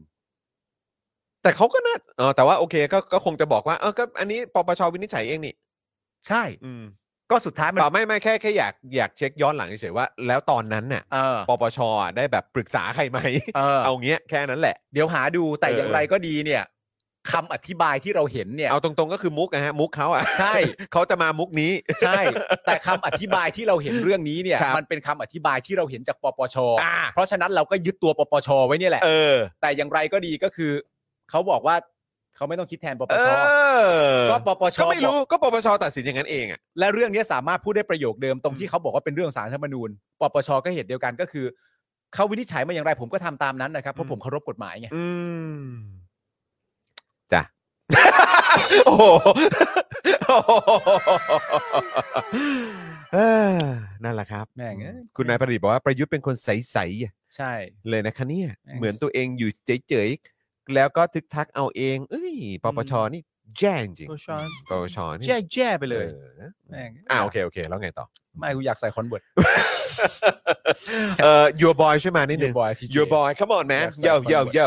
S2: แต่เขาก็น่าเออแต่ว่าโอเคก็ก็คงจะบอกว่าเออก็อันนี้ปปชวินิจฉัยเองนี่
S3: ใช่
S2: อืม
S3: ก็สุดท้ายมัน
S2: เปล่าไม่ไม่แค่แค่อยากอยากเช็คย้อนหลังเฉยๆว่า แล้วตอนนั้นน่ะ
S3: เออ
S2: ปปชอ่ะได้แบบปรึกษาใคร ไหม
S3: เออ
S2: เอาเงี้ยแค่นั้นแหละ
S3: เดี๋ยวหาดูแต่
S2: เออ
S3: อ
S2: อ
S3: ย่างไรก็ดีเนี่ยคำอธิบายที่เราเห็นเนี่ย
S2: เอาตรงๆก็คือมุกนะฮะมุกเขาอ่ะ
S3: ใช่
S2: เขาจะมามุกนี้
S3: ใช่ แต่คำอธิบายที่เราเห็นเรื่องนี้เนี่ย
S2: ครับ
S3: มันเป็นคำอธิบายที่เราเห็นจากปปช
S2: อ่า
S3: เพราะฉะนั้นเราก็ยึดตัวปปช ไว้เนี่ยแหละ
S2: เออ
S3: แต่อย่างไรก็ดีก็คือ เขาบอกว่าเขาไม่ต้องคิดแทนปป
S2: เอ
S3: ช
S2: อ
S3: ก็ปปช
S2: ก็ไม่รู้
S3: บอก
S2: ก็ปปชตัดสินอย่างนั้นเองอ่ะ
S3: และเรื่องนี้สามารถพูดได้ประโยคเดิมตรง
S2: อืม
S3: ที่เขาบอกว่าเป็นเรื่องสารรัฐธรรมนูญ ปปช ก็เหตุเดียวกันก็คือ เขาวินิจฉัยมาอย่างไรผมก็ทำตามนั้นนะครับเพราะผมเคารพกฎหมายไง
S2: อืมจ้ะ โอ้โหเอ้อนั่นแหละครับ
S3: แม่งเอ้ย
S2: คุณนายประดิษฐ์บอกว่าประยุทธ์เป็นคนใส
S3: ใช่
S2: ๆเลยนะคะเนี่ย
S3: แม่ง
S2: เหมือนตัวเองอยู่เฉยๆแล้วก็ทึกทักเอาเอง เอ้ยปปชนี่แย่จริง
S3: ปปช
S2: ปปชนี่
S3: แย่แย่ๆไปเลย
S2: ออนะ
S3: แม่ง
S2: อ่าโอเคโอเค แล้วไงต่อ
S3: ไม่กูอยากใส่คอนเวิร์ต
S2: เอ่อ your boy ช่วยมานิดนึง
S3: บอยที
S2: your boy come on man
S3: อ
S2: yo
S3: ยากใส่
S2: yo yo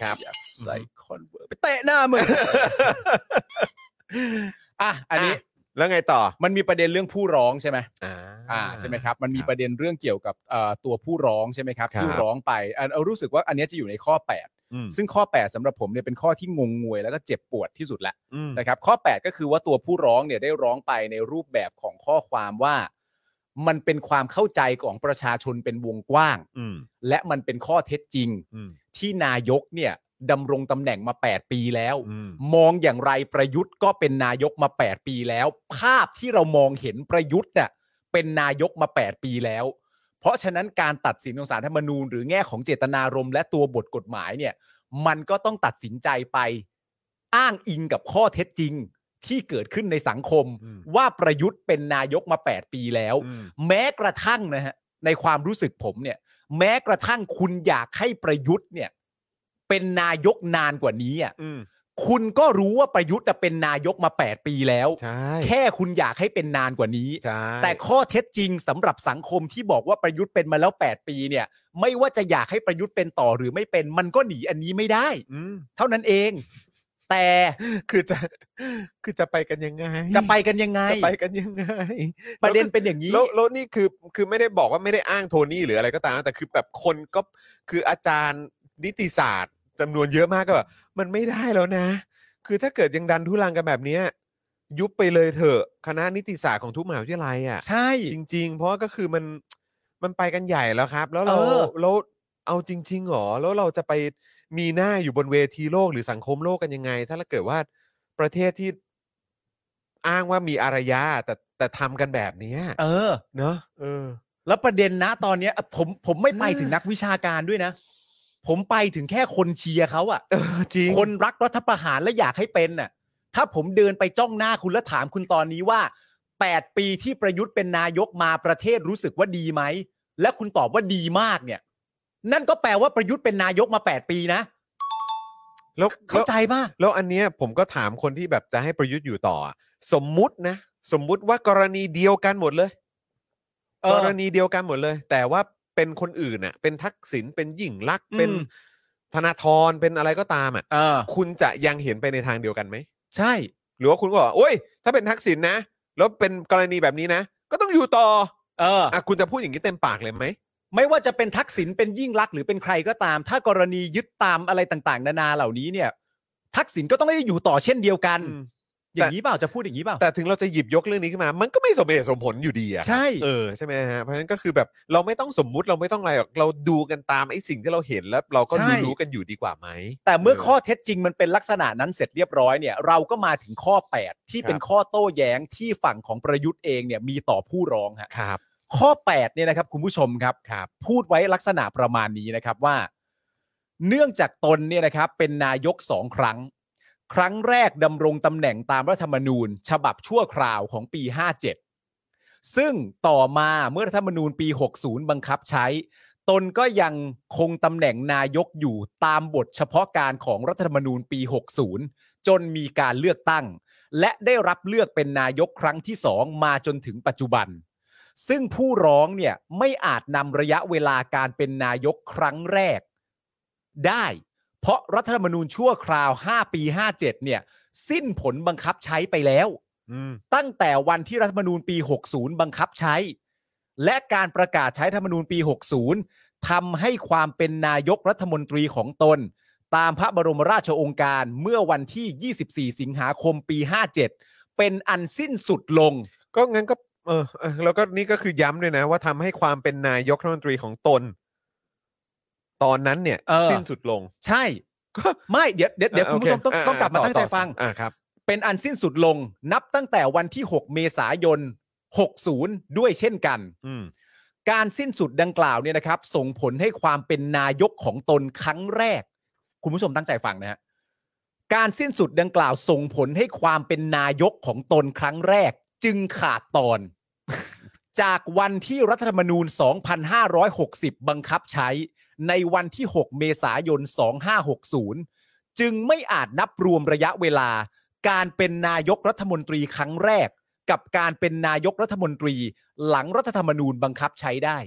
S2: ครับ
S3: อยากใส่คอนเวิร์ตไปเตะหน้า มึงอ่ะอันนี้
S2: อ่ะ แล้วไงต่อ
S3: มันมีประเด็นเรื่องผู้ร้องใช่ไหม
S2: อ่า
S3: อ่าใช่ไหมครับมันมี
S2: ครับ
S3: ประเด็นเรื่องเกี่ยวกับเอ่อตัวผู้ร้องใช่ไหมครับ
S2: ครับ
S3: ที่ร้องไปอันเอารู้สึกว่าอันเนี้ยจะอยู่ในข้อ
S2: อืม
S3: 8 ซึ่งข้อ 8สำหรับผมเนี่ยเป็นข้อที่งงงวยแล้วก็เจ็บปวดที่สุดแล้ว
S2: อืม
S3: นะครับข้อ 8 ก็คือว่าตัวผู้ร้องเนี่ยได้ร้องไปในรูปแบบของข้อความว่า มันเป็นความเข้าใจของประชาชนเป็นวงกว้าง
S2: อืม
S3: และมันเป็นข้อเท็จจริง
S2: อืม
S3: ที่นายกเนี่ยดำรงตำแหน่งมา 8 ปีแล้ว
S2: อืม
S3: มองอย่างไรประยุทธ์ก็เป็นนายกมา 8 ปีแล้ว ภาพที่เรามองเห็นประยุทธ์เนี่ยเป็นนายกมา 8 ปีแล้ว เพราะฉะนั้นการตัดสินของสารรัฐธรรมนูญ หรือแง่ของเจตนารมณ์และตัวบทกฎหมายเนี่ยมันก็ต้องตัดสินใจไปอ้างอิงกับข้อเท็จจริงที่เกิดขึ้นในสังคม
S2: อืม
S3: ว่าประยุทธ์เป็นนายกมา 8 ปีแล้ว
S2: อืม
S3: แม้กระทั่งนะฮะในความรู้สึกผมเนี่ย แม้กระทั่งคุณอยากให้ประยุทธ์เนี่ย เป็นนายกนานกว่านี้อ่ะ
S2: อืม
S3: คุณก็รู้ว่าประยุทธ์น่ะเป็นนายกมา 8 ปีแล้ว
S2: ใช่
S3: แค่คุณอยากให้เป็นนานกว่านี้
S2: ใช่
S3: แต่ข้อเท็จจริงสำหรับสังคมที่บอกว่าประยุทธ์เป็นมาแล้ว 8 ปีเนี่ย ไม่ว่าจะอยากให้ประยุทธ์เป็นต่อหรือไม่เป็น มันก็หนีอันนี้ไม่ได้
S2: อืม
S3: เท่านั้นเอง แต่
S2: คือจะ คือจะไปกันยังไง
S3: จะไปกันยังไง
S2: จะไปกันยังไง
S3: ประเด็นเป็นอย่างนี้
S2: แล้วแล้วนี่คือคือไม่ได้บอกว่าไม่ได้อ้างโทนี่หรืออะไรก็ตาม แต่คือแบบคนก็คืออาจารย์นิติศาสตร์จำนวนเยอะมากก็แบบมันไม่ได้แล้วนะ คือถ้าเกิดยังดันทุรังกันแบบเนี้ยยุบไปเลยเถอะคณะนิติศาสตร์ของทุกมหาวิทยาลัยอ่ะ
S3: ใช่
S2: จริง ๆ เพราะว่าก็คือมันมันไปกันใหญ่แล้วครับ แล้วเรา
S3: เออ
S2: แล้วเอาจริงๆหรอแล้วเราจะไปมีหน้าอยู่บนเวทีโลกหรือสังคมโลกกันยังไง ถ้าเกิดว่าประเทศที่อ้างว่ามีอารยาแต่แต่ทำกันแบบเนี้ย
S3: เออ
S2: เนอะเออ
S3: แล้วประเด็นนะตอนเนี้ยผมผมไม่ไปถึงนักวิชาการด้วยนะ ผมไปถึงแค่คนเชียร์เขาอะ
S2: เออจริง
S3: คนรักรัฐประหารและอยากให้เป็นน่ะ ถ้าผมเดินไปจ้องหน้าคุณและถามคุณตอนนี้ว่า 8 ปีที่ประยุทธ์เป็นนายกมาประเทศรู้สึกว่าดีไหม และคุณตอบว่าดีมากเนี่ย นั่นก็แปลว่าประยุทธ์เป็นนายกมา 8 ปีนะ
S2: แล้ว
S3: เข้า
S2: แล้ว
S3: ใจป่ะ
S2: แล้วอันเนี้ยผมก็ถามคนที่แบบจะให้ประยุทธ์อยู่ต่ออะสมมุตินะ สมมุติว่ากรณีเดียวกันหมดเลย
S3: เออ
S2: กรณีเดียวกันหมดเลย แต่ว่าเป็นคนอื่นน่ะ เป็นทักษิณเป็นยิ่งลักษณ์
S3: อืม
S2: เป็นธนาธรเป็นอะไรก็ตามอ่ะ
S3: เออ
S2: คุณจะยังเห็นไปในทางเดียวกันไหม
S3: ใช่
S2: หรือว่าคุณก็บอกโอ้ย ถ้าเป็นทักษิณนะ แล้วเป็นกรณีแบบนี้นะ ก็ต้องอยู่ต่อ
S3: เออ
S2: อ่ะคุณจะพูดอย่างนี้เต็มปากเลยไหม
S3: ไม่ว่าจะเป็นทักษิณเป็นยิ่งรักษณ์หรือเป็นใครก็ตาม ถ้ากรณียึดตามอะไรต่างๆ นานาเหล่านี้เนี่ย ทักษิณก็ต้องได้อยู่ต่อเช่นเดียวกัน
S2: อืม
S3: อย่างนี้เปล่าจะพูดอย่างนี้เปล่า
S2: แต่ถึงเราจะหยิบยกเรื่องนี้ขึ้นมา มันก็ไม่สมเหตุสมผลอยู่ดีอะ
S3: ใช่
S2: เออใช่ไหมฮะ เพราะฉะนั้นก็คือแบบเราไม่ต้องสมมุติเราไม่ต้องอะไรหรอกเราดูกันตามไอ้สิ่งที่เราเห็นแล้วเราก็รู้รู้ๆกันอยู่ดีกว่าไหม
S3: แต่เมื่อข้อเท็จจริงมันเป็นลักษณะนั้นเสร็จเรียบร้อยเนี่ยเราก็มาถึงข้อ 8 ที่เป็น
S2: ครับ
S3: ข้อโต้แย้งที่ฝั่งของประยุทธ์เองเนี่ยมีต่อผู้ร้องฮะ
S2: ครับ
S3: ข้อ 8 เนี่ยนะครับ คุณผู้ชมครับ
S2: ครับ
S3: พูดไว้ลักษณะประมาณนี้นะครับว่า เนื่องจากตนเนี่ยนะครับเป็นนายกสองครั้ง ครั้งแรกดำรงตำแหน่งตามรัฐธรรมนูญ ฉบับชั่วคราวของปี 57 ซึ่งต่อมาเมื่อรัฐธรรมนูญปี 60 บังคับใช้ ตนก็ยังคงตำแหน่งนายกอยู่ตามบทเฉพาะการของรัฐธรรมนูญปี 60 จนมีการเลือกตั้ง และได้รับเลือกเป็นนายกครั้งที่สองมาจนถึงปัจจุบัน ซึ่งผู้ร้องเนี่ยไม่อาจนำระยะเวลาการเป็นนายกครั้งแรก ได้ เพราะรัฐธรรมนูญชั่วคราว 5 ปี 57 เนี่ย สิ้นผลบังคับใช้ไปแล้ว
S2: อืม
S3: ตั้งแต่วันที่รัฐธรรมนูญปี 60 บังคับใช้ และการประกาศใช้ธรรมนูญปี 60 ทำให้ความเป็นนายกรัฐมนตรีของตน ตามพระบรมราชโองการเมื่อวันที่ 24 สิงหาคมปี 57 เป็นอันสิ้นสุดลง
S2: ก็งั้นก็เออเออแล้วก็นี่ก็คือย้ำด้วยนะ ว่าทำให้ความเป็นนายกรัฐมนตรีของตน ตอนนั้นเนี่ย
S3: เออ
S2: สิ้นสุดลง
S3: ใช่
S2: ก็
S3: ไม่เดี๋ยวเดี๋ยวเดี๋ยว
S2: เ
S3: คุณผู้ชมต้อง
S2: โเ
S3: ต้องกลับมา
S2: ต่
S3: ตั้งใจฟัง
S2: ต่ออ่าครับ
S3: เป็นอันสิ้นสุดลงนับตั้งแต่วันที่ 6 เมษายน 60 ด้วยเช่นกัน
S2: อืม
S3: การสิ้นสุดดังกล่าวเนี่ยนะครับ ส่งผลให้ความเป็นนายกของตนครั้งแรก คุณผู้ชมตั้งใจฟังนะฮะการสิ้นสุดดังกล่าวส่งผลให้ความเป็นนายกของตนครั้งแรก จึงขาดตอน จากวันที่รัฐธรรมนูญ 2560 บังคับใช้ ในวันที่ 6 เมษายน 2560 จึงไม่อาจนับรวมระยะเวลา การเป็นนายกรัฐมนตรีครั้งแรก กับการเป็นนายกรัฐมนตรี หลังรัฐธรรมนูญบังคับใช้ได้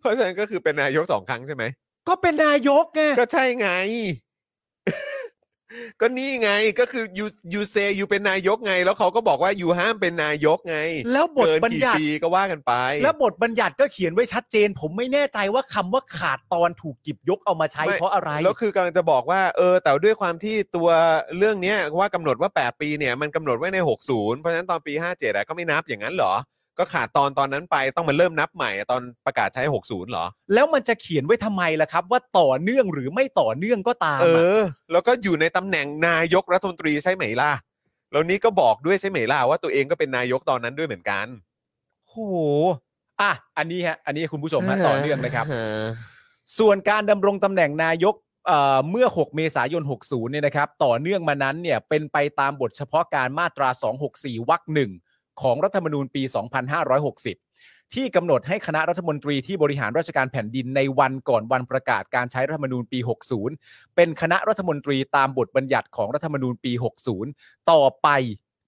S2: เพราะฉะนั้นก็คือเป็นนายกสองครั้งใช่ไหม
S3: ก็เป็นนายกไง
S2: ก็ใช่ไง ก็นี่ไงก็คือยูยูเซยูเป็นนายกไง แล้วเขาก็บอกว่ายูห้ามเป็นนายกไง
S3: แล้วบท
S2: เกิน
S3: บัญ
S2: กี่
S3: ญัติ
S2: ปีก็ว่ากันไป
S3: แล้วบทบัญญัติก็เขียนไว้ชัดเจน ผมไม่แน่ใจว่าคำว่าขาดตอนถูกหยิบยกเอามาใช้
S2: ไม่
S3: เพราะอะไร
S2: แล้วคือกำลังจะบอกว่าเออแต่ด้วยความที่ตัวเรื่องเนี้ยว่ากำหนดว่า 8 ปีเนี่ยมันกำหนดไว้ใน 60 เพราะฉะนั้นตอนปี 57อะก็ไม่นับอย่างนั้นเหรอ ก็ขาดตอนตอนนั้นไปต้องมาเริ่มนับใหม่อะตอนประกาศใช้ 60เหรอ
S3: แล้วมันจะเขียนไว้ทำไมล่ะครับ ว่าต่อเนื่องหรือไม่ต่อเนื่องก็ตาม
S2: เอ
S3: อะ
S2: อ แล้วก็อยู่ในตำแหน่งนายกรัฐมนตรีใช่ไหมล่ะแล้วนี้ก็บอกด้วยใช่ไหมล่ะว่าตัวเองก็เป็นนายกตอนนั้นด้วยเหมือนกัน
S3: โหอ่ะอันนี้ฮะอันนี้คุณผู้ชมฮะต่อเนื่องนะครับ ส่วนการดำรงตำแหน่งนายกเอ่อเมื่อ 6 เมษายน 60 เนี่ยนะครับ ต่อเนื่องมานั้นเนี่ยเป็นไปตามบทเฉพาะการมาตรา 264 วรรคหนึ่งของรัฐธรรมนูญปี 2560 ที่กำหนดให้คณะรัฐมนตรีที่บริหารราชการแผ่นดินในวันก่อนวันประกาศการใช้รัฐธรรมนูญปี 60 เป็นคณะรัฐมนตรีตามบทบัญญัติของรัฐธรรมนูญปี 60 ต่อไป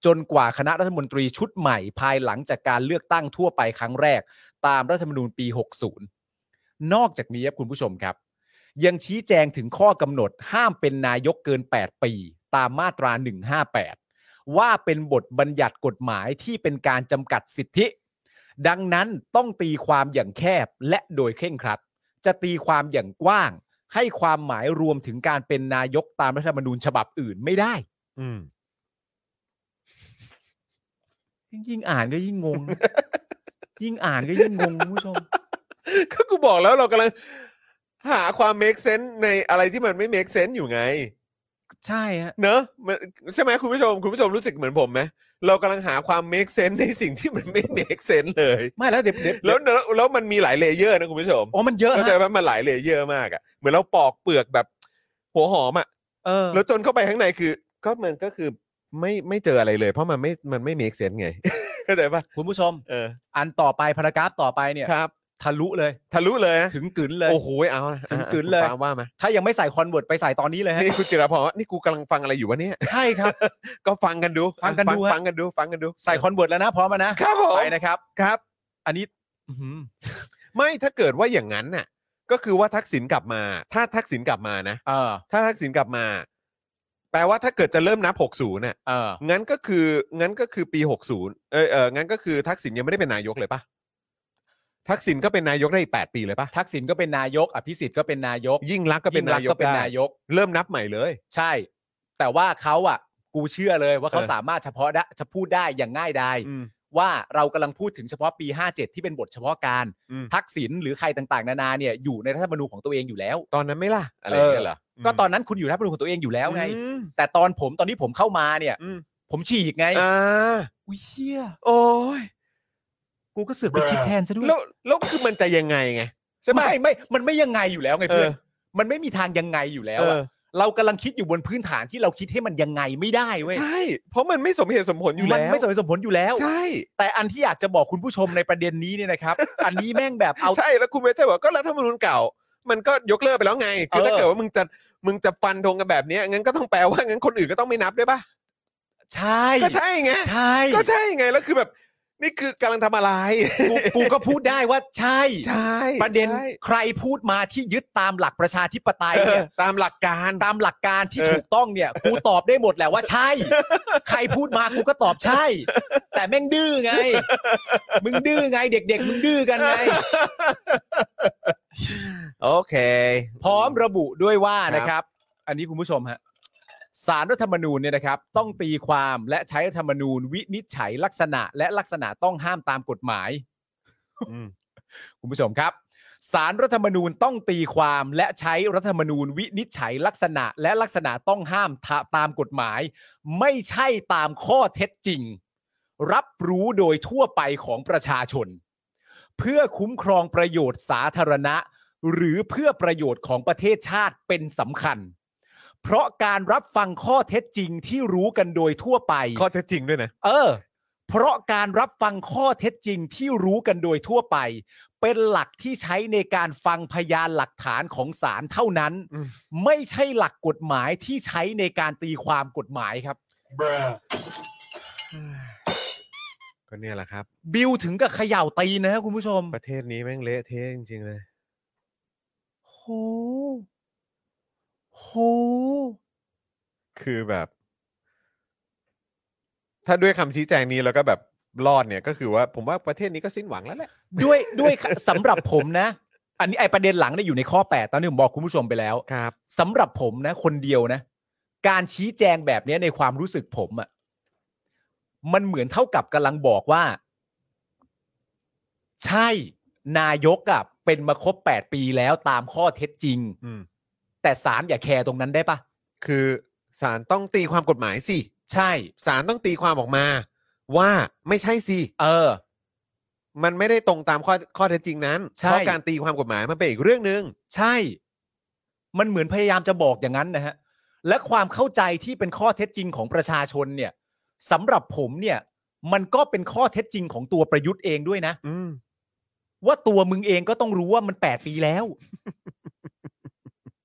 S3: จนกว่าคณะรัฐมนตรีชุดใหม่ ภายหลังจากการเลือกตั้งทั่วไปครั้งแรก ตามรัฐธรรมนูญปี 60 นอกจากนี้ครับคุณผู้ชมครับ ยังชี้แจงถึงข้อกำหนดห้ามเป็นนายกเกิน 8 ปี ตามมาตรา 158 ว่าเป็นบทบัญญัติกฎหมายที่เป็นการจำกัดสิทธิ ดังนั้นต้องตีความอย่างแคบและโดยเคร่งครัด จะตีความอย่างกว้าง ให้ความหมายรวมถึงการเป็นนายกตามรัฐธรรมนูญฉบับอื่นไม่ได้
S2: อืม
S3: ยิ่งอ่านก็ยิ่งงง ยิ่งอ่านก็ยิ่งงงคุณผู้ชม
S2: ก็กูบอกแล้วเรากำลังหาความ make sense ในอะไรที่มันไม่ make sense อยู่ไง
S3: ใช่ฮะ
S2: เนอะมันใช่ไหมคุณผู้ชม คุณผู้ชมรู้สึกเหมือนผมไหมเรากำลังหาความ make sense ในสิ่งที่มันไม่ make sense เลย
S3: ไม่แล้วเดี๋ยวเดี๋ยว
S2: แล้วแล้วแล้วมันมีหลายเลเยอร์นะคุณผู้ชม
S3: อ๋อมันเยอะ
S2: เข้าใจ
S3: ฮะ
S2: ไหมมันหลายเลเยอร์มากอะเหมือนเราปอกเปลือกแบบ หัวหอมอะ
S3: เออ
S2: แล้วจนเข้าไปข้างในคือ ก็มันก็คือไม่ไม่เจออะไรเลย เพราะมันไม่มันไม่ make sense ไง เข้าใจปะ
S3: คุณผู้ชม
S2: เออ
S3: อันต่อไปพารากราฟต่อไปเนี่ย
S2: ครับ
S3: ทะลุเลย
S2: ทะลุเลยนะ
S3: ถึงกึ๋นเลย
S2: โอ้โหเอานะ
S3: ถึงกึ๋นเลย
S2: อ่ะคุณปาล์มว่ามา
S3: ถ้ายังไม่ใส่คอนเวิร์ตไปใส่ตอนนี้เลยฮะ
S2: นี่คุณจิรพรว่านี่กูกำลังฟังอะไรอยู่วะเนี่ย
S3: ใช่ครับ
S2: ก็ฟังกันดู
S3: ฟังกันดูฮะ
S2: ฟังกันดูฟังกันดู
S3: ใส่คอนเวิร์ตแล้วนะพร้อมแล้วนะครับ
S2: ผม
S3: ไปนะครับ
S2: ครับ
S3: อันนี้อื้อหือ
S2: ไม่ถ้าเกิดว่าอย่างนั้นน่ะ ก็คือว่าทักษิณกลับมา ถ้าทักษิณกลับมานะ
S3: เออ
S2: ถ้าทักษิณกลับมา แปลว่าถ้าเกิดจะเริ่มนับ 60เนี่ย
S3: เออ
S2: งั้นก็คืองั้นก็คือปี 60เออเอองั้นก็คือทักษิณยังไม่ได้เป็นนายกเลยปะทักษิณก็เป็นนายกได้อีก8ปีเลยปะ
S3: ทักษิณก็เป็นนายก อภิสิทธิ์ก็เป็นนายก
S2: ยิ่งรักษณ์ก็เป็น
S3: ยิ่ง
S2: นา
S3: ลัษ
S2: ยก
S3: ณ์ก็เป็น
S2: ได้
S3: นายก
S2: เริ่มนับใหม่เลย
S3: ใช่ แต่ว่าเขาอ่ะ กูเชื่อเลยว่าเขา
S2: เออ
S3: สามารถเฉพาะได้จะพูดได้อย่างง่ายดาย
S2: อืม
S3: ว่าเรากำลังพูดถึงเฉพาะปี 57 ที่เป็นบทเฉพาะการ
S2: อืม
S3: ทักษิณหรือใครต่างๆ นานาเนี่ยอยู่ในรัฐธรรมนูญของตัวเองอยู่แล้ว
S2: ตอนนั้นไหม่ล่ะอะไรอย่างเงี้ยเหรอม
S3: ก็ตอนนั้นคุณอยู่ในรัฐธรรมนูญของตัวเองอยู่แล้วไง
S2: อืม
S3: แต่ตอนผมตอนที่ผมเข้ามาเนี่ย
S2: อืม
S3: ผมฉีกไง
S2: อ่า
S3: อุ้ยเฮีย
S2: โอ้ย
S3: กูก็เสือกไปคิดแทนซะด้วย
S2: แล้วแล้วคือมันจะยังไงไงใช่ไหม
S3: ไม่ไม่มันไม่ยังไงอยู่แล้วไงเพื่อน
S2: เออ
S3: มันไม่มีทางยังไงอยู่แล้ว
S2: เอ
S3: อะ
S2: อ
S3: เรากำลังคิดอยู่บนพื้นฐานที่เราคิดให้มันยังไงไม่ได้เว้ย
S2: ใช่ เพราะมันไม่สมเหตุสมผลอยู่
S3: มั
S2: แล้
S3: น
S2: ว
S3: ไม่สมเหตุสมผลอยู่แล้ว
S2: ใช่
S3: แต่อันที่อยากจะบอกคุณผู้ชมในประเด็นนี้เนี่ยนะครับ อันนี้แม่งแบบเอา
S2: ใช่ แล้วคุณเวทเทอร์บอกก็รัฐธรรมนูญเก่า มันก็ยกเลิกไปแล้วไง คือ
S3: เออ
S2: ถ้าเกิดว่ามึงจะ มึงจะฟันธงกันแบบเนี้ยงั้นก็ต้องแปลว่า งั้นคนอื่นก็ต้องไม่นับด้วยป่ะ
S3: ใช่
S2: ก็ใช่ไง
S3: ใช่
S2: ก็ใช่ไง แล้วคือแบบ นี่คือกำลังทำอะไร
S3: กูกูก็พูดได้ว่าใช่
S2: ใช่
S3: ประเด็น
S2: ใช่
S3: ใครพูดมาที่ยึดตามหลักประชาธิปไตย
S2: เอ
S3: เนี่
S2: อย ตามหลักการ
S3: ตามหลักการที่
S2: เออ
S3: ถูกต้องเนี่ยกูตอบได้หมดแหละว่าใช่ ใครพูดมากูก็ตอบใช่ แต่แม่งดื้อไง มึงดื้อไง เด็ก ๆ มึงดื้อกันไง
S2: โอเค
S3: พร้อมระบุด้วยว่า
S2: ครับ
S3: นะครับ อันนี้คุณผู้ชมฮะสารรัฐธรรมนูญเนี่ยนะครับ ต้องตีความและใช้รัฐธรรมนูญ วินิจฉัยลักษณะ และลักษณะต้องห้ามตามกฎหมาย คุณผู้ชมครับสารรัฐธรรมนูญต้องตีความและใช้รัฐธรรมนูญ วินิจฉัยลักษณะ และลักษณะต้องห้ามทะตามกฎหมาย ไม่ใช่ตามข้อเท็จจริง รับรู้โดยทั่วไปของประชาชน เพื่อคุ้มครองประโยชน์สาธารณะ หรือเพื่อประโยชน์ของประเทศชาติเป็นสำคัญ เพราะการรับฟังข้อเท็จจริงที่รู้กันโดยทั่วไป
S2: ข้อเท็จจริงด้วยนะ
S3: เออ เพราะการรับฟังข้อเท็จจริงที่รู้กันโดยทั่วไป เป็นหลักที่ใช้ในการฟังพยานหลักฐานของศาลเท่านั้น
S2: อืม
S3: ไม่ใช่หลักกฎหมายที่ใช้ในการตีความกฎหมายครับ
S2: ก็เนี่ยแหละครับ
S3: บิวถึงกับเขย่าตีนนะครับคุณผู้ชม
S2: ประเทศนี้แม่งเละเทะจริงๆเลย
S3: โหโห
S2: คือแบบ ถ้าด้วยคำชี้แจงนี้แล้วก็แบบรอดเนี่ย ก็คือว่าผมว่าประเทศนี้ก็สิ้นหวังแล้วแหละ
S3: ด้วยด้วย สำหรับผมนะ อันนี้ไอประเด็นหลังเนี่ยอยู่ในข้อ 8 ตอนนี้ผมบอกคุณผู้ชมไปแล้ว
S2: ครับ
S3: สำหรับผมนะ คนเดียวนะ การชี้แจงแบบเนี้ยในความรู้สึกผมอะ่ะมันเหมือนเท่ากับกำลังบอกว่า ใช่นายกอะเป็นมาครบ8 ปีแล้วตามข้อเท็จจริง
S2: อืม
S3: แต่ศาลอย่าแคร์ตรงนั้นได้ปะ
S2: คือศาลต้องตีความกฎหมายสิ
S3: ใช่
S2: ศาลต้องตีความออกมา ว่าไม่ใช่สิ
S3: เออ
S2: มันไม่ได้ตรงตามข้อข้อเท็จจริงนั้น
S3: ใช่
S2: เพราะการตีความกฎหมายมันเป็นอีกเรื่องหนึ่ง
S3: ใช่ มันเหมือนพยายามจะบอกอย่างนั้นนะฮะ และความเข้าใจที่เป็นข้อเท็จจริงของประชาชนเนี่ยสำหรับผมเนี่ย มันก็เป็นข้อเท็จจริงของตัวประยุทธ์เองด้วยนะ
S2: อืม
S3: ว่าตัวมึงเองก็ต้องรู้ว่ามันแปดปีแล้ว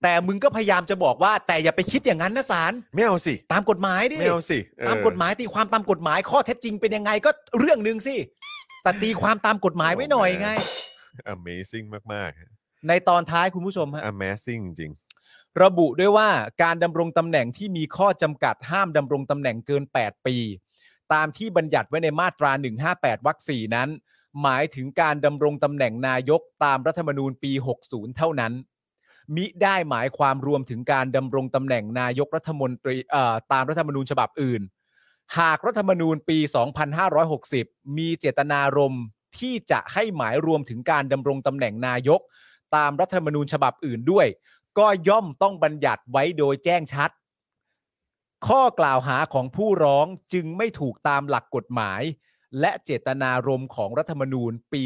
S3: แต่มึงก็พยายามจะบอกว่า แต่อย่าไปคิดอย่างนั้นนะสาร
S2: ไม่เอาสิ
S3: ตามกฎหมายดิ
S2: ไม่เอาสิเออ
S3: ตามกฎหมายตีความตามกฎหมายข้อเท็จจริงเป็นยังไงก็เรื่องหนึ่งสิ แต่ตีความตามกฎหมายไว้หน่อยไง
S2: โอ้ man Amazing มากๆฮะ
S3: ในตอนท้ายคุณผู้ชมฮะ
S2: Amazing จริง
S3: ระบุด้วยว่าการดำรงตำแหน่งที่มีข้อจำกัดห้ามดำรงตำแหน่งเกิน 8 ปี ตามที่บัญญัติไว้ในมาตรา 158วรรค4นั้น หมายถึงการดำรงตำแหน่งนายกตามรัฐธรรมนูญปี 60 เท่านั้น มิได้หมายความรวมถึงการดำรงตำแหน่งนายกรัฐมนตรีเอ่อตามรัฐธรรมนูญฉบับอื่น หากรัฐธรรมนูญปี 2560 มีเจตนารมณ์ที่จะให้หมายรวมถึงการดำรงตำแหน่งนายก ตามรัฐธรรมนูญฉบับอื่นด้วย ก็ย่อมต้องบัญญัติไว้โดยแจ้งชัด ข้อกล่าวหาของผู้ร้องจึงไม่ถูกตามหลักกฎหมาย และเจตนารมณ์ของรัฐธรรมนูญปี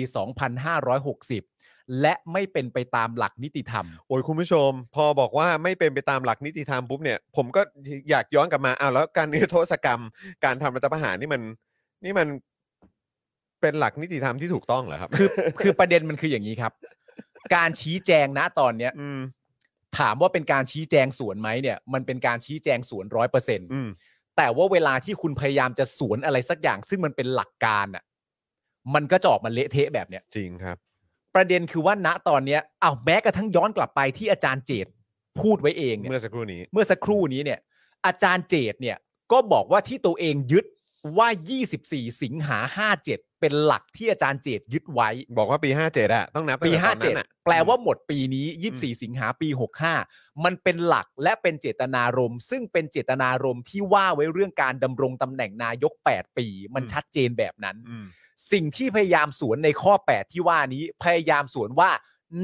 S3: 2560 และไม่เป็นไปตามหลักนิติธรรม
S2: ๆ โอ้ยคุณผู้ชม พอบอกว่าไม่เป็นไปตามหลักนิติธรรมปุ๊บเนี่ย ผมก็อยากย้อนกลับมาอ้าวแล้วการนิรโทษกรรม การทำรัฐประหารนี่มัน นี่มันเป็นหลักนิติธรรมที่ถูกต้องเหรอครับ
S3: คือ คือประเด็นมันคืออย่างนี้ครับ การชี้แจงนะตอนเนี้ย
S2: อืม
S3: ถามว่าเป็นการชี้แจงสวนไหมเนี่ย มันเป็นการชี้แจงสวนร้อยเปอร์เซ็นต์
S2: อืม
S3: แต่ว่าเวลาที่คุณพยายามจะสวนอะไรสักอย่าง ซึ่งมันเป็นหลักการอ่ะมันก็จะออกมาเละเทะแบบเนี้ย
S2: จริงครับ
S3: ประเด็นคือว่าณตอนเนี้ยอ้าวแม้กระทั่งย้อนกลับไปที่อาจารย์เจตพูดไว้เองเนี่ย
S2: เมื่อสักครู่นี้
S3: เมื่อสักครู่นี้เนี่ย อาจารย์เจตเนี่ยก็บอกว่าที่ตัวเองยึดว่า 24 สิงหา57 เป็นหลักที่อาจารย์เจตยึดไว้
S2: บอกว่าปี 57อะต้องนับ
S3: ปี
S2: ตั้งแต่ตอนนั้นอะ
S3: 57 แปลว่าหมดปีนี้ 24 สิงหาปี 65 มันเป็นหลักและเป็นเจตนารมณ์ ซึ่งเป็นเจตนารมณ์ที่ว่าไว้เรื่องการดำรงตำแหน่งนายก 8 ปี มัน
S2: อืม
S3: ชัดเจนแบบนั้น
S2: อืม
S3: สิ่งที่พยายามสวนในข้อ 8 ที่ว่านี้พยายามสวนว่า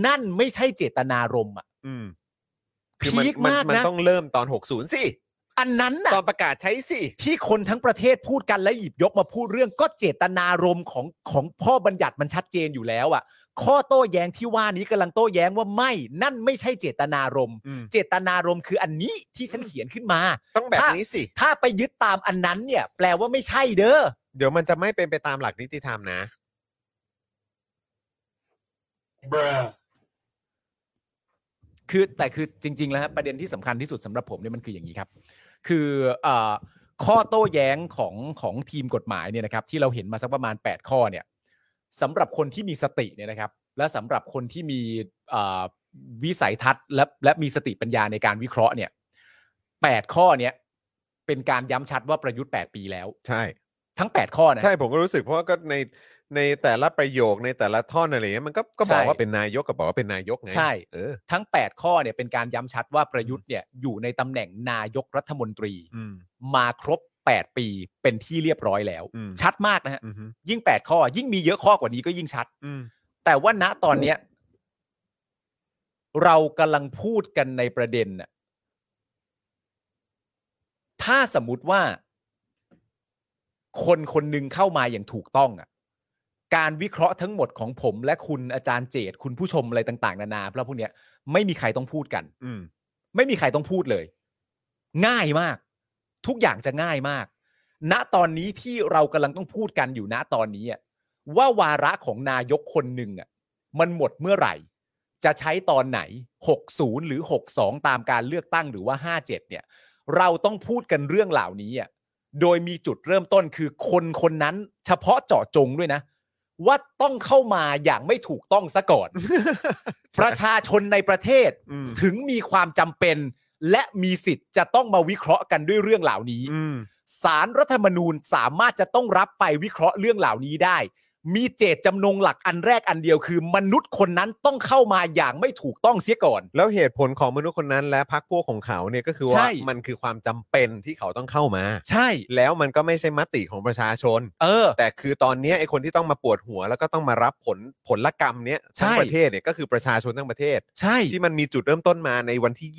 S3: นั่นไม่ใช่เจตนารมณ์อ่ะ
S2: อืมคือมัน
S3: พีค
S2: มัน
S3: มากนะ
S2: มันต้องเริ่มตอน 60 สิ
S3: อันนั้นน่ะ
S2: ตอนประกาศใช้สิ
S3: ที่คนทั้งประเทศพูดกันและหยิบยกมาพูดเรื่องก็เจตนารมณ์ของของพ่อบัญญัติมันชัดเจนอยู่แล้วอะ่ะ ข้อโต้แย้งที่ว่านี้กำลังโต้แย้งว่าไม่ นั่นไม่ใช่เจตนารมณ์
S2: อืม
S3: เจตนารมณ์คืออันนี้ที่ฉันเขียนขึ้นมา
S2: ต้องแบบนี้สิ
S3: ถ้าไปยึดตามอันนั้นเนี่ย แปลว่าไม่ใช่เด้อ
S2: เดี๋ยวมันจะไม่เป็นไปตามหลักนิติธรรมนะ
S3: คือแต่คือจริง ๆ แล้วฮะประเด็นที่สำคัญที่สุดสำหรับผมเนี่ยมันคืออย่างนี้ครับ คือเอ่อข้อโต้แย้งของของทีมกฎหมายเนี่ยนะครับ ที่เราเห็นมาสักประมาณ 8 ข้อเนี่ยสำหรับคนที่มีสติเนี่ยนะครับ และสำหรับคนที่มีเอ่อวิสัยทัศน์และและมีสติปัญญาในการวิเคราะห์เนี่ยแปดข้อเนี่ยเป็นการย้ำชัดว่าประยุทธ์ 8 ปีแล้ว
S2: ใช่
S3: ทั้ง 8 ข้อนะ
S2: ใช่ผมก็รู้สึกเพราะว่าก็ในในแต่ละประโยคในแต่ละท่อนอะไรเงี้ยมันก็ก็บอก
S3: ใช่
S2: ว่าเป็นนายกก็บอกว่าเป็นนายกไง
S3: ใช่
S2: เออ
S3: ทั้ง 8 ข้อเนี่ยเป็นการย้ำชัดว่าประยุทธ์เนี่ยอยู่ในตำแหน่งนายกรัฐมนตรี
S2: อืม
S3: มาครบ 8 ปีเป็นที่เรียบร้อยแล้ว
S2: อืม
S3: ชัดมากนะฮะ
S2: อืมฮึ
S3: ยิ่ง 8 ข้อ ยิ่งมีเยอะข้อกว่านี้ก็ยิ่งชัด
S2: อืม
S3: แต่ว่าณตอนเนี้ยเรากำลังพูดกันในประเด็นน่ะถ้าสมมติว่า คนคนหนึ่งเข้ามาอย่างถูกต้องอ่ะการวิเคราะห์ทั้งหมดของผม และคุณอาจารย์เจตคุณผู้ชมอะไรต่าง ๆ นานาเพราะพวกเนี้ยไม่มีใครต้องพูดกัน
S2: อืม
S3: ไม่มีใครต้องพูดเลย ง่ายมาก ทุกอย่างจะง่ายมาก ณตอนนี้ที่เรากำลังต้องพูดกันอยู่ณตอนนี้อะว่าวาระของนายกคนหนึ่งอะมันหมดเมื่อไหร่ จะใช้ตอนไหน 60 หรือ 62 ตามการเลือกตั้งหรือว่า 57 เนี่ย เราต้องพูดกันเรื่องเหล่านี้อะโดยมีจุดเริ่มต้นคือคนคนนั้น เฉพาะเจาะจงด้วยนะ ว่าต้องเข้ามาอย่างไม่ถูกต้องซะก่อน ประชาชนในประเทศ
S2: อืม
S3: ถึงมีความจำเป็น และมีสิทธิ์จะต้องมาวิเคราะห์กันด้วยเรื่องเหล่านี้
S2: อืม
S3: สารรัฐธรรมนูญสามารถจะต้องรับไปวิเคราะห์เรื่องเหล่านี้ได้ มีเจตจำนงหลักอันแรกอันเดียวคือ มนุษย์คนนั้นต้องเข้ามาอย่างไม่ถูกต้องเสียก่อน
S2: แล้วเหตุผลของมนุษย์คนนั้นและพรรคพวกของเขาเนี่ยก็คือ
S3: ใช่
S2: ว่ามันคือความจำเป็นที่เขาต้องเข้ามา
S3: ใช่
S2: แล้วมันก็ไม่ใช่มติของประชาชน
S3: เออ
S2: แต่คือตอนเนี้ยไอคนที่ต้องมาปวดหัว แล้วก็ต้องมารับผลผลกรรมเนี้ยทั้ง
S3: ใช่
S2: ประเทศเนี่ยก็คือประชาชนทั้งประเทศ
S3: ใช่
S2: ที่มันมีจุดเริ่มต้นมาในวันที่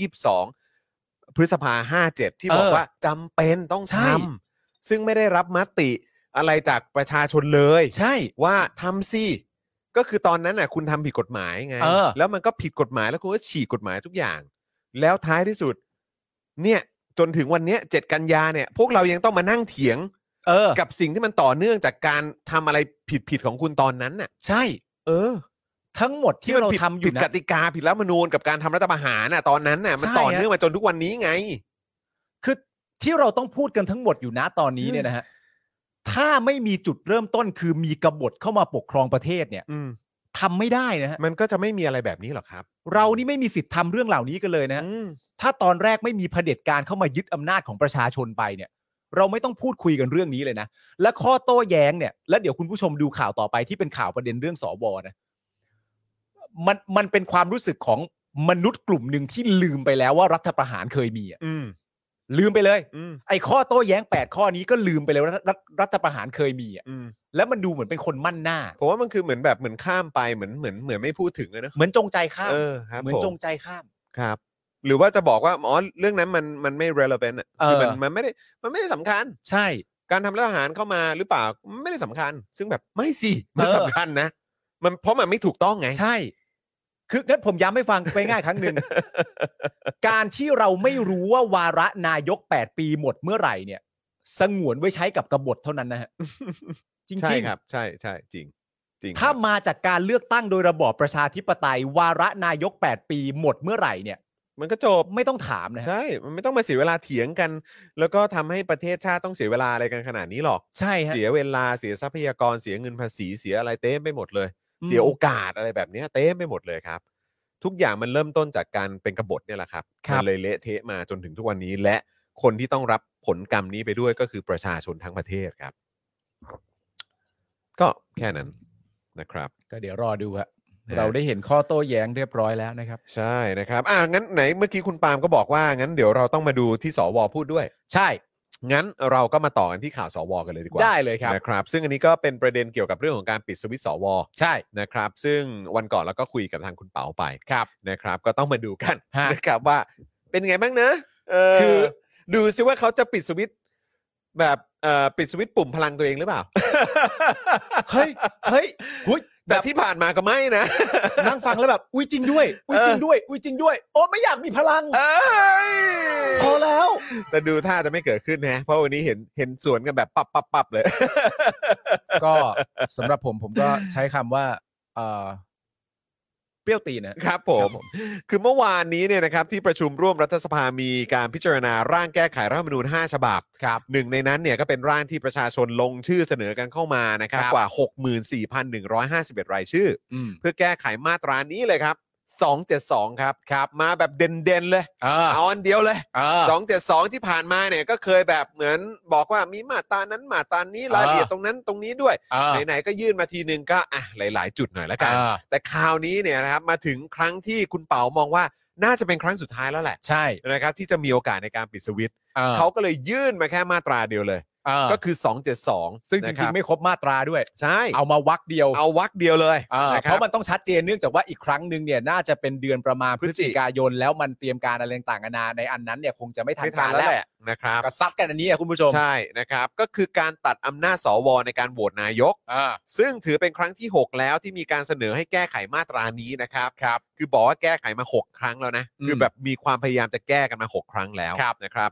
S2: 22 พฤษภา57 ที่บอก
S3: เออ
S2: ว่าจำเป็นต้อง
S3: ใช่
S2: ทำซึ่งไม่ได้รับมติอะไรจากประชาชนเลย
S3: ใช่
S2: ว่าทำสิก็คือตอนนั้นน่ะคุณทำผิดกฎหมายไง
S3: เออ
S2: แล้วมันก็ผิดกฎหมายแล้วคุณก็ฉีกกฎหมายทุกอย่าง แล้วท้ายที่สุด เนี่ยจนถึงวันเนี้ย7กันยาเนี่ย พวกเรายังต้องมานั่งเถียง
S3: เออ
S2: กับสิ่งที่มันต่อเนื่องจากการทำอะไรผิดผิดๆของคุณตอนนั้นน่ะ
S3: ใช่
S2: เออ
S3: ทั้งหมดที่เรา
S2: ผิด
S3: ทำอ
S2: ผิ
S3: ยู่
S2: ด
S3: นะ
S2: กติกาผิดรัฐธรรมนูญกับการทำรัฐประหารน่ะตอนนั้นน่ะมัน
S3: ใช่
S2: ต่อ
S3: ฮะ
S2: เนื่องมาจนทุกวันนี้ไง
S3: คือที่เราต้องพูดกันทั้งหมดอยู่นะตอนนี้เนี่ยนะฮะถ้าไม่มีจุดเริ่มต้นคือมีกบฏเข้ามาปกครองประเทศเนี่ย
S2: อืม
S3: ทำไม่ได้นะฮะ
S2: มันก็จะไม่มีอะไรแบบนี้หรอกครับ
S3: เรานี่ไม่มีสิทธิ์ทำเรื่องเหล่านี้กันเลยนะฮะ
S2: อืม
S3: ถ้าตอนแรกไม่มีเผด็จการเข้ามายึดอำนาจของประชาชนไปเนี่ย เราไม่ต้องพูดคุยกันเรื่องนี้เลยนะ และข้อโต้แย้งเนี่ย แล้วเดี๋ยวคุณผู้ชมดูข่าวต่อไปที่เป็นข่าวประเด็นเรื่องสวนะมันมันเป็นความรู้สึกของมนุษย์กลุ่มหนึ่งที่ลืมไปแล้วว่ารัฐประหารเคยมีอะ
S2: อืม
S3: ลืมไปเลย
S2: อืม
S3: ไอ้ข้อโต้แย้ง 8 ข้อนี้ก็ลืมไปเลยว่ารัฐรัฐรัฐประหารเคยมีอะ
S2: อืม
S3: แล้วมันดูเหมือนเป็นคนมั่นหน้า
S2: ผมว่ามันคือเหมือนแบบเหมือนข้ามไปเหมือนเหมือนเหมือนไม่พูดถึงอะเนอะ
S3: เหมือนจงใจข้าม
S2: เออครับ
S3: เหมือน
S2: ผ
S3: จงใจข้าม
S2: ครับ หรือว่าจะบอกว่าอ๋อเรื่องนั้นมันมันไม่ relevant อะ
S3: เออ
S2: คือมันมันไม่ได้มันไม่ได้สำคัญ
S3: ใช่
S2: การทำรัฐประหารเข้ามาหรือเปล่ามันไม่ได้สำคัญ ซึ่งแบบไม่สิมัน
S3: เออ
S2: สำคัญนะ มันเพราะมันไม่ถูกต้องไง
S3: ใช่ คืองั้นผมย้ำให้ฟังไปง่ายครั้งห นึ่ง การที่เราไม่รู้ว่าวาระนายก 8 ปีหมดเมื่อไหร่เนี่ย สงวนไว้ใช้กับกบฏเท่านั้นนะ ฮะ จ
S2: ใช่
S3: ริง
S2: ครับ ใช่ใช่จริง จริง
S3: ๆ ถ้า
S2: ครับ
S3: มาจากการเลือกตั้งโดยระบอบประชาธิปไตย วาระนายก 8 ปีหมดเมื่อไหร่เนี่ย
S2: มันก็จบ
S3: ไม่ต้องถามนะฮะ
S2: ใช่ มันไม่ต้องมาเสียเวลาเถียงกัน แล้วก็ทำให้ประเทศชาติต้องเสียเวลาอะไรกันขนาดนี้หรอก
S3: ใช่ฮะ
S2: เสียเวลา เสียทรัพยากร เสียเงินภาษี เสียอะไรเต็มไปหมดเลย
S3: อืม
S2: เสียโอกาสอะไรแบบเนี้ยเต็มไปหมดเลยครับ ทุกอย่างมันเริ่มต้นจากการเป็นกบฏเนี่ยแหละครับ
S3: ครับ
S2: มันเลยเละเทะมาจนถึงทุกวันนี้ และ คนที่ต้องรับผลกรรมนี้ไปด้วยก็คือประชาชนทั้งประเทศครับ ก็แค่นั้นนะครับ
S3: ก็เดี๋ยวรอดูครับ
S2: นะ
S3: เราได้เห็นข้อโต้แย้งเรียบร้อยแล้วนะครับ
S2: ใช่นะครับ อ่ะงั้นไหนเมื่อกี้คุณปาล์มก็บอกว่างั้นเดี๋ยวเราต้องมาดูที่สวพูดด้วย
S3: ใช่
S2: งั้นเราก็มาต่อกันที่ข่าวสวกันเลยดีกว่า
S3: ได้เลยครับ
S2: นะครับ ซึ่งอันนี้ก็เป็นประเด็นเกี่ยวกับเรื่องของการปิดสวิตช์สว
S3: ใช่
S2: นะครับ ซึ่งวันก่อนเราก็คุยกับทางคุณเปาไป
S3: ครับ
S2: นะครับ ก็ต้องมาดูกัน
S3: ฮะ
S2: นะครับว่าเป็นไงบ้างนะเออ
S3: คือ
S2: ดูซิว่าเขาจะปิดสวิตช์แบบเอ่อปิดสวิตช์ปุ่มพลังตัวเองห รือเปล่า
S3: เฮ้ยเฮ้ยหุยแบ
S2: แต่
S3: บ
S2: ที่ผ่านมาก็ไม่นะ
S3: นั่งฟังแล้วแบบอุ้ยจริงด้วย อุ้ยจริงด้วย อุ้ยจริงด้วย โอ้ไม่อยากมีพลัง
S2: เอ้ย
S3: พอแล้ว
S2: แต่ดูท่าจะไม่เกิดขึ้นนะ เพราะวันนี้เห็นเห็นสวนกันแบบปับปับปับเลย
S3: ก็สำหรับผมผมก็ใช้คำว่าเอ่อเปรี้ยวตีนนะ
S2: ครับผม คือเมื่อวานนี้เนี่ยนะครับที่ประชุมร่วมรัฐสภามีการพิจารณาร่างแก้ไขรัฐธรรมนูญ 5 ฉบับ
S3: ครับ
S2: หนึ่งในนั้นเนี่ยก็เป็นร่างที่ประชาชนลงชื่อเสนอกันเข้ามานะครับ
S3: ครับ
S2: กว่า 64,151 รายชื่อ
S3: อืม
S2: เพื่อแก้ไขมาตรานี้เลยครับ 272 ครับครับ มาแบบเด่นๆเลย
S3: เออ
S2: เอาอันเดียวเลย
S3: เออ
S2: 272 ที่ผ่านมาเนี่ยก็เคยแบบเหมือนบอกว่ามีมาตรานั้นมาตรานี้รายละเอียดตรงนั้นตรงนี้ด้วย
S3: เออ
S2: ไหนๆก็ยื่นมาทีนึงก็อ่ะหลาย ๆ จุดหน่อยละกัน
S3: เออ
S2: แต่คราวนี้เนี่ยนะครับมาถึงครั้งที่คุณเปามองว่าน่าจะเป็นครั้งสุดท้ายแล้วแหละ
S3: ใช่
S2: นะครับที่จะมีโอกาสในการปิดสวิตช์
S3: ออ
S2: เขาก็เลยยื่นมาแค่มาตราเดียวเลย
S3: เออ
S2: ก็คือ 272
S3: ซึ่งจริง
S2: นะค
S3: ๆ
S2: บ
S3: ไม่ครบมาตราด้วย
S2: ใช่
S3: เอามาวักเดียว
S2: เอาวักเดียวเลย
S3: เออ
S2: นะค
S3: เพ
S2: รับ
S3: ราะมันต้องชัดเจนเนื่องจากว่าอีกครั้งหนึ่งเนี่ยน่าจะเป็นเดือนประมาณ
S2: พ
S3: พ
S2: ฤศ
S3: ฤ
S2: จิ
S3: ศจิกายนแล้วมันเตรียมการอะไรต่างๆนานาในอันนั้นเนี่ยคงจะไม่ทัน
S2: ไม่ทั
S3: การ
S2: น
S3: แล้
S2: แล้ว วแหละนะครับ
S3: ก็ซัดกันอันนี้อะคุณผู้ชม
S2: ใช่นะครับ ก็คือการตัดอำนาจสวในการโหวตนายก
S3: เออ
S2: ซึ่งถือเป็นครั้งที่ 6 แล้วที่มีการเสนอให้แก้ไขมาตรานี้นะครับ
S3: ครับ
S2: คือบอกว่าแก้ไขมา 6 ครั้งแล้วนะ
S3: อืม
S2: คือแบบมีความพยายามจะแก้กันมา 6 ครั้งแล้ว
S3: ครับ
S2: นะครับ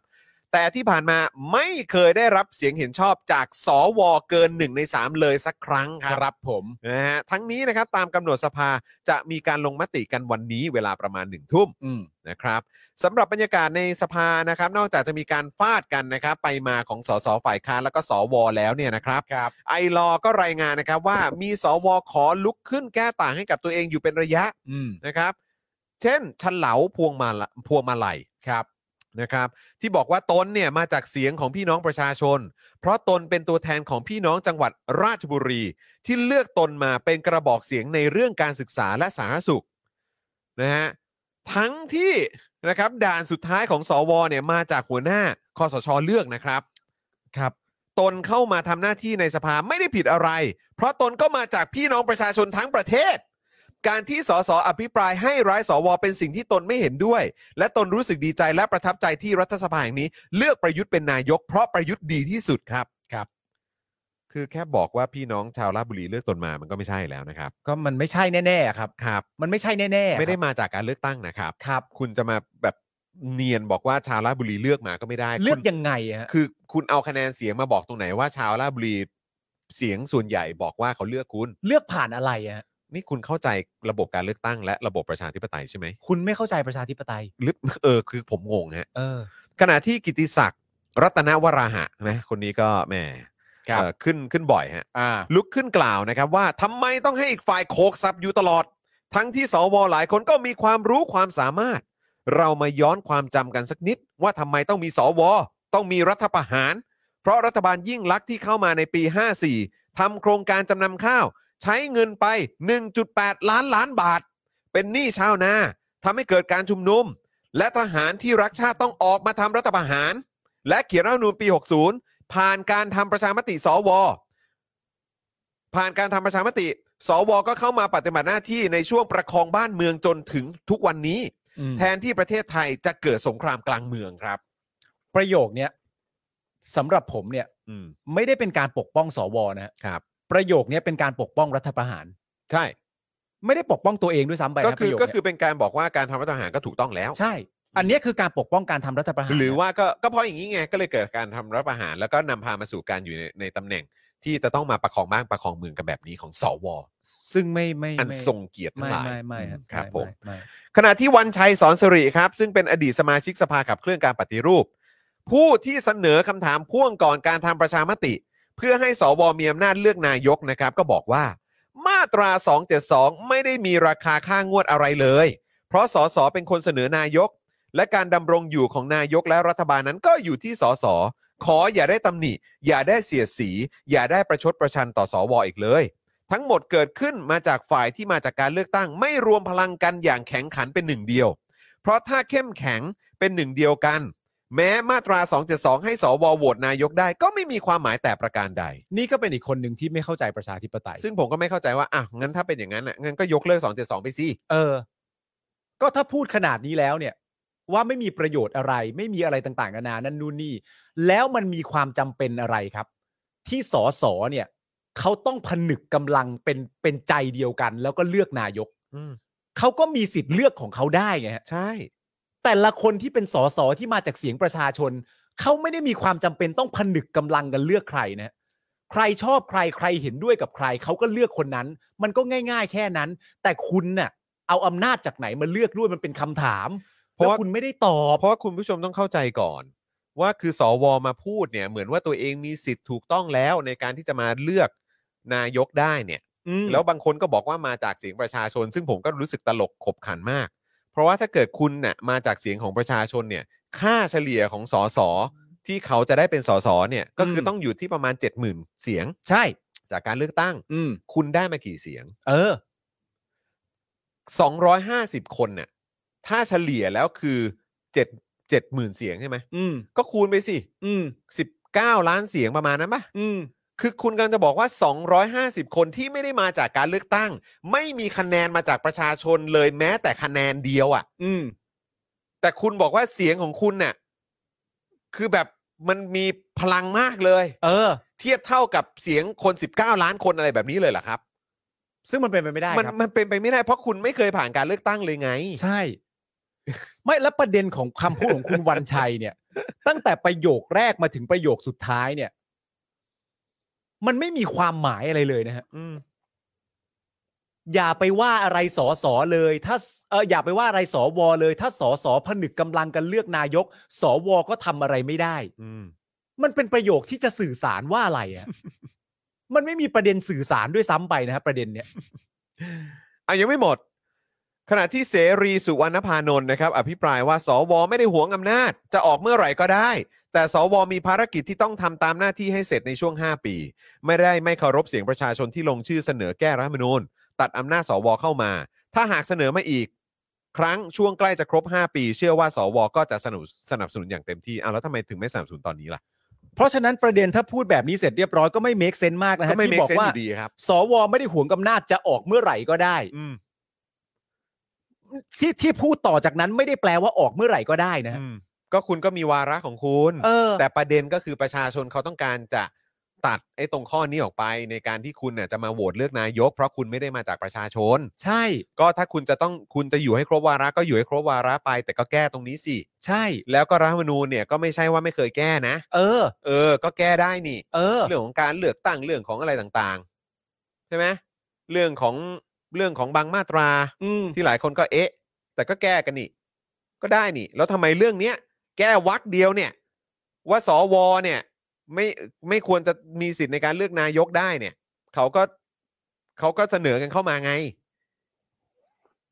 S2: แต่ที่ผ่านมาไม่เคยได้รับเสียงเห็นชอบจากสวเกิน 1 ใน 3 เลยสักครั้งค
S3: ครับ รับผม
S2: นะฮะทั้งนี้นะครับตามกำหนดสภาจะมีการลงมติกันวันนี้เวลาประมาณ 1 ทุ่ม
S3: อืม
S2: นะครับสำหรับบรรยากาศในสภานะครับ นอกจากจะมีการฟาดกันนะครับไปมาของสสฝ่ายค้านแล้วก็สวแล้วเนี่ยนะครับ
S3: ครับ
S2: ไอรอว์ก็รายงานนะครับว่ามีสวขอลุกขึ้นแก้ต่างให้กับตัวเองอยู่เป็นระยะ
S3: อืม
S2: นะครับ เช่นฉันเหลาพวงมาละพวงมาลัย
S3: ครับ
S2: นะครับ ที่บอกว่าตนเนี่ยมาจากเสียงของพี่น้องประชาชน เพราะตนเป็นตัวแทนของพี่น้องจังหวัดราชบุรี ที่เลือกตนมาเป็นกระบอกเสียงในเรื่องการศึกษาและสาธารณสุขนะฮะทั้งที่นะครับด่านสุดท้ายของสวเนี่ยมาจากหัวหน้าคอสชเลือกนะครับครับ ตนเข้ามาทำหน้าที่ในสภาไม่ได้ผิดอะไร เพราะตนก็มาจากพี่น้องประชาชนทั้งประเทศ การที่สสอภิปรายให้ร้ายสวเป็นสิ่งที่ตนไม่เห็นด้วย และตนรู้สึกดีใจและประทับใจที่รัฐสภาแห่งนี้ เลือกประยุทธ์เป็นนายก เพราะประยุทธ์ดีที่สุดครับ
S3: ครับ
S2: คือแค่บอกว่าพี่น้องชาวราชบุรีเลือกตนมามันก็ไม่ใช่แล้วนะครับ
S3: ก็มันไม่ใช่แน่ๆครับ
S2: ครับ
S3: มันไม่ใช่แน่ๆ
S2: ไม่ได้มาจากการเลือกตั้งนะครับ
S3: ครับ
S2: คุณจะมาแบบเนียนบอกว่าชาวราชบุรีเลือกมาก็ไม่ได้
S3: เลือก
S2: คุณ
S3: ยังไงอะฮะ
S2: คือคุณเอาคะแนนเสียงมาบอกตรงไหนว่าชาวราชบุรีเสียงส่วนใหญ่บอกว่าเขาเลือกคุณ
S3: เลือกผ่านอะไรอะฮะ
S2: นี่คุณเข้าใจระบบการเลือกตั้ง และระบบประชาธิปไตยใช่ไหม
S3: คุณไม่เข้าใจประชาธิปไตย
S2: หรือเออคือผมงงฮะ
S3: เออ
S2: ขณะที่กิติศักดิ์รัตนวราหะนะคนนี้ก็แหม
S3: ครับ
S2: เอ่อขึ้นขึ้นบ่อยฮะ
S3: อ่า
S2: ลุกขึ้นกล่าวนะครับว่าทำไมต้องให้อีกฝ่ายโคกซับอยู่ตลอด ทั้งที่สวหลายคนก็มีความรู้ความสามารถ เรามาย้อนความจำกันสักนิด ว่าทำไมต้องมีสว ต้องมีรัฐประหาร เพราะรัฐบาลยิ่งลักษณ์ที่เข้ามาในปี 54ทำโครงการจำนำข้าว ใช้เงินไป 1.8 ล้านล้านบาท เป็นหนี้ชาวนาทำให้เกิดการชุมนุม และทหารที่รักชาติต้องออกมาทำรัฐประหาร และเขียนรัฐธรรมนูญปี 60 ผ่านการทำประชามติสว ผ่านการทำประชามติ สว ก็เข้ามาปฏิบัติหน้าที่ในช่วงประคองบ้านเมืองจนถึงทุกวันนี้
S3: อืม
S2: แทนที่ประเทศไทยจะเกิดสงครามกลางเมืองครับ
S3: ประโยคเนี้ยสำหรับผมเนี่ย
S2: อืม
S3: ไม่ได้เป็นการปกป้องสวนะฮะ
S2: ครับ
S3: ประโยคเนี้ยเป็นการปกป้องรัฐประหาร
S2: ใช่
S3: ไม่ได้ปกป้องตัวเองด้วยซ้ำไป
S2: ก็
S3: นะ
S2: คือ
S3: ประโย
S2: ก็
S3: เนี้ย
S2: คือเป็นการบอกว่าการทำรัฐประหารก็ถูกต้องแล้ว
S3: ใช่ อันเนี้ยคือการปกป้องการทำรัฐประหาร
S2: หรือ
S3: นะ
S2: ว่าก็ก็เพราะอย่างนี้ไงก็เลยเกิดการทำรัฐประหาร แล้วก็นำพามาสู่การอยู่ในในตำแหน่ง ที่จะต้องมาประคองบ้านประคองเมืองกันแบบนี้ของสว
S3: ซึ่งไม่ไม่
S2: อัน
S3: ไม่
S2: ทรงเกียรติทั้
S3: ไม่
S2: งหลาย
S3: ไม่ไม่
S2: อื
S3: ฮะ
S2: มครับ
S3: ไ
S2: ผม
S3: ไไม่
S2: ขณะที่วันชัยสอนสิริครับ ซึ่งเป็นอดีตสมาชิกสภาขับเคลื่อนการปฏิรูป ผู้ที่เสนอคำถามพ่วงก่อนการทำประชามติ เพื่อให้สวมีอำนาจเลือกนายกนะครับ ก็บอกว่า มาตรา 272 ไม่ได้มีราคาค่างวดอะไรเลย เพราะสสเป็นคนเสนอนายก และการดำรงอยู่ของนายกและรัฐบาลนั้นก็อยู่ที่สสขออย่าได้ตำหนิ อย่าได้เสียดสี อย่าได้ประชดประชันต่อสวอีกเลย ทั้งหมดเกิดขึ้นมาจากฝ่ายที่มาจากการเลือกตั้ง ไม่รวมพลังกันอย่างแข็งขันเป็นหนึ่งเดียว เพราะถ้าเข้มแข็งเป็นหนึ่งเดียวกัน แม้มาตรา 272 ให้สวโหวตนายกได้ก็ไม่มีความหมายแต่ประการใด
S3: นี่ก็เป็นอีกคนหนึ่งที่ไม่เข้าใจประชาธิปไตย
S2: ซึ่งผมก็ไม่เข้าใจว่าอ่ะงั้นถ้าเป็นอย่างนั้นอ่ะงั้นก็ยกเลิก 272 ไปสิ
S3: เออ ก็ถ้าพูดขนาดนี้แล้วเนี่ย ว่าไม่มีประโยชน์อะไร ไม่มีอะไรต่างๆนานานั่นนู่นนี่ แล้วมันมีความจำเป็นอะไรครับ ที่สสเนี่ยเขาต้องผนึกกำลังเป็นเป็นใจเดียวกัน แล้วก็เลือกนายก
S2: อืม
S3: เขาก็มีสิทธิ์เลือกของเขาได้ไงฮะ
S2: ใช่
S3: แต่ละคนที่เป็นสสที่มาจากเสียงประชาชน เขาไม่ได้มีความจำเป็นต้องผนึกกำลังกันเลือกใครนะใครชอบใครใครเห็นด้วยกับใคร เขาก็เลือกคนนั้น มันก็ง่าย ๆ แค่นั้น แต่คุณน่ะเอาอำนาจจากไหนมาเลือกด้วยมันเป็นคำถาม
S2: เพ
S3: เพ
S2: ราะ
S3: ราะ
S2: ว่า
S3: คุณไม่ได้ตอบ
S2: เพราะว่าคุณผู้ชมต้องเข้าใจก่อน ว่าคือสวมาพูดเนี่ยเหมือนว่าตัวเองมีสิทธิ์ถูกต้องแล้วในการที่จะมาเลือกนายกได้เนี่ย
S3: อืม
S2: แล้วบางคนก็บอกว่ามาจากเสียงประชาชน ซึ่งผมก็รู้สึกตลกขบขันมาก เพราะว่าถ้าเกิดคุณน่ะมาจากเสียงของประชาชนเนี่ยค่าเฉลี่ยของสสที่เขาจะได้เป็นสสเนี่ยก็คือต้องอยู่ที่ประมาณ 70,000 เสียง
S3: ใช่
S2: จากการเลือกตั้ง
S3: อืม
S2: คุณได้มากี่เสียง
S3: เออ
S2: 250 คนเนี่ยถ้าเฉลี่ยแล้วคือ7 70,000 เสียงใช่ไหม
S3: อืม
S2: ก็คูณไปสิ
S3: อืม
S2: 19 ล้านเสียงประมาณนั้นปะ
S3: อืม
S2: คือคุณกำลังจะบอกว่า 250 คนที่ไม่ได้มาจากการเลือกตั้ง ไม่มีคะแนนมาจากประชาชนเลยแม้แต่คะแนนเดียวอะ่ะ
S3: อืม
S2: แต่คุณบอกว่าเสียงของคุณเนี่ยคือแบบมันมีพลังมากเลย
S3: เออ
S2: เทียบเท่ากับเสียงคน 19 ล้านคนอะไรแบบนี้เลยเหรอครับ
S3: ซึ่งมันเป็นไปไม่ได้
S2: มั
S3: ครับ
S2: มันเป็นไปไม่ได้เพราะคุณไม่เคยผ่านการเลือกตั้งเลยไง
S3: ใช่ ไม่ แล้วประเด็นของคำพูดของคุณวันชัย เนี่ย ตั้งแต่ประโยคแรกมาถึงประโยคสุดท้ายเนี่ย มันไม่มีความหมายอะไรเลยนะฮะอย่าไปว่าอะไรสอสอเลย ถ้าเอออย่าไปว่าอะไรสอวอเลย ถ้าสอสอผนึกกำลังกันเลือกนายก สอวอก็ทำอะไรไม่ได้
S2: อืม
S3: มันเป็นประโยคที่จะสื่อสารว่าอะไร อะ มันไม่มีประเด็นสื่อสารด้วยซ้ำไปนะฮะประเด็นเนี้ย
S2: อ่ะยังไม่หมด ขณะที่เสรีสุวรรณพานนท์นะครับ อภิปรายว่าสวไม่ได้หวงอำนาจ จะออกเมื่อไหร่ก็ได้ แต่สวมีภารกิจที่ต้องทำตามหน้าที่ให้เสร็จในช่วง 5 ปี ไม่ได้ไม่เคารพเสียงประชาชนที่ลงชื่อเสนอแก้รัฐธรรมนูญตัดอำนาจสวเข้ามา ถ้าหากเสนอมาอีก ครั้งช่วงใกล้จะครบ 5 ปี เชื่อว่าสวก็จะสนับสนับสนุนอย่างเต็มที่เอาวแล้วทำไมถึงไม่สนับสนุนตอนนี้ล่ะ
S3: เพราะฉะนั้นประเด็นถ้าพูดแบบนี้เสร็จเรียบร้อยก็ไม่เมคเซนต์มากนะ
S2: ก็
S3: ฮะ
S2: ไม่
S3: ที่
S2: เม
S3: บ
S2: ค
S3: อก
S2: เซน
S3: ว่า
S2: อยู่ดีครับ
S3: สวไม่ได้ห่วงอำนาจจะออกเมื่อไหร่ก็ได้
S2: อืม
S3: ที่ที่พูดต่อจากนั้นไม่ได้แปลว่าออกเมื่อไหร่ก็ได้นะฮะ
S2: อืมก็คุณก็มีวาระของคุณ
S3: เออ
S2: แต่ประเด็นก็คือประชาชนเขาต้องการจะตัดไอ้ตรงข้อนี้ออกไปในการที่คุณเนี่ยจะมาโหวตเลือกนายก เพราะคุณไม่ได้มาจากประชาชน
S3: ใช่
S2: ก็ถ้าคุณจะต้องคุณจะอยู่ให้ครบวาระก็อยู่ให้ครบวาระไป แต่ก็แก้ตรงนี้สิ
S3: ใช่
S2: แล้วก็รัฐธรรมนูญเนี่ยก็ไม่ใช่ว่าไม่เคยแก้นะ
S3: เออ
S2: เออ ก็แก้ได้นี่
S3: เออ
S2: เรื่องของการเลือกตั้งเรื่องของอะไรต่างๆใช่ไหมเรื่องของเรื่องของบางมาตรา
S3: อืม
S2: ที่หลายคนก็เอ๊ะ แต่ก็แก้กันนี่ ก็ได้นี่ แล้วทำไมเรื่องเนี้ย แก้วักเดียวเนี่ย ว่าสวเนี่ย ไม่ไม่ควรจะมีสิทธิ์ในการเลือกนายกได้เนี่ย เขาก็เขาก็เสนอกันเข้ามาไง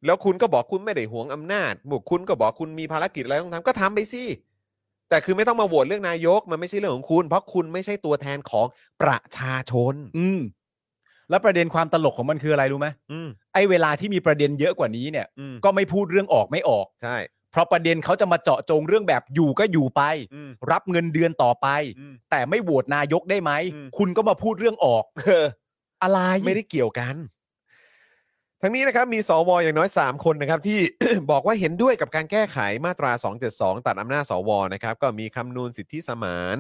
S2: แล้วคุณก็บอกคุณไม่ได้หวงอำนาจบุกคุณก็บอกคุณมีภารกิจอะไรต้องทำก็ทำไปสิแต่คือไม่ต้องมาโหวตเรื่องนายก มันไม่ใช่เรื่องของคุณ เพราะคุณไม่ใช่ตัวแทนของประชาชน
S3: อืม แล้วประเด็นความตลกของมันคืออะไรรู้ไหม
S2: อืม
S3: ไอ้เวลาที่มีประเด็นเยอะกว่านี้เนี่ย
S2: อืม
S3: ก็ไม่พูดเรื่องออกไม่ออก
S2: ใช่
S3: เพราะประเด็นเขาจะมาเจาะจงเรื่องแบบอยู่ก็อยู่ไป
S2: อืม
S3: รับเงินเดือนต่อไป
S2: อืม
S3: แต่ไม่โหวตนายกได้ไหม
S2: อืม
S3: คุณก็มาพูดเรื่องออก
S2: เออ
S3: อะไร
S2: ไม่ได้เกี่ยวกัน ทั้งนี้นะครับมีสวอย่างน้อย 3 คนนะครับที่ บอกว่าเห็นด้วยกับการแก้ไขมาตรา 272 ตัดอำนาจสวนะครับก็มีคำนูนสิทธิสมาน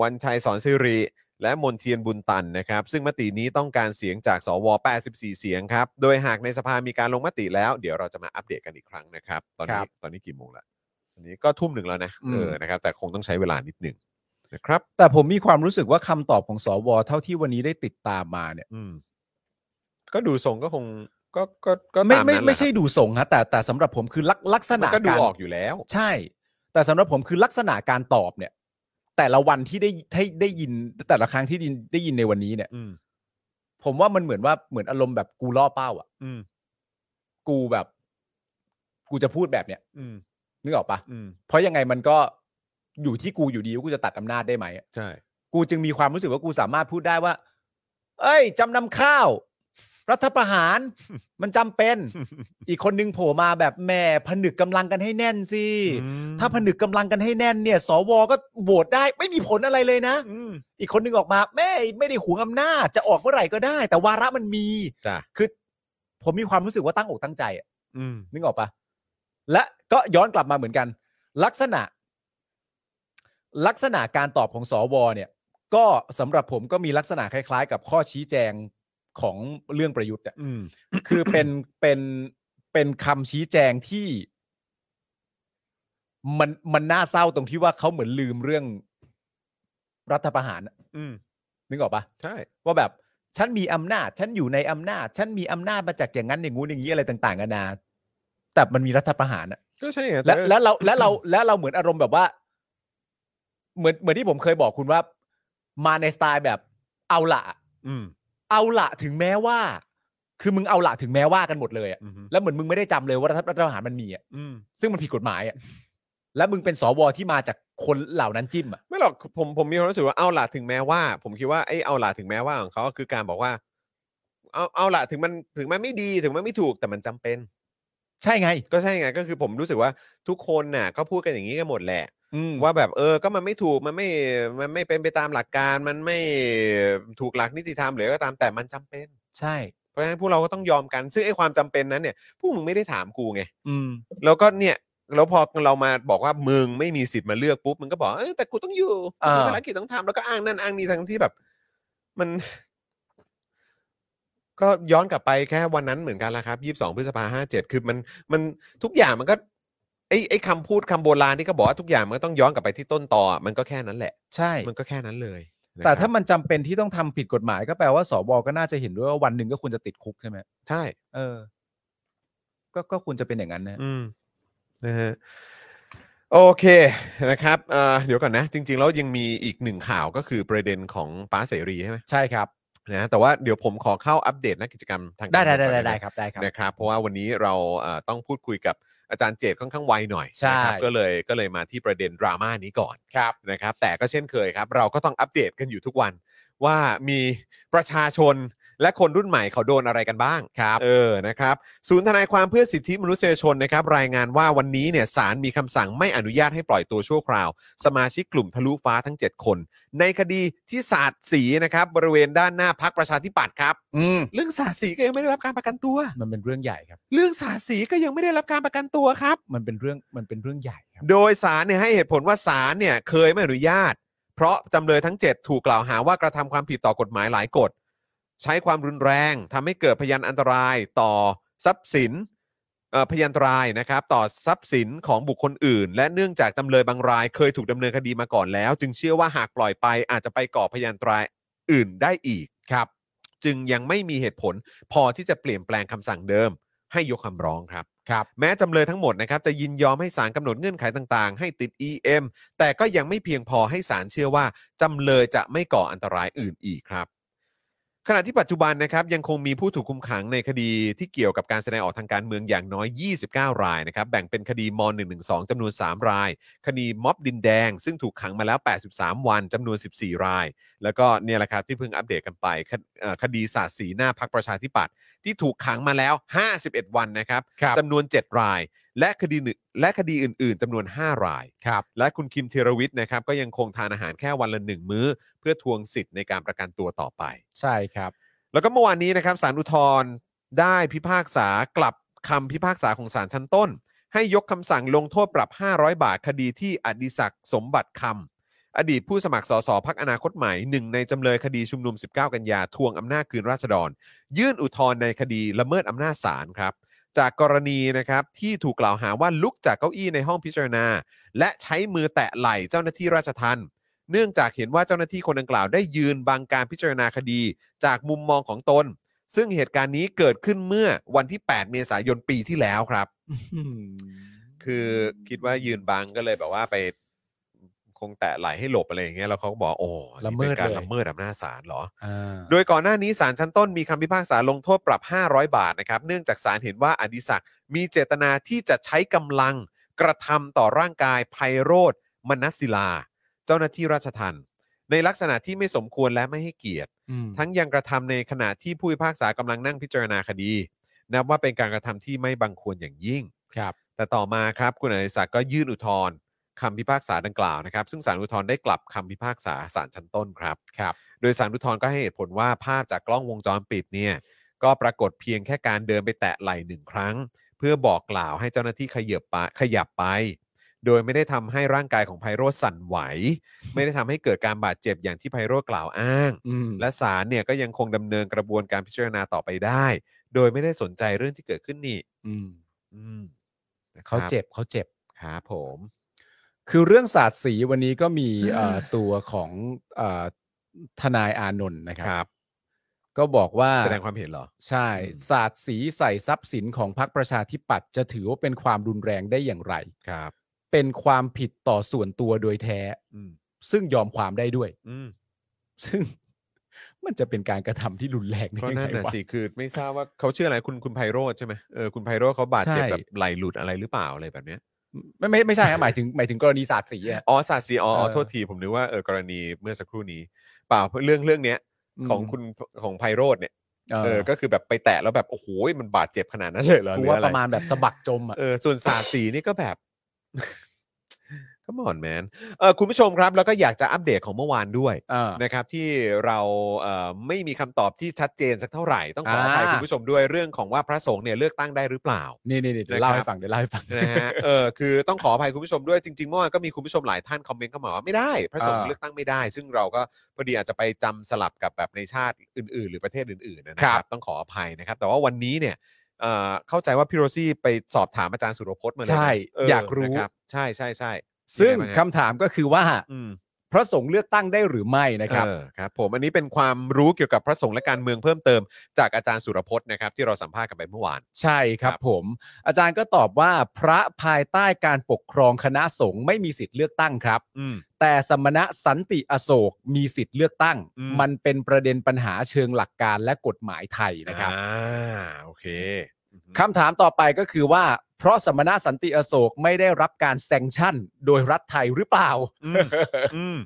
S2: วันชัยสอนสิริ และมนเทียนบุญตันนะครับ ซึ่งมตินี้ต้องการเสียงจากสว 84 เสียงครับ โดยหากในสภามีการลงมติแล้ว เดี๋ยวเราจะมาอัปเดตกันอีกครั้งนะครับ ตอนนี้ตอนนี้กี่โมงละอันนี้ก็ทุ่มหนึ่งแล้วนะเออนะครับ แต่คงต้องใช้เวลานิดหนึ่งนะครับ
S3: แต่ผมมีความรู้สึกว่าคำตอบของสวเท่าที่วันนี้ได้ติดตามมาเนี่ย
S2: อืม ก็ดูทรงก็คง ก็ก็ก็
S3: ไม่
S2: ตา
S3: ไม่
S2: นั้นแหละ
S3: ไม่ใช่ดูทรงฮะแต่แต่สำหรับผมคือลักลักษ
S2: มั
S3: ณะ
S2: นก็ดู
S3: าร
S2: ออกอยู่แล้ว
S3: ใช่ แต่สำหรับผมคือลักษณะการตอบเนี่ย แต่ละวันที่ได้ให้ได้ยินแต่ละครั้งที่ได้ยินได้ยินในวันนี้เนี่ย
S2: อืม
S3: ผมว่ามันเหมือนว่าเหมือนอารมณ์แบบกูล่อเป้า อ่ะ
S2: อืม
S3: กูแบบ กูจะพูดแบบเนี้ย
S2: อืม
S3: นึกออกปะ
S2: อืม
S3: เพราะยังไงมันก็อยู่ที่กูอยู่ดีว่ากูจะตัดอำนาจได้ไหมอะ
S2: ใช่
S3: กูจึงมีความรู้สึกว่ากูสามารถพูดได้ว่า เอ้ยจำนำข้าว รัฐประ หาร มันจำเป็น อีกคนนึงโผล่มาแบบแหม่ผนึกกำลังกันให้แน่นสิ ถ้าผนึกกำลังกันให้แน่นเนี่ย สวก็โหวตได้ไม่มีผลอะไรเลยนะ อีกคนนึงออกมาแม่ไม่ได้หวงอำนาจจะออกเมื่อไหร่ก็ได้ แต่วาระมันมี
S2: จ้ะ
S3: คือ ผมมีความรู้สึกว่าตั้งอกตั้งใจอะ
S2: อืม
S3: นึกออกปะและก็ย้อนกลับมาเหมือนกัน ลักษณะ ลักษณะการตอบของสวเนี่ย ก็สำหรับผมก็มีลักษณะคล้ายๆ กับข้อชี้แจงของเรื่องประยุทธ์อะ
S2: อืม
S3: คือเป็นเป็นเป็นคำชี้แจงที่ มันมันน่าเศร้าตรงที่ว่าเขาเหมือนลืมเรื่องรัฐประหารอะ
S2: อืม
S3: นึกออกปะ
S2: ใช่
S3: ว่าแบบ ฉันมีอำนาจ ฉันอยู่ในอำนาจ ฉันมีอำนาจมาจากอย่างนั้นอย่างงู้นอย่างนี้อะไรต่างๆกันานาแต่มันมีรัฐประหารอะ
S2: ก็ใช่ไง
S3: และ
S2: ต่
S3: และเราและเราและเราเหมือนอารมณ์แบบว่า เหมือนเหมือนที่ผมเคยบอกคุณว่า มาในสไตล์แบบเอาละ
S2: อืม
S3: เอาละถึงแม้ว่า คือมึงเอาละถึงแม้ว่ากันหมดเลยอะ
S2: อืม
S3: แล้วเหมือนมึงไม่ได้จำเลยว่ารัฐรัฐประหารมันมีอ่ะ
S2: อืม
S3: ซึ่งมันผิดกฎหมายอ่ะแล้วมึงเป็นสวที่มาจากคนเหล่านั้นจิ้มอ่ะ
S2: ไม่หรอกผมผมมีความรู้สึกว่าเอาล่ะถึงแม้ว่า ผมคิดว่าไอ้เอาล่ะถึงแม้ว่าของเขาก็คือการบอกว่า เอาเอาล่ะถึงมันถึงมันไม่ดีถึงมันไม่ถูกแต่มันจำเป็น
S3: ใช่ไง
S2: ก็ใช่ไงก็คือผมรู้สึกว่าทุกคนน่ะก็พูดกันอย่างนี้กันหมดแหละ
S3: อืมว่า
S2: ว่าแบบเออก็มันไม่ถูกมันไม่มันไม่เป็นไปตามหลักการมันไม่ถูกหลักนิติธรรมหรืออะไรก็ตามแต่มันจำเป็น
S3: ใช่
S2: เพราะฉะนั้นพวกเราก็ต้องยอมกันซึ่งไอ้ความจำเป็นนั้นเนี่ยพวกมึงไม่ได้ถามกูไง
S3: อืม
S2: แล้วก็เนี่ยแล้วพอเรามาบอกว่ามึงไม่มีสิทธิ์มาเลือกปุ๊บมึงก็บอกเออแต่กูต้องอยู่
S3: อ่า
S2: มีภารกิจต้องทำแล้วก็อ้างนั่นอ้างนี่ทั้งที่แบบ มัน ก็ย้อนกลับไปแค่วันนั้นเหมือนกันละครับยี่สิบสองพฤษภาห้าเจ็ดคือมันมันทุกอย่างมันก็ไอ้ไอ้คำพูดคำโบราณที่ก็บอกว่าทุกอย่างมันก็ต้องย้อนกลับไปที่ต้นตอมันก็แค่นั้นแหละ
S3: ใช่
S2: มันก็แค่นั้นเลยนะครับ
S3: แต่ถ้ามันจำเป็นที่ต้องทำผิดกฎหมายก็แปลว่าสวก็น่าจะเห็นด้วยว่าวันหนึ่งก็ควรจะติดคุกใช่ไหม
S2: ใช่
S3: เออ ก็ก็ควรจะเป็นอย่างนั้นนะ
S2: อืมนะฮะโอเคนะครับเอ่อเดี๋ยวก่อนนะ จริง ๆ แล้วยังมีอีกหนึ่งข่าวก็คือประเด็นของป้าเสรีใช่ไหม
S3: ใช่ครับ
S2: นะแต่ว่าเดี๋ยวผมขอเข้าอัปเดตนักกิจกรรมทางการ
S3: ได้ได้
S2: เมื
S3: ได้
S2: องก่อนนะ
S3: ได้ได้ครับ ได้ครับ
S2: นะครับ เพราะว่าวันนี้เราเอ่อต้องพูดคุยกับอาจารย์เจตค่อนข้างไวหน่อย
S3: ใช่
S2: นะครับก็เลยก็เลยมาที่ประเด็นดราม่านี้ก่อน
S3: ครับ
S2: นะครับแต่ก็เช่นเคยครับ เราก็ต้องอัปเดตกันอยู่ทุกวัน ว่ามีประชาชนและคนรุ่นใหม่เขาโดนอะไรกันบ้าง
S3: ครับ
S2: เออ นะครับ ศูนย์ทนายความเพื่อสิทธิมนุษยชนนะครับ รายงานว่าวันนี้เนี่ยศาลมีคำสั่งไม่อนุญาตให้ปล่อยตัวชั่วคราว สมาชิกกลุ่มทะลุฟ้าทั้ง 7 คน ในคดีที่สาดสีนะครับ บริเวณด้านหน้าพักประชาธิปัตย์ครับ
S3: อืม
S2: เรื่องสาดสีก็ยังไม่ได้รับการประกันตัว
S3: มันเป็นเรื่องใหญ่ครับ
S2: เรื่องสาดสีก็ยังไม่ได้รับการประกันตัวครับ
S3: มันเป็นเรื่องมันเป็นเรื่องใหญ่ครับ
S2: โดยสารเนี่ยให้เหตุผลว่าสารเนี่ยเคยไม่อนุญาต เพราะจำเลยทั้ง 7 ถูกกล่าวหาว่ากระทำความผิดต่อกฎหมายหลายกฎ ใช้ความรุนแรงทำให้เกิดพยันอันตรายต่อทรัพย์สินเอ่อพยันตรายนะครับ ต่อทรัพย์สินของบุคคลอื่น และเนื่องจากจำเลยบางรายเคยถูกดำเนินคดีมาก่อนแล้ว จึงเชื่อว่าหากปล่อยไปอาจจะไปก่อพยันตรายอื่นได้อีกครับ จึงยังไม่มีเหตุผล พอที่จะเปลี่ยนแปลงคำสั่งเดิม ให้ยกคำร้องครับ
S3: ครับ
S2: แม้จำเลยทั้งหมดนะครับจะยินยอมให้ศาลกำหนดเงื่อนไขต่างๆ ให้ติด EM แต่ก็ยังไม่เพียงพอให้ศาลเชื่อว่าจำเลยจะไม่ก่ออันตรายอื่นอีกครับ ขณะที่ปัจจุบันนะครับยังคงมีผู้ถูกคุมขังในคดีที่เกี่ยวกับการแสดงออกทางการเมืองอย่างน้อย 29 รายนะครับแบ่งเป็นคดีม .112 จำนวน 3 ราย คดีม็อบดินแดง ซึ่งถูกขังมาแล้ว 83 วันจำนวน 14 ราย แล้วก็เนี่ยแหละครับที่เพิ่งอัปเดตกันไปคดเอ่อคดีสาดสีหน้าพักประชาธิปัตย์ที่ถูกขังมาแล้ว 51 วันนะครับ
S3: ครับ
S2: จำนวน 7 ราย และคดีหนึ่งและคดีอื่น ๆจำนวน 5 ราย
S3: ครับ
S2: และคุณคิมธีรวิทย์นะครับก็ยังคงทานอาหารแค่วันละหนึ่งมื้อ เพื่อทวงสิทธิ์ในการประกันตัวต่อไป
S3: ใช่ครับ
S2: แล้วก็เมื่อวานนี้นะครับสารอุทธรณ์ได้พิพากษากลับคำพิพากษาของศาลชั้นต้น ให้ยกคำสั่งลงโทษปรับ 500 บาทคดีที่อดิศักดิ์สมบัติคำอดีตผู้สมัครสสพักอนาคตใหม่หนึ่งในจำเลยคดีชุมนุม 19 กันยาทวงอำนาจคืนราษฎร ยื่นอุทธรณ์ในคดีละเมิดอำนาจศาลครับ จากกรณีนะครับที่ถูกกล่าวหาว่าลุกจากเก้าอี้ในห้องพิจารณา และใช้มือแตะไหล่เจ้าหน้าที่ราชทัณฑ์ เนื่องจากเห็นว่าเจ้าหน้าที่คนดังกล่าวได้ยืนบังการพิจารณาคดีจากมุมมองของตน ซึ่งเหตุการณ์นี้เกิดขึ้นเมื่อวันที่ 8 เมษายนปีที่แล้วครับ คือคิดว่ายืนบังก็เลยแบบว่าไป คงแตะไหลให้หลบอะไรอย่างเงี้ยแล้วเขาก็บอกโอ้นี่
S3: ละเมิด
S2: ป็นการ
S3: เลย
S2: ละเมิดอำนาจศาลเหรอ
S3: อ่า
S2: โดยก่อนหน้านี้ศาลชั้นต้นมีคำพิพากษาลงโทษปรับ 500 บาทนะครับ เนื่องจากศาลเห็นว่าอดิศักดิ์มีเจตนาที่จะใช้กำลังก กระทำต่อร่างกายไพโรธมนัสศิลา เจ้าหน้าที่ราชทัณฑ์ในลักษณะที่ไม่สมควรและไม่ให้เกียรติ
S3: อืม
S2: ทั้งยังกระทำในขณะที่ผู้พิพากษากำลังนั่งพิจารณาคดี นับว่าเป็นการกระทำที่ไม่บังควรอย่างยิ่ง
S3: ครับ
S2: แต่ต่อมาครับ คุณอริศักดิ์ก็ยื่นอุทธรณ์คำพิพากษาดังกล่าวนะครับ ซึ่งศาลอุทธรณ์ได้กลับคำพิพากษาศาลชั้นต้นครับ
S3: ครับ
S2: โดยสารอุทธรณ์ก็ให้เหตุผลว่าภาพจากกล้องวงจรปิดเนี่ยก็ปรากฏเพียงแค่การเดินไปแตะไหล่หนึ่งครั้ง เพื่อบอกกล่าวให้เจ้าหน้าที่ขยับไปขยับไป โดยไม่ได้ทำให้ร่างกายของไพโรธสั่นไหว ไม่ได้ทำให้เกิดการบาดเจ็บอย่างที่ไพโรธกล่าวอ้าง
S3: อืม
S2: และศาลเนี่ยก็ยังคงดำเนินกระบวนการพิจารณาต่อไปได้ โดยไม่ได้สนใจเรื่องที่เกิดขึ้นนี่
S3: อืม
S2: อืมนะครับ
S3: เขาเจ็บเขาเจ็บ
S2: ครับผม
S3: คือเรื่องศาสตร์สีวันนี้ก็มีเอ่อ ตัวของเอ่อทนายอานนท์นะครั
S2: ครับ
S3: ก็บอกว่า
S2: แสดงความเห็นเหรอ
S3: ใช่
S2: อืม
S3: ศาสตร์สีใส่ทรัพย์สินของพรรคประชาธิปัตย์จะถือว่าเป็นความรุนแรงได้อย่างไร
S2: ครับ
S3: เป็นความผิดต่อส่วนตัวโดยแท้
S2: อืม
S3: ซึ่งยอมความได้ด้วย
S2: อืม
S3: ซึ่ง มันจะเป็นการกระทำที่รุนแรงได้
S2: ก็
S3: ยัง
S2: นั่น
S3: ไง
S2: น่ะ
S3: วะ
S2: สิคือไม่ทราบว่าเขาชื่ออะไรคุณคุณไพโรธใช่ไหมเออคุณไพโรธเขาบาดเจ็บ
S3: ใช่
S2: แบบไหลหลุดอะไรหรือเปล่าอะไรแบบเนี้ย
S3: ไม่ไม่ไม่ใช่ ฮะหมายถึงหมายถึงกรณีศาสตร์สีอะ
S2: อ๋อศาสตร์สีอ๋ออ๋อ
S3: เออ
S2: โทษทีผมนึกว่าเออกรณีเมื่อสักครู่นี้ เปล่าเรื่องเรื่องเนี้ยของคุณของไพโรธเนี่ยเออก็คือแบบไปแตะแล้วแบบโอ้โหมันบาดเจ็บขนาดนั้นเลยเหรอห
S3: กู
S2: รือ
S3: ว่า
S2: อะไร
S3: ประมาณแบบสะบักจมอ่ะ
S2: เออส่วนศาสตร์สีนี่ก็แบบ ก็มอนแมนเออคุณผู้ชมครับ แล้วก็อยากจะอัปเดตของเมื่อวานด้วย
S3: เออ
S2: นะครับที่เราเอ่อไม่มีคำตอบที่ชัดเจนสักเท่าไหร่ ต้องขออภัย
S3: อ่า
S2: คุณผู้ชมด้วยเรื่องของว่าพระสงฆ์เนี่ยเลือกตั้งได้หรือเปล่า
S3: นี่นี่นี่เดี๋ยวเล่า
S2: นะครับ
S3: ให้ฟังเดี๋ยวเล่าให้ฟัง
S2: นะ ฮะเออคือต้องขออภัยคุณผู้ชมด้วยจริงๆเมื่อวานก็มีคุณผู้ชมหลายท่านคอมเมนต์เข้ามาว่าไม่ได้ พระสงฆ์
S3: อ่า
S2: เลือกตั้งไม่ได้ ซึ่งเราก็พอดีอาจจะไปจำสลับกับแบบในชาติอื่น ๆ หรือประเทศอื่นๆนะค
S3: ครั
S2: รับบ ต้องขออภัยนะครับ แต่ว่าวันนี้เนี่ยเอ่อเข้าใจว่าพี่โรซี่ไปสอบถามอาจารย์สุรพจน์มาเลยนะ
S3: ใช่
S2: เ
S3: อยากรู้
S2: นะคบใช่ใช่ใช่
S3: ซึ่ง
S2: ยังไงบ้างฮะ
S3: คำถามก็คือว่า
S2: อืม
S3: พระสงฆ์เลือกตั้งได้หรือไม่นะครับ
S2: เออครับผมอันนี้เป็นความรู้เกี่ยวกับพระสงฆ์และการเมืองเพิ่มเติม จากอาจารย์สุรพจน์นะครับที่เราสัมภาษณ์กันไปเมื่อวาน
S3: ใช่ครั
S2: ค
S3: บ
S2: รับ
S3: ผม อาจารย์ก็ตอบว่าพระภายใต้การปกครองคณะสงฆ์ไม่มีสิทธิ์เลือกตั้งครับ
S2: อืม
S3: แต่สมณะสันติอโศกมีสิทธิ์เลือกตั้ง
S2: อืม
S3: มันเป็นประเด็นปัญหาเชิงหลักการและกฎหมายไทยนะครับ
S2: อ่าโอเคอืม
S3: คำถามต่อไปก็คือว่า เพราะสมณะสันติอโศกไม่ได้รับการแซงชั่น โดยรัฐไทยหรือเปล่า
S2: อืมอืม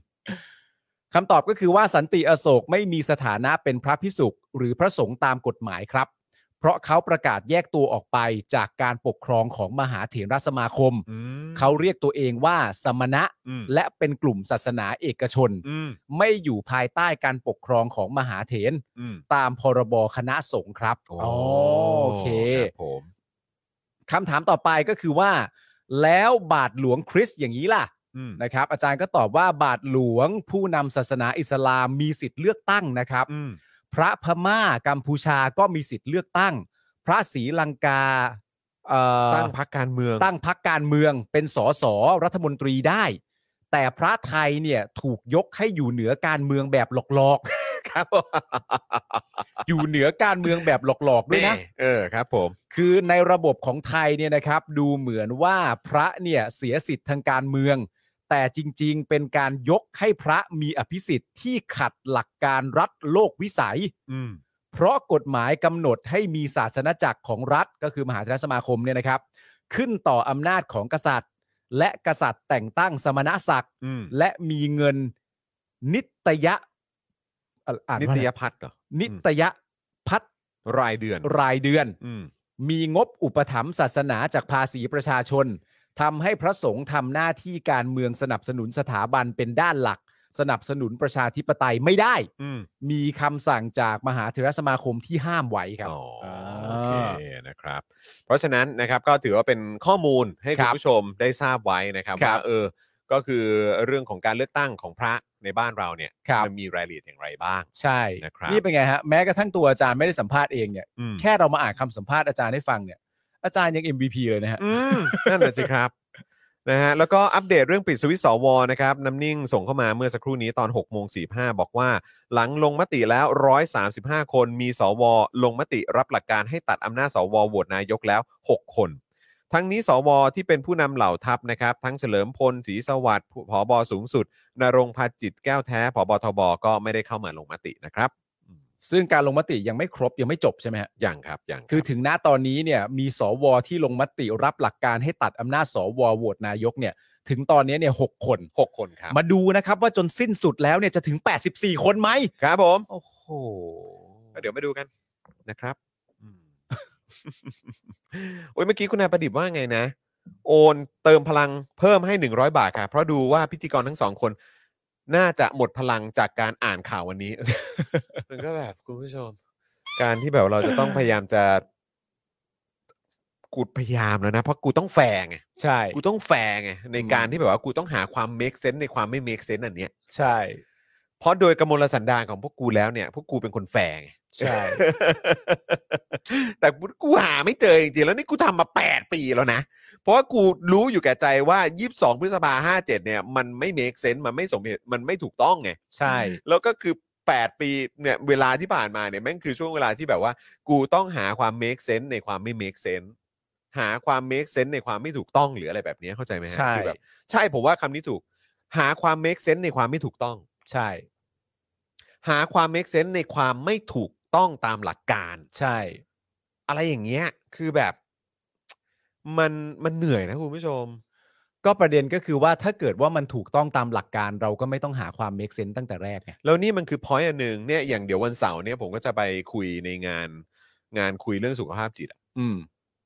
S3: คำตอบก็คือว่าสันติอโศกไม่มีสถานะเป็นพระพิสุหรือพระสงฆ์ตามกฎหมายครับ เพราะเขาประกาศแยกตัวออกไปจากการปกครองของมหาเถรสมาคม
S2: อืม
S3: เขาเรียกตัวเองว่าสมณะ
S2: อืม
S3: และเป็นกลุ่มศาสนาเอกชน
S2: อืม
S3: ไม่อยู่ภายใต้การปกครองของมหาเถร
S2: อืม
S3: ตามพรบคณะสงฆ์ครับโอเค
S2: ครับผม
S3: คำถามต่อไปก็คือว่า แล้วบาทหลวงคริสต์อย่างนี้ล่ะ
S2: อืม
S3: นะครับอาจารย์ก็ตอบว่าบาทหลวงผู้นำศาสนาอิสลามมีสิทธิ์เลือกตั้งนะครับ
S2: อืม
S3: พระพม่ากัมพูชาก็มีสิทธิ์เลือกตั้ง พระศรีลังกาเอ่อ
S2: ตั้งพักการเมือง
S3: ตั้งพรรคการเมืองเป็นสสรัฐมนตรีได้ แต่พระไทยเนี่ยถูกยกให้อยู่เหนือการเมืองแบบหลอก
S2: ครับ
S3: ๆ อยู่เหนือการเมืองแบบหลอกๆด้วยนะ
S2: เออครับ ผม
S3: คือในระบบของไทยเนี่ยนะครับ ดูเหมือนว่าพระเนี่ยเสียสิทธิ์ทางการเมือง แต่จริงๆ เป็นการยกให้พระมีอภิสิทธิ์ที่ขัดหลักการรัฐโลกวิสัย
S2: อืม
S3: เพราะกฎหมายกำหนดให้มีศาสนจักรของรัฐก็คือมหาเถรสมาคมเนี่ยนะครับ ขึ้นต่ออำนาจของกษัตริย์ และกษัตริย์แต่งตั้งสมณศักดิ์
S2: อืม
S3: และมีเงินนิตยะอ่ะอ่าน
S2: นิต
S3: ว่าอะไร
S2: ยพัฒน์เหรอ
S3: นิตยพัฒน์
S2: รายเดือน
S3: รายเดือน
S2: อืม
S3: มีงบอุปถัมภ์ศาสนาจากภาษีประชาชนทำให้พระสงฆ์ทำหน้าที่การเมืองสนับสนุนสถาบันเป็นด้านหลัก สนับสนุนประชาธิปไตยไม่ได้
S2: อืม
S3: มีคำสั่งจากมหาเถรสมาคมที่ห้ามไว้ครับ
S2: อ๋ออา โอเคนะครับ เพราะฉะนั้นนะครับก็ถือว่าเป็นข้อมูลให้คุณ
S3: ครับ
S2: ผู้ชมได้ทราบไว้นะครับ
S3: ครั
S2: ว่า
S3: บ
S2: เออ ก็คือเรื่องของการเลือกตั้งของพระในบ้านเราเนี่ย
S3: ครับ
S2: มันมีรายละเอียดอย่างไรบ้าง
S3: ใช่
S2: นะครับ
S3: นี่เป็นไงฮะแม้กระทั่งตัวอาจารย์ไม่ได้สัมภาษณ์เองเนี่ย
S2: อืม
S3: แค่เรามาอ่านคำสัมภาษณ์อาจารย์ให้ฟังเนี่ยอาจารย์ยัง MVP เลยนะฮะ
S2: อืมนั่นแหละสิครับนะฮะแล้วก็อัปเดตเรื่องปิดสวิตช์สวนะครับน้ำนิ่งส่งเข้ามาเมื่อสักครู่นี้ตอน6กโมงสีบอกว่า หลังลงมติแล้ว 135 คนมีสว ลงมติรับหลักการให้ตัดอำนาจสวโหวตนายกแล้ว 6 คน ทั้งนี้สวที่เป็นผู้นำเหล่าทัพนะครับ ทั้งเฉลิมพลศรีสวัสดิ์ผอบอสูงสุดนรงค์พันจิตแก้วแท้ผอบอทบก็ไม่ได้เข้ามาลงมตินะครับ
S3: ซึ่งการลงมติยังไม่ครบยังไม่จบใช่ไหมฮะ
S2: อย่างครับอย่างรับ
S3: คือถึงณตอนนี้เนี่ยมีสวที่ลงมติรับหลักการให้ตัดอำนาจสวโหวตนายกเนี่ยถึงตอนนี้เนี่ยหกคน
S2: หกคนครับ
S3: มาดูนะครับว่าจนสิ้นสุดแล้วเนี่ยจะถึง 84 คนไหม
S2: ครับผม
S3: โอ้โห
S2: ก็เดี๋ยวมาดูกันนะครับอืมโอ้ยเมื่อกี้คุณนายประดิษฐ์ว่าไงนะ โอนเติมพลังเพิ่มให้ 100 บาทค่ะเพราะดูว่าพิธีกรทั้งสองคน น่าจะหมดพลังจากการอ่านข่าววันนี้ มันก็แบบคุณผู้ชม การที่แบบเราจะต้องพยายามจะกูพยายามแล้วนะ เพราะกูต้องแฝงไง
S3: ใช่
S2: กูต้องแฟร์ไงในการที่แบบว่ากูต้องหาความ make sense ในความไม่ make sense อันเนี้ย
S3: ใช่
S2: เพราะโดยกำมลสันดานของพวกกูแล้วเนี่ยพวกกูเป็นคนแฟร์ไง
S3: ใช่
S2: แต่กูหาไม่เจอจริงๆแล้วนี่กูทำมา 8 ปีแล้วนะ เพราะว่ากูรู้อยู่แก่ใจว่า 22 พฤษภาห้าเจ็ดเนี่ยมันไม่ make sense มันไม่สมเหตุมันไม่ถูกต้องไง
S3: ใช่
S2: แล้วก็คือ 8 ปีเนี่ยเวลาที่ผ่านมาเนี่ยแม่งคือช่วงเวลาที่แบบว่า กูต้องหาความ make sense ในความไม่ make sense หาความ make sense ในความไม่ถูกต้องหรืออะไรแบบเนี้ยเข้าใจไหมฮะ
S3: ใช่
S2: คือแบบใช่ผมว่าคำนี้ถูก หาความ make sense ในความไม่ถูกต้อง
S3: ใช่
S2: หาความ make sense ในความไม่ถูกต้องตามหลักการ
S3: ใช่
S2: อะไรอย่างเงี้ยคือแบบ มันมันเหนื่อยนะคุณผู้ชม
S3: ก็ประเด็นก็คือว่าถ้าเกิดว่ามันถูกต้องตามหลักการเราก็ไม่ต้องหาความ make sense ตั้งแต่แรกไง
S2: แล้วนี่มันคือ point อันหนึ่งเนี่ยอย่างเดี๋ยววันเสาร์เนี่ยผมก็จะไปคุยในงานงานคุยเรื่องสุขภาพจิตอะ
S3: อืม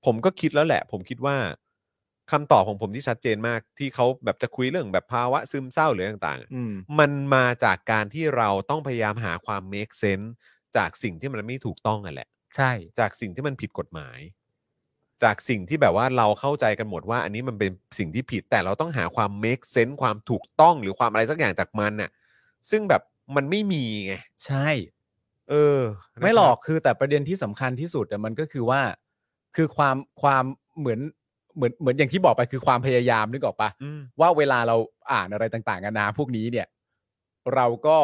S2: ผมก็คิดแล้วแหละ ผมคิดว่าคำตอบของผมที่ชัดเจนมาก ที่เขาแบบจะคุยเรื่องแบบภาวะซึมเศร้าหรือต่างๆอะ
S3: อืม
S2: มันมาจากการที่เราต้องพยายามหาความ make sense จากสิ่งที่มันไม่ถูกต้องนั่นแหละ
S3: ใช่
S2: จากสิ่งที่มันผิดกฎหมาย จากสิ่งที่แบบว่าเราเข้าใจกันหมดว่า อันนี้มันเป็นสิ่งที่ผิดแต่เราต้องหาความ make sense ความถูกต้องหรือความอะไรสักอย่างจากมันน่ะ ซึ่งแบบมันไม่มีไง
S3: ใช่
S2: เออ
S3: ไม่หรอกคือแต่ประเด็นที่สำคัญที่สุดอะมันก็คือว่า คือความความเหมือนเหมือนเหมือนอย่างที่บอกไปคือความพยายามนึกออกปะ
S2: อืม
S3: ว่าเวลาเราอ่านอะไรต่างๆนานาพวกนี้เนี่ย เราก็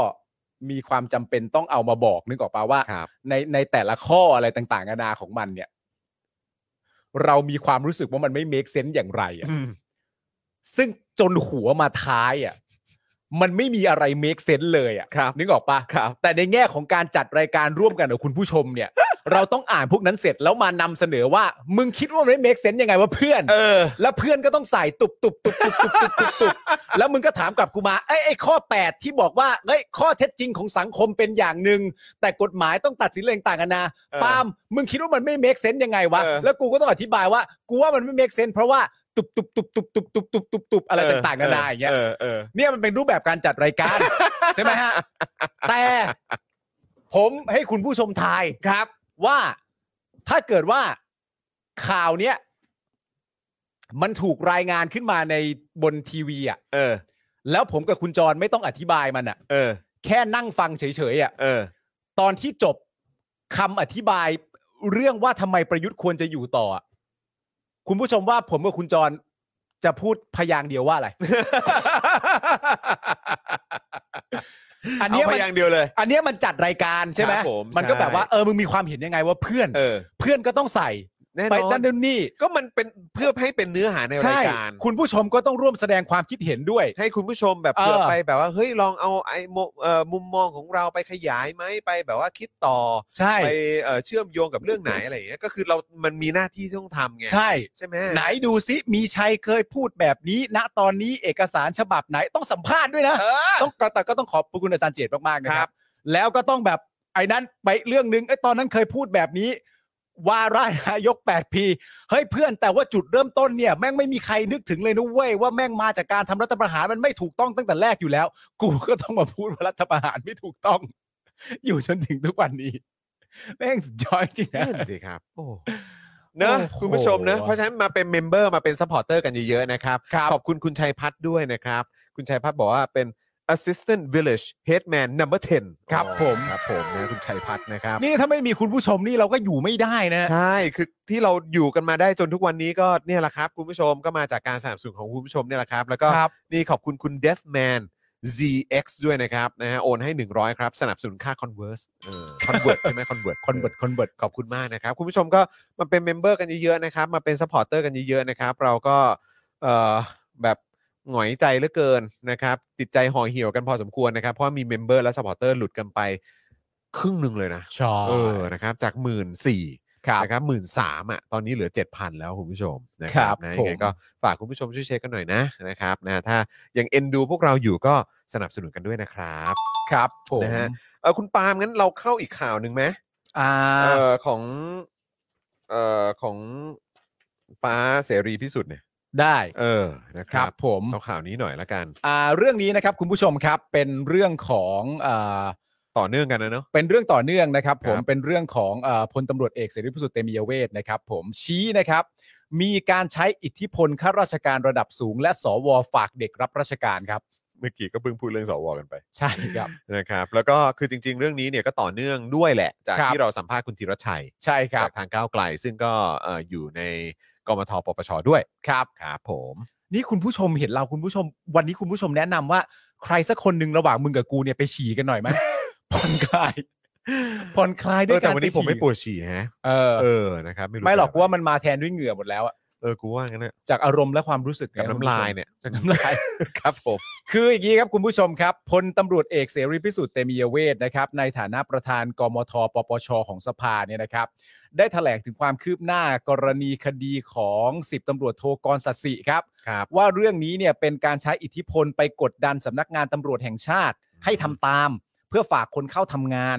S3: มีความจำเป็นต้องเอามาบอกนึกออกปะว่า
S2: ครับ
S3: ในในแต่ละข้ออะไรต่างๆนานาของมันเนี่ย เรามีความรู้สึกว่ามันไม่ make sense อย่างไรอะ ซึ่งจนหัวมาท้ายอ่ะมันไม่มีอะไร make sense เลยอ่ะ
S2: ครับ
S3: นึกออกปะ
S2: ครับ
S3: แต่ในแง่ของการจัดรายการร่วมกันกับคุณผู้ชมเนี่ย เราต้องอ่านพวกนั้นเสร็จแล้วมานำเสนอว่า มึงคิดว่ามันไม่ make sense ยังไงว่าเพื่อน
S2: เออ
S3: แล้วเพื่อนก็ต้องใส่ตุบตุบตุบตุบตุบตุบตุบตุบแล้วมึงก็ถามกลับกูมาไอ้ยไอ้ข้อ 8 ที่บอกว่าเฮ้ยข้อเท็จจริงของสังคมเป็นอย่างหนึ่งแต่กฎหมายต้องตัดสินเรื่องต่างกันนะ
S2: เออ
S3: ปาล์มมึงคิดว่ามันไม่ make sense ยังไงวะ
S2: เออ
S3: แล้วกูก็ต้องอธิบายว่ากูว่ามันไม่ make sense เพราะว่าตุบตุบตุบตุบตุบตุบตุบตุบตุบอะไรต่างๆกันานาอย่างเงี้ย
S2: เออเออ
S3: เนี่ยมันเป็นรูปแบบการจัดรายการ ใช่ไหมฮะแต่ผมให้คุณผู้ชมทายครับ ว่าถ้าเกิดว่าข่าวเนี้ยมันถูกรายงานขึ้นมาในบนทีวีอ่ะ
S2: เออ
S3: แล้วผมกับคุณจรไม่ต้องอธิบายมันอ่ะ
S2: เออ
S3: แค่นั่งฟังเฉยๆอ่ะ
S2: เออ
S3: ตอนที่จบคำอธิบายเรื่องว่าทำไมประยุทธ์ควรจะอยู่ต่ออะคุณผู้ชมว่าผมกับคุณจรจะพูดพยางค์เดียวว่า อะไร อัน
S2: เนี้
S3: เนี้ย
S2: พ
S3: มัน
S2: ยางค์เดียวเลย
S3: อันเนี้ยมันจัดรายการใช่ไหม
S2: ครับผม
S3: นก็
S2: ใช่
S3: แบบว่าเออมึงมีความเห็นยังไงว่าเพื่อน
S2: เออ
S3: เพื่อนก็ต้องใส่
S2: แน่
S3: ไป
S2: นอ
S3: นั่
S2: น
S3: นนู่นนี่
S2: ก็มันเป็นเพื่อให้เป็นเนื้อหาในรายการ
S3: คุณผู้ชมก็ต้องร่วมแสดงความคิดเห็นด้วย
S2: ให้คุณผู้ชมแบบ
S3: เออ
S2: เผื่อไปแบบว่าเฮ้ยลองเอาไอ้มุมเอ่อมุมมองของเราไปขยายไหมไปแบบว่าคิดต่อ
S3: ใช่
S2: ไปเอ่อเชื่อมโยงกับเรื่องไหนอะไรอย่างเงี้ยก็คือเรา มันมีหน้าที่ที่ต้องทำไง
S3: ใช่
S2: ใช่ไหม
S3: ไหนดูซิมีชัยเคยพูดแบบนี้ ณตอนนี้เอกสารฉบับไหนต้องสัมภาษณ์ด้วยนะ
S2: เออ
S3: ต้องแต่ก็ต้องขอบพระคุณอาจารย์เจตมากๆนะค
S2: ครั
S3: รับ บ แล้วก็ต้องแบบไอ้นั้นไปเรื่องนึงไอ้ตอนนั้นเคยพูดแบบนี้ ว่าร่ายนายก 8 ปีเฮ้ยเพื่อนแต่ว่าจุดเริ่มต้นเนี่ยแม่งไม่มีใครนึกถึงเลยนะเว้ยว่าแม่งมาจากการทำรัฐประหารมันไม่ถูกต้องตั้งแต่แรกอยู่แล้ว กูก็ต้องมาพูดว่ารัฐประหารไม่ถูกต้อง อยู่จนถึงทุกวันนี้ แม่งสุดยอดจริงนะ
S2: นั่นสิครับโอ้เนอะ
S3: โอ้โห
S2: คุณผู้ชมเนอะเพราะฉะนั้นมาเป็นเมมเบอร์มาเป็นซัพพอร์เตอร์กันเยอะๆนะครับ
S3: ครับ
S2: ขอบคุณคุณชัยพัฒน์ด้วยนะครับ คุณชัยพัฒน์บอกว่าเป็น assistant village headman number 10
S3: ครับ
S2: อ๋อ
S3: ผม
S2: ครับผมนะคุณชัยพัฒน์นะครับ
S3: นี่ถ้าไม่มีคุณผู้ชมนี่เราก็อยู่ไม่ได้นะ
S2: ใช่ คือที่เราอยู่กันมาได้จนทุกวันนี้ก็เนี่ยแหละครับคุณผู้ชมก็มาจากการสนับสนุนของคุณผู้ชมเนี่ยแหละครับ แล้วก็
S3: ครับ
S2: นี่ขอบคุณคุณ Deathman ZX ด้วยนะครับนะฮะโอนให้ 100 ครับ สนับสนุนค่า Converse เออ Convert ใช่ไหม Convert
S3: คอนเวิร์ตคอนเวิร์ต
S2: ขอบคุณมากนะครับ คุณผู้ชมก็มาเป็นเมมเบอร์กันเยอะๆนะครับ มาเป็นสปอร์เตอร์กันเยอะๆนะครับ เราก็เอ่อแบบหงอยใจเหลือเกินนะครับ ติดใจห่อเหี่ยวกันพอสมควรนะครับ เพราะว่ามีเมมเบอร์และสปอร์เตอร์หลุดกันไป ครึ่งหนึ่งเลยนะ
S3: ชอ
S2: เออนะครับจากหมื่นสี่
S3: ครับ
S2: นะครับหมื่นสามอ่ะตอนนี้เหลือ 7,000 แล้วคุณผู้ชมนะค
S3: ครั
S2: รับบ นะ
S3: ผ
S2: ยั
S3: ม
S2: งไงก็ฝากคุณผู้ชมช่วยเช็คกันหน่อยนะนะครับนะถ้ายังเอ็นดูพวกเราอยู่ก็สนับสนุนกันด้วยนะครับ
S3: ครับผม
S2: นะฮะเออคุณปาล์มงั้นเราเข้าอีกข่าวหนึ่งไหม
S3: อ่า
S2: เอ่อของเอ่อของป้าเสรีพิสุทธิ์เนี่ย
S3: ได้
S2: เออนะค
S3: ค
S2: รั
S3: รั
S2: บบ
S3: ผม
S2: เอาข่าวนี้หน่อยละกัน
S3: อ่าเรื่องนี้นะครับคุณผู้ชมครับเป็นเรื่องของอ่า
S2: ต่อเนื่องกันนะเนาะ
S3: เป็นเรื่องต่อเนื่องนะครับผม
S2: ครับ
S3: เป็นเรื่องของเออพลตำรวจเอกเสรีพิสุทธิ์เตมียเวทนะครับ ผมชี้นะครับ มีการใช้อิทธิพลข้าราชการระดับสูง และสวฝากเด็กรับราชการครับ
S2: เมื่อกี้ก็เพิ่งพูดเรื่องสวกันไป
S3: ใช่ ครับ
S2: นะครับ แล้วก็คือจริง ๆ เรื่องนี้เนี่ยก็ต่อเนื่องด้วยแหละ จาก
S3: ครับ
S2: ที่เราสัมภาษณ์คุณธีรชัย
S3: ใช่ครั
S2: จา
S3: บ
S2: กทางก้าวไกล ซึ่งก็เอ่ออยู่ในกมทปปชด้วย
S3: ครับ
S2: ครับผม
S3: นี่คุณผู้ชมเห็นเราคุณผู้ชม วันนี้คุณผู้ชมแนะนำว่า ใครสักคนหนึ่งระหว่างมึงกับกูเนี่ยไปฉี่กันห น่อยไหม ผ่อนคลายผ่อนคลายด้
S2: เออ
S3: ว
S2: ย แต่
S3: การ
S2: วันนี้ผมไม่ปวดฉี่ฮะ
S3: เออ
S2: เออนะครับไม่รู้
S3: ไม่หรอก
S2: เป็
S3: กู
S2: น
S3: ว่ามันมาแทนด้วยเหงื่อหมดแล้วอะ
S2: เออกูว่างั้นนะ
S3: จากอารมณ์และความรู้สึ
S2: กับ
S3: กะ
S2: น้ำลายเนี่ย
S3: จากน้ำลาย
S2: ครับผม
S3: คืออย่างนี้ครับคุณผู้ชมครับพลตำรวจเอกเสรีพิสุทธิ์เตมียเวทนะครับในฐานะประธานกมทปปชของสภาเนี่ยนะครับ ได้แถลงถึงความคืบหน้ากรณีคดีของ 10ตำรวจโทกรสัตย์สิครับ
S2: ครับ
S3: ว่าเรื่องนี้เนี่ยเป็นการใช้อิทธิพลไปกดดันสำนักงานตำรวจแห่งชาติ ให้ทำตาม เพื่อฝากคนเข้าทำงาน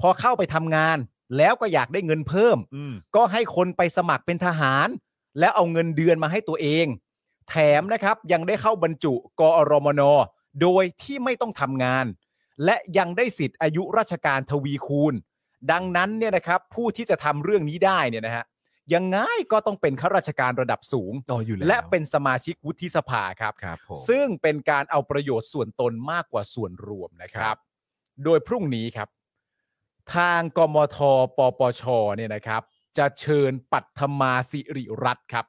S3: พอเข้าไปทำงาน แล้วก็อยากได้เงินเพิ่ม
S2: อืม
S3: ก็ให้คนไปสมัครเป็นทหาร แล้วเอาเงินเดือนมาให้ตัวเอง แถมนะครับยังได้เข้าบรรจุกอรมน โดยที่ไม่ต้องทำงาน และยังได้สิทธิ์อายุราชการทวีคูณ ดังนั้นเนี่ยนะครับผู้ที่จะทำเรื่องนี้ได้เนี่ยนะฮะยังไงก็ต้องเป็นข้าราชการระดับสูง
S2: ต่ออยู่แล้ว
S3: และเป็นสมาชิกวุฒิสภาครับ
S2: ครับผม
S3: ซึ่งเป็นการเอาประโยชน์ส่วนตนมากกว่าส่วนรวมนะครับ โดยพรุ่งนี้ครับ ทางกมทปปชเนี่ยนะครับ จะเชิญปัทมาสิริรัตน์ครับ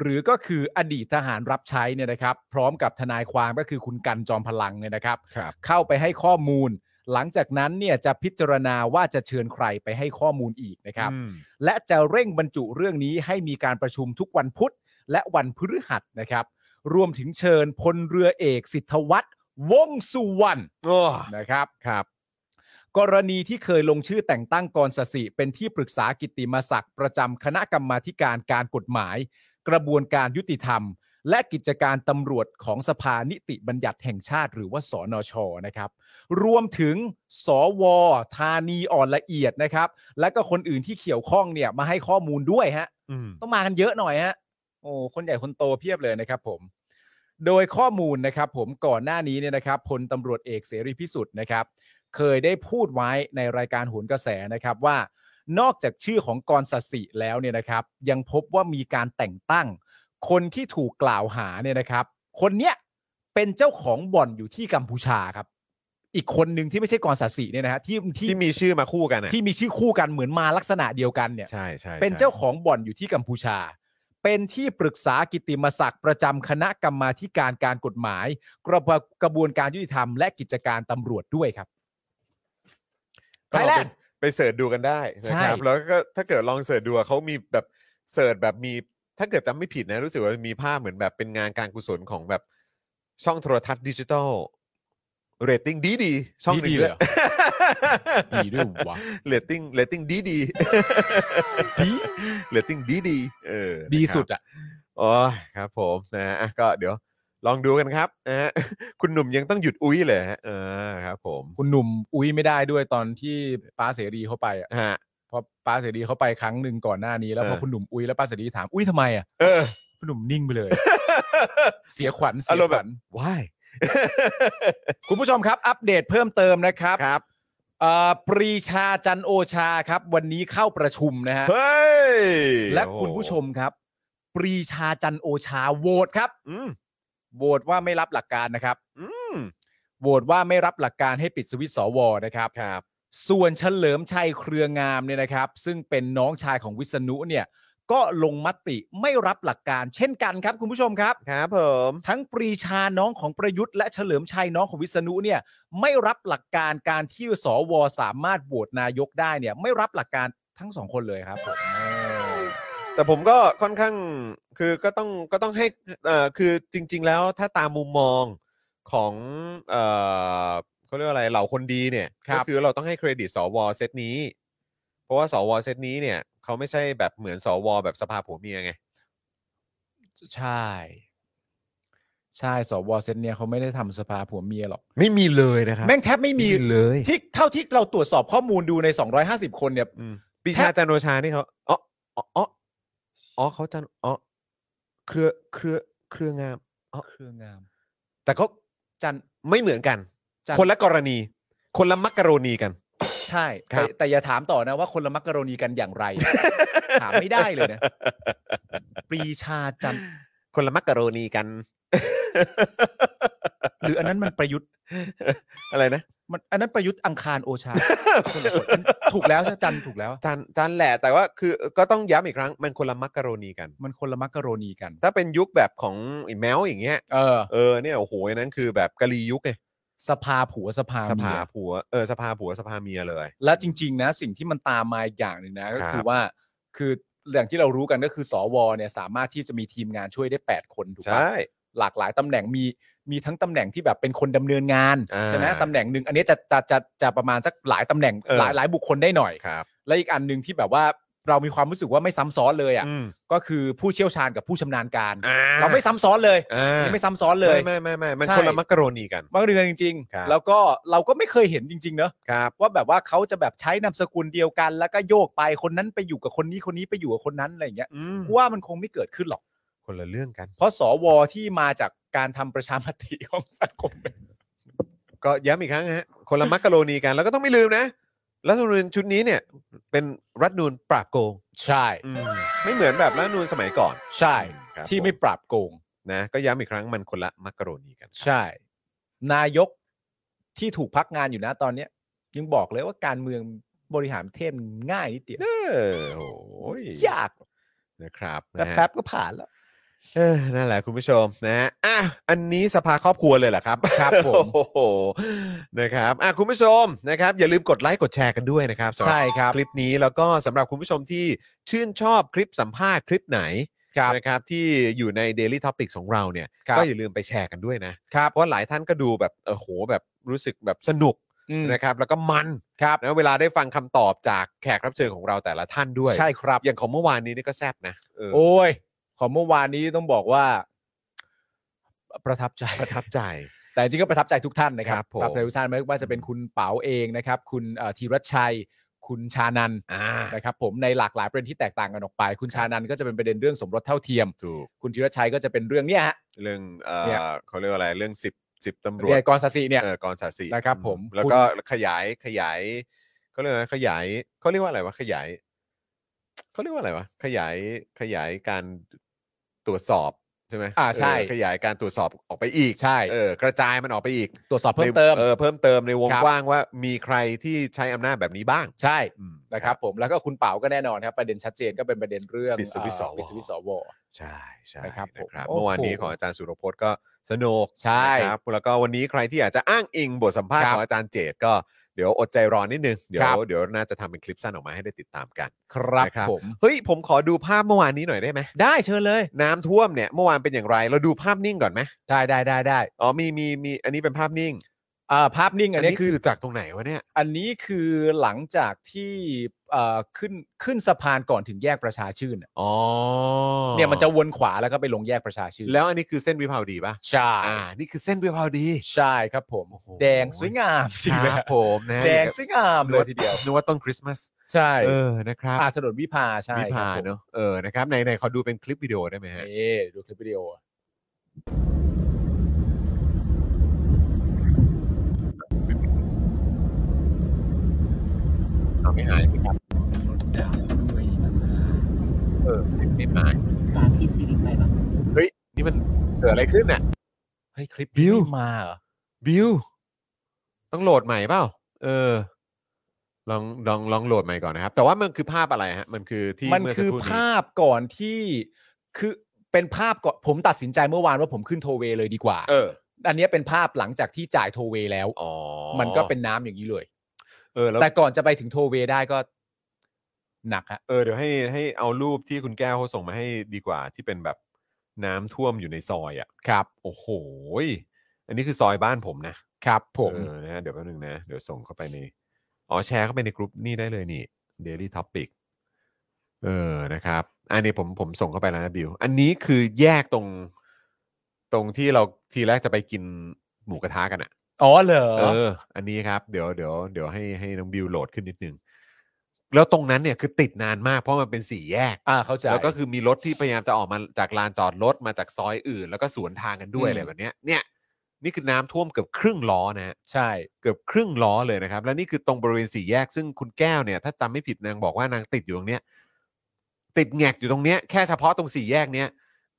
S3: หรือก็คืออดีตทหารรับใช้เนี่ยนะครับ พร้อมกับทนายความก็คือคุณกันจอมพลังเนี่ยนะครับ
S2: ครับ
S3: เข้าไปให้ข้อมูล หลังจากนั้นเนี่ยจะพิจารณาว่าจะเชิญใครไปให้ข้อมูลอีกนะครับ
S2: อืม
S3: และจะเร่งบรรจุเรื่องนี้ให้มีการประชุมทุกวันพุธและวันพฤหัสนะครับ รวมถึงเชิญพลเรือเอกสิทธวัฒน์วงษ์สุวรรณ
S2: โอ้
S3: นะครับ
S2: ครับ
S3: กรณีที่เคยลงชื่อแต่งตั้งกรสสิเป็นที่ปรึกษากิตติมศักดิ์ประจำคณะกรรมาธิการการกฎหมาย กระบวนการยุติธรรม และกิจการตำรวจของสภานิติบัญญัติแห่งชาติ หรือว่าสนชนะครับ รวมถึงสวธานีอ่อนละเอียดนะครับ และก็คนอื่นที่เกี่ยวข้องเนี่ยมาให้ข้อมูลด้วยฮะ
S2: อืม
S3: ต้องมากันเยอะหน่อยฮะ โอ้ คนใหญ่คนโตเพียบเลยนะครับผม โดยข้อมูลนะครับผมก่อนหน้านี้เนี่ยนะครับพลตำรวจเอกเสรีพิสุทธิ์นะครับ เคยได้พูดไว้ในรายการโหนกระแสนะครับว่า นอกจากชื่อของกรสสิแล้วเนี่ยนะครับ ยังพบว่ามีการแต่งตั้ง คนที่ถูกกล่าวหาเนี่ยนะครับ คนเนี้ยเป็นเจ้าของบ่อนอยู่ที่กัมพูชาครับ อีกคนหนึ่งที่ไม่ใช่กรสสิเนี่ยนะฮะที่ที่
S2: ที่มีชื่อมาคู่กันอะ
S3: ที่มีชื่อคู่กันเหมือนมาลักษณะเดียวกันเนี่ย
S2: ใช่ใช่
S3: เป็น
S2: ใช่
S3: เจ้าของบ่อนอยู่ที่กัมพูชา เป็นที่ปรึกษากิตติมศักดิ์ประจำคณะกรรมาธิการการกฎหมาย กระบวกระบวนการยุติธรรมและกิจการตำรวจด้วยครับ
S2: ก็ลอง
S3: Thailand
S2: ไปไปเสิร์ชดูกันได้นะครับ
S3: ใช่
S2: แล้วก็ถ้าเกิดลองเสิร์ชดูอะเขามีแบบเสิร์ชแบบมี ถ้าเกิดจำไม่ผิดนะ รู้สึกว่ามีภาพเหมือนแบบเป็นงานการกุศลของแบบช่องโทรทัศน์ดิจิตอลเรตติ้งดีดีๆช่องหนึ่ง
S3: ดีๆ
S2: ด้
S3: เล
S2: วย ย
S3: เหรอ ดีด้วยวะ
S2: เรตติ้งเรตติ้งดีดี
S3: ดี
S2: เรตติ้งดีดีๆเออ
S3: ดี
S2: นะครับ
S3: สุดอ่ะ
S2: โอ้ยครับผมนะอ่ะก็เดี๋ยวลองดูกันครับนะ ฮะ คุณหนุ่มยังต้องหยุดอุ้ยเลยฮะเออครับ ผม
S3: คุณหนุ่มอุ้ยไม่ได้ด้วยตอนที่ป้าเสรีเข้าไปอ่ะ
S2: ฮะ
S3: เพราะป้าเสรีเข้าไปครั้งหนึ่งก่อนหน้านี้แล้วพอ
S2: เออ
S3: คุณหนุ่มอุ้ยแล้วป้าเสรีถามอุ้ยทำไมอ่ะ
S2: เอ อ
S3: คุณหนุ่มนิ่งไปเลย เสียขวัญเสี
S2: อาย รมณ์
S3: ข
S2: แบ
S3: วั
S2: บ
S3: ญ
S2: why
S3: คุณผู้ชมครับ อัปเดตเพิ่มเติมนะครับ
S2: ครับ
S3: เอ่อปรีชาจันโอชาครับ วันนี้เข้าประชุมนะฮะ
S2: เฮ้ย
S3: และ
S2: โอ้โห
S3: คุณผู้ชมครับ ปรีชาจันโอชาโหวตครับ
S2: อืม
S3: โหวตว่าไม่รับหลักการนะครับ
S2: อืม
S3: โหวตว่าไม่รับหลักการให้ปิดสวิตช์สวนะครับ
S2: ครับ
S3: ส่วนเฉลิมชัยเครืองามเนี่ยนะครับ ซึ่งเป็นน้องชายของวิษณุเนี่ย ก็ลงมติไม่รับหลักการ เช่นกันครับ คุณผู้ชมครับ
S2: ครับผม
S3: ทั้งปรีชาน้องของประยุทธ์และเฉลิมชัยน้องของวิษณุเนี่ยไม่รับหลักการการที่สวสามารถโหวตนายกได้เนี่ย ไม่รับหลักการทั้งสองคนเลยครับผม
S2: แต่ผมก็ค่อนข้างคือก็ต้องก็ต้องให้เอ่อคือจริง ๆ แล้วถ้าตามมุมมองของเอ่อ เขาเรียกว่าอะไรเหล่าคนดีเนี่ย
S3: ครั
S2: ก็
S3: บ
S2: คือเราต้องให้เครดิตสวเซตนี้ เพราะว่าสวเซตนี้เนี่ยเขาไม่ใช่แบบเหมือนสวแบบสภาผัวเมียไง
S3: ใช่ ใช่สวเซนเนี่ยเขาไม่ได้ทำสภาผัวเมียหรอก
S1: ไม่มีเลยนะครับ
S3: แม่งแทบไม่มี
S1: ไเลย
S3: ที่เท่าที่เราตรวจสอบข้อมูลดูใน 250 คนเนี่ย
S2: อืมปีชาจันโอชานี่เขาอ๋ออ๋ออ๋ออ๋อเขาจันอ๋อเครือเครือเครืองาม
S3: เครืองาม
S2: แต่ก็
S3: จัน
S2: ไม่เหมือนกัน
S3: จัน
S2: คนละกรณี คนละมักกะโรนีกัน
S3: ใช่
S2: ครั
S3: แต่
S2: บ
S3: แต่อย่าถามต่อนะว่าคนละมักกะโรนีกันอย่างไร ถามไม่ได้เลย นะ ปรีชาจันทร์
S2: คนละมักกะโรนีกัน
S3: หรืออันนั้นมันประยุทธ์
S2: อะไรนะ
S3: มันอันนั้นประยุทธ์อังคารโอชาคนละคนอันถูกแล้วใช่จันทร์ถูกแล้ว
S2: จันจันแหละแต่ว่าคือก็ต้องย้ำอีกครั้ง มันคนละมักกะโรนีกัน
S3: มันคนละมักกะโรนีกัน
S2: ถ้าเป็นยุคแบบของไอ้แมวอย่างเงี้ย
S3: เออ
S2: เออเนี่ยโอ้โหอันนั้นคือแบบกะลียุคไง
S3: สภาผัวสภา
S2: ส
S3: เมี
S2: ภาย ผัวเออสภาผัวสภาเมียเลย
S3: และจริง ๆ นะ สิ่งที่มันตามมาอีกอย่างหนึ่งนะ ก็
S2: ครับ
S3: คือว่าคืออย่างที่เรารู้กันก็คือสวเนี่ยสามารถที่จะมีทีมงานช่วยได้ 8 คนถูกปะ
S2: ใช่
S3: หลากหลายตำแหน่งมีมีทั้งตำแหน่งที่แบบเป็นคนดำเนินงาน
S2: อ่า
S3: ใช่ไหมตำแหน่งหนึ่งอันนี้จะจะจะจะประมาณสักหลายตำแหน่ง
S2: เออ
S3: หลายหลายบุคคลได้หน่อย
S2: ครับ
S3: และอีกอันหนึ่งที่แบบว่าเรามีความรู้สึกว่าไม่ซ้ำซ้อนเลยอ่ะ
S2: อืม
S3: ก็คือผู้เชี่ยวชาญกับผู้ชำนาญการ
S2: อ่
S3: เราไม่ซ้ำซ้อนเลย
S2: อ่า
S3: นี่ไม่ซ้ำซ้อนเลย
S2: ไม่ไม่ไม่ไม่มัน
S3: ใช่
S2: คนละมักกะโรนีกัน
S3: มันเรื่องจริง
S2: ครับ
S3: ๆ แล้วก็เราก็ไม่เคยเห็นจริงๆเนอะ
S2: ครับ
S3: ว่าแบบว่าเขาจะแบบใช้นามสกุลเดียวกัน แล้วก็โยกไปคนนั้นไปอยู่กับคนนี้คนนี้ไปอยู่กับคนนั้นอะไรอย่างเงี้ย
S2: อืม
S3: กูว่ามันคงไม่เกิดขึ้นหรอก
S2: คนละเรื่องกัน
S3: เพราะสวที่มาจากการทำประชามติของสังคมเนี่ย
S2: ก็ย้ำอีกครั้งนะฮะคนละมักกะโรนีกัน แล้วก็ต้องไม่ลืมนะรัฐธรรมนูญชุดนี้เนี่ยเป็นรัฐธรรมนูญปราบโกง
S3: ใช่
S2: อืมไม่เหมือนแบบรัฐธรรมนูญสมัยก่อน
S3: ใช่
S2: ครับ
S3: ที่ไม่ปราบโกง
S2: นะก็ย้ำอีกครั้งมันคนละมักกะโรนีกันครับ
S3: ใช่ นายกที่ถูกพักงานอยู่นะตอนเนี้ย ยังบอกเลยว่าการเมืองบริหารประเทศมันง่ายนิดเดียว
S2: เออโอ้ย
S3: ยาก
S2: นะครับนะฮะ
S3: แป๊บๆก็ผ่านแล้ว
S2: เออนั่นแหละคุณผู้ชมนะ อ่ะ อันนี้สภาครอบครัวเลยเหรอครับ
S3: ครับผม
S2: โอ้โหนะครับ อ่ะ คุณผู้ชมนะครับ อย่าลืมกดไลค์กดแชร์กันด้วยนะครับสำหรับ
S3: ใช่ครับ
S2: คลิปนี้แล้วก็สำหรับคุณผู้ชมที่ชื่นชอบคลิปสัมภาษณ์คลิปไหน
S3: ครับ
S2: นะครับ ที่อยู่ใน Daily Topics ของเราเนี่ย
S3: ครับ
S2: ก็อย่าลืมไปแชร์กันด้วยนะ
S3: ครับ
S2: เพราะหลายท่านก็ดูแบบโอ้โหแบบรู้สึกแบบสนุก
S3: อืม
S2: นะครับ แล้วก็มัน
S3: ครับ
S2: นะเวลาได้ฟังคำตอบจากแขกรับเชิญของเราแต่ละท่านด้วย
S3: ใช่ครับ
S2: อย่างของเมื่อวานนี้นี่ก็แซบนะเออ
S3: โอ้ย ของเมื่อวานนี้ต้องบอกว่า ประทับใจ
S2: ประทับใจ
S3: แต่จริงก็ประทับใจทุกท่านนะค
S2: ค
S3: รั
S2: รั
S3: บบ
S2: ผม
S3: ประทับใจทุกท่านไม่ว่าจะเป็นคุณเป๋าเองนะครับ คุณเอ่อธีรชัย คุณชานัน
S2: อ่า
S3: นะครับ ผมในหลากหลายประเด็นที่แตกต่างกันออกไป คุณชานันก็จะเป็นประเด็นเรื่องสมรสเท่าเทียม
S2: ถูก
S3: คุณธีรชัยก็จะเป็นเรื่องเนี้ยฮะ
S2: เรื่องเอ่อ
S3: เนี่ย
S2: เขาเรียกว่าอะไรเรื่องสิบสิบตำรวจ
S3: เรียกกรศาสีเนี่ย
S2: เออกรศาสี
S3: นะครับผม
S2: แล้วก็ขยายขยายเขาเรียกว่าขยายเขาเรียกว่าอะไรวะขยายเขาเรียกว่าอะไรวะขยายขยายการตรวจสอบใช่ไหม
S3: อ่าใช่
S2: เขยายการตรวจสอบออกไปอีก
S3: ใช่
S2: เออกระจายมันออกไปอีก
S3: ตรวจสอบเพิ่มเติม
S2: ในเออเพิ่มเติมในวง
S3: ครับ
S2: กว้างว่ามีใครที่ใช้อำนาจแบบนี้บ้าง
S3: ใช่
S2: อืม
S3: นะครับ ผมแล้วก็คุณเป๋าก็แน่นอนครับ ประเด็นชัดเจนก็เป็นประเด็นเรื่อง
S2: ปิดสวิตช์สว
S3: เอ่อปิดสวิตช์สว
S2: ใช่ใช่
S3: นะครับผม
S2: นะครับ
S3: โอ้โห
S2: เมื่อวานนี้ของอาจารย์สุรพจน์ก็สนุก
S3: ใช่
S2: นะครับแล้วก็วันนี้ใครที่อยากจะอ้างอิงบทสัมภาษณ์
S3: ครับ
S2: ของอาจารย์เจตก็เดี๋ยวอดใจรอนิดนึงเดี๋ย
S3: ครั
S2: ว
S3: บ
S2: เดี๋ยวน่าจะทำเป็นคลิปสั้นออกมาให้ได้ติดตามกัน
S3: ครับ
S2: นะครับ
S3: ผม
S2: เฮ้ยผมขอดูภาพเมื่อวานนี้หน่อยได้ไหม
S3: ได้เชิญเลย
S2: น้ำท่วมเนี่ยเมื่อวานเป็นอย่างไร เราดูภาพนิ่งก่อนไหม
S3: ได้ได้ได้ได้
S2: อ๋อมีมีมีอันนี้เป็นภาพนิ่ง
S3: อ่าภาพนิ่งอันนี้คือ
S2: จากตรงไหนวะเนี่ย
S3: อันนี้คือหลังจากที่เอ่อขึ้นขึ้นสะพานก่อนถึงแยกประชาชื่นน่ะ
S2: อ๋อ
S3: เนี่ยมันจะวนขวาแล้วก็ไปลงแยกประชาชื่น
S2: แล้วอันนี้คือเส้นวิภาวดีป่ะ
S3: ใช่
S2: อ่า นี่คือเส้นวิภาวดี
S3: ใช่ครับผม
S2: โอ้โห
S3: แดงสวยงามจริงเลย
S2: ครับผมนะ
S3: แดงสวยงามเลยทีเดียว
S2: นึกว่าต้นคริสต์มาส
S3: ใช่
S2: เออนะครับ
S3: อ่าถนนวิภาใช่
S2: วิพา
S3: ครับผม
S2: เนอะเออนะครับในในขอดูเป็นคลิปวิดีโอได้ไหมฮะ
S3: เอ๊ดูคลิปวิดีโอ
S2: เอาไม่หายสิครับเออไม่หาย
S6: ร้านพีซีวิกไปปะ
S2: เฮ้ย นี่มันเกิดอะไรขึ้นน่ะ
S3: เฮ้ยคลิป
S2: บิว
S3: ไม่มาเหรอ
S2: บิวต้องโหลดใหม่เปล่าเออ ลองลองลองโหลดใหม่ก่อนนะครับ แต่ว่ามันคือภาพอะไรฮะ มันคือที่
S3: มัน
S2: เมื่อสั
S3: คื
S2: ก
S3: อ
S2: ครู่นี้
S3: ภาพก่อนที่คือเป็นภาพก่อนผมตัดสินใจเมื่อวานว่าผมขึ้นโทเวเลยดีกว่า
S2: เออ
S3: อันเนี้ยเป็นภาพหลังจากที่จ่ายโทเวแล้ว
S2: อ๋อ
S3: มันก็เป็นน้ำอย่างนี้เลย
S2: เออแล้ว
S3: แต่ก่อนจะไปถึงโทเวได้ก็ หนักฮะ
S2: เออเดี๋ยวให้ให้เอารูปที่คุณแก้วเขาส่งมาให้ดีกว่าที่เป็นแบบน้ำท่วมอยู่ในซอยอ่ะ
S3: ครับ
S2: โอ้โห อันนี้คือซอยบ้านผมนะครับ
S3: ผม
S2: เออนะฮะเดี๋ยวแป๊บนึงนะ เดี๋ยวส่งเข้าไปใน อ๋อแชร์เข้าไปในกลุ่มนี่ได้เลยนี่ Daily Topic เออนะครับ อันนี้ผมผมส่งเข้าไปแล้วนะบิว อันนี้คือแยกตรง ตรงที่เราทีแรกจะไปกินหมูกระทะกันอะ
S3: อ๋อเหรอ
S2: เออ อันนี้ครับ เดี๋ยวเดี๋ยวเดี๋ยวให้ให้น้องบิวโหลดขึ้นนิดนึง แล้วตรงนั้นเนี่ยคือติดนานมากเพราะมันเป็นสี่แยก
S3: อ่าเข้าใจ
S2: แล้วก็คือมีรถที่พยายามจะออกมาจากลานจอดรถมาจากซอยอื่น แล้วก็สวนทางกันด้วย
S3: อืม
S2: อะไรแบบเนี้ย เนี่ย นี่คือน้ำท่วมเกือบครึ่งล้อนะฮะ
S3: ใช่
S2: เกือบครึ่งล้อเลยนะครับ และนี่คือตรงบริเวณสี่แยก ซึ่งคุณแก้วเนี่ย ถ้าจำไม่ผิดนางบอกว่านางติดอยู่ตรงเนี้ย ติดแงกอยู่ตรงเนี้ยแค่เฉพาะตรงสี่แยกเนี้ย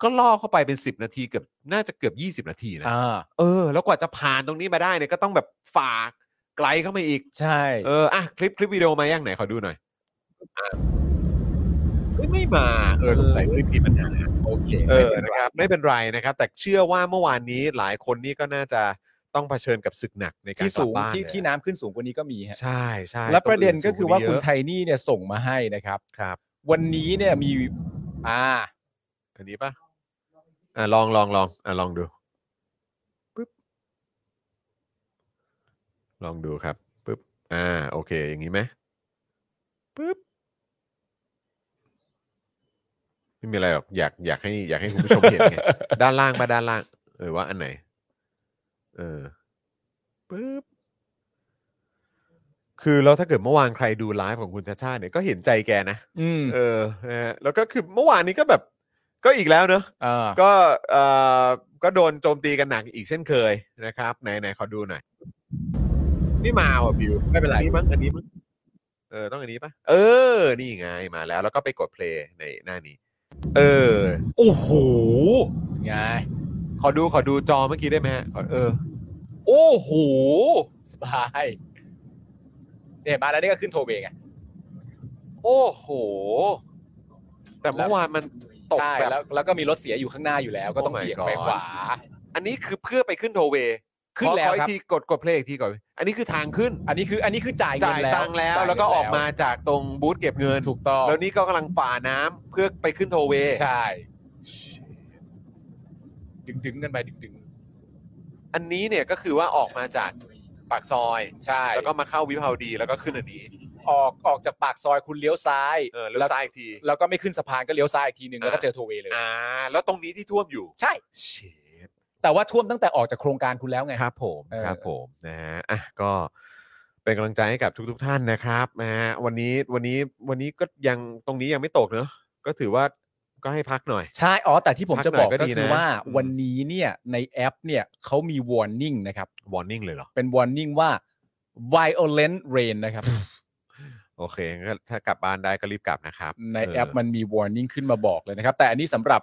S2: ก็ล่อเข้าไปเป็นสิบนาทีเกือบน่าจะเกือบยี่สิบนาทีนะ
S3: อ่า
S2: เออแล้วกว่าจะผ่านตรงนี้มาได้เนี่ยก็ต้องแบบฝ่าไกลเข้ามาอีก
S3: ใช่
S2: เอออ่ะคลิปคลิปวิดีโอมายังไหนขอดูหน่อยอ่ะเอ้ยไม่มาเออสงสัยคลิปมีปัญหา
S3: โอเค
S2: เออนะครับไม่เป็นไรนะครับ แต่เชื่อว่าเมื่อวานนี้หลายคนนี่ก็น่าจะต้องเผชิญกับศึกหนักในการ
S3: ที่
S2: กลั
S3: สู
S2: บ
S3: ง
S2: บ้าน
S3: ที่
S2: เลย
S3: ที่น้ำขึ้นสูงกว่านี้ก็มีฮะ
S2: ใช่ใช่
S3: และประเด็นก็คือว่า
S2: ตรง
S3: คุณ
S2: นสูง
S3: ไทนี่เนี่ยส่งมาให้นะครับ
S2: เยอะครับ
S3: วันนี้เนี่ยมี อ่า
S2: อันนี้ปะอ่ะลองลองลองอ่ะลองดูปึ๊บลองดูครับปึ๊บอ่าโอเค อย่างนี้ไหมปึ๊บไม่มีอะไรหรอกอยากอยากให้อยากให้คุณผู้ชมเห็นไง ด้านล่างปะด้านล่างหรือว่าอันไหน เออปึ๊บคือแล้วถ้าเกิดเมื่อวานใครดูไลฟ์ของคุณชาชาติเนี่ยก็เห็นใจแกนะ
S3: อืม
S2: เออนะฮะแล้วก็คือเมื่อวานนี้ก็แบบก็อีกแล้วเนอะ
S3: อ่า
S2: ก็เอ่อก็โดนโจมตีกันหนักอีกเช่นเคยนะครับไหนไหนขอดูหน่อยไม่มาว่ะบิว
S3: ไม่เป็นไร
S2: อันนี้มั้งอันนี้มั้งเออต้องอันนี้ปะเออ นี่ไงมาแล้ว แล้วก็ไปกดเพลย์ในหน้านี้ เออ โอ้โห
S3: ไง
S2: ขอดูขอดูจอเมื่อกี้ได้ไหมฮะขอเออ โอ้โห
S3: สบายเนี่ยมาแล้วนี่ก็ขึ้นโทเบไง
S2: โอ้โห แต่เมื่อวานมันตก
S3: ใช่
S2: แบบ
S3: แล้วแล้วก็มีรถเสียอยู่ข้างหน้าอยู่แล้ว ก็ต้อง
S2: Oh my
S3: เบี่ยงไป
S2: God
S3: ขวา
S2: อันนี้คือเพื่อไปขึ้นโทเวย์
S3: ขึ้นแล้ว
S2: ขออี
S3: ครับ
S2: กทีกดกดเพลงอีกทีก่อน อันนี้คือทางขึ้น
S3: อันนี้คืออันนี้คือจ่ายเงิ
S2: จ่านย
S3: แล้ว
S2: ตังค์แล้ว
S3: จ่ายเน
S2: แล้วก็ออกมาจากตรงบูธเก็บเงิน
S3: ถูกต้อง
S2: แล้วนี่ก็กำลังฝ่าน้ำเพื่อไปขึ้นโทเวย์
S3: ใช่ดึงดึงๆกันไปดึงดึง
S2: อันนี้เนี่ยก็คือว่าออกมาจากปากซอย
S3: ๆใช่
S2: แล้วก็มาเข้าวิภาวดีแล้วก็ขึ้นอันนี้
S3: ออกออกจากปากซอยคุณเลี้ยวซ้าย
S2: เออแล้วซ้ายอีกที
S3: แล้วก็ไม่ขึ้นสะพานก็เลี้ยวซ้ายอีกทีหนึ่ง
S2: อ่า
S3: แล้วก็เจอโทเวเลย
S2: อ่า แล้วตรงนี้ที่ท่วมอยู่
S3: ใช่
S2: เชด
S3: แต่ว่าท่วมตั้งแต่ออกจากโครงการคุณแล้วไง
S2: ครับผม
S3: เออ
S2: ครับผมนะฮะอ่ะก็เป็นกำลังใจให้กับทุก ๆ ท่านนะครับนะฮะวันนี้วันนี้วันนี้ก็ยังตรงนี้ยังไม่ตกเนอะก็ถือว่าก็ให้พักหน่อย
S3: ใช่อ๋อแต่ที่ผม
S2: พัก
S3: จะ
S2: หน่
S3: บ
S2: อ
S3: อย ก
S2: ก็
S3: ก็
S2: ดี
S3: คือ
S2: นะ
S3: ว่า
S2: อืม
S3: วันนี้เนี่ยในแอปเนี่ยเขามี warning นะครับ
S2: วอร์นิ่งเลยเหรอ
S3: เป็น warning ว่า violent rain นะครับ
S2: โอเคงั้นก็ถ้ากลับบ้านได้ก็รีบกลับนะครับ
S3: ในแอป
S2: เ
S3: มันมี warning ขึ้นมาบอกเลยนะครับ แต่อันนี้สำหรับ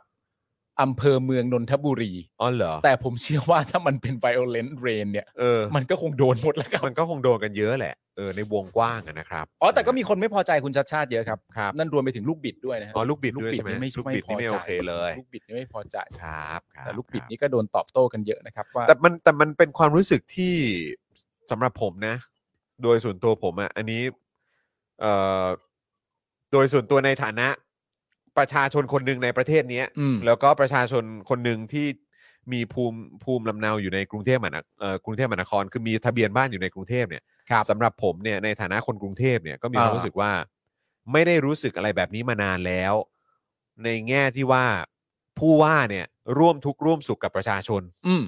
S3: อำเภอเมืองนนทบุรี
S2: อ๋อเหรอ
S3: แต่ผมเชื่อว่าถ้ามันเป็น violent rain เนี่ย
S2: เออ
S3: มันก็คงโดนหมดแล้วครับ
S2: มันก็คงโดนกันเยอะแหละเออในวงกว้างอะนะครับ
S3: อ๋อแต่ก็มีคนไม่พอใจคุณชัดชาติเยอะครับ
S2: ครับ
S3: นั่นรวมไปถึงลูกบิดด้วยนะฮะ
S2: อ๋อลูกบิดด้วยใช่ไหม
S3: นี่ไม่
S2: ลูกบิดนี่ไม่
S3: พ
S2: โอ
S3: ใจ
S2: เคเลย
S3: ลูกบิดนี่ไม่พอใจ
S2: ครับครับ
S3: แต่ลูกบิด
S2: ครับ
S3: นี่ก็โดนตอบโต้กันเยอะนะครับว่า
S2: แต่มันแต่มันเป็นความรู้สึกที่สำหรับผมนะ โดยส่วนตัวผมอะอันนี้เอ่อโดยส่วนตัวในฐานะ ประชาชนคนหนึ่งในประเทศเนี้ย
S3: อืม
S2: แล้วก็ประชาชนคนหนึ่งที่มีภูมิภูมิลำเนาอยู่ในกรุงเทพมหานเอ่อกรุงเทพมหานคร คือมีทะเบียนบ้านอยู่ในกรุงเทพเนี่ย
S3: ครับ
S2: สำหรับผมเนี่ยในฐานะคนกรุงเทพเนี่ยก็มีความ
S3: อ่า
S2: รู้สึกว่า ไม่ได้รู้สึกอะไรแบบนี้มานานแล้ว ในแง่ที่ว่าผู้ว่าเนี่ยร่วมทุกข์ร่วมสุขกับประชาชน
S3: อืม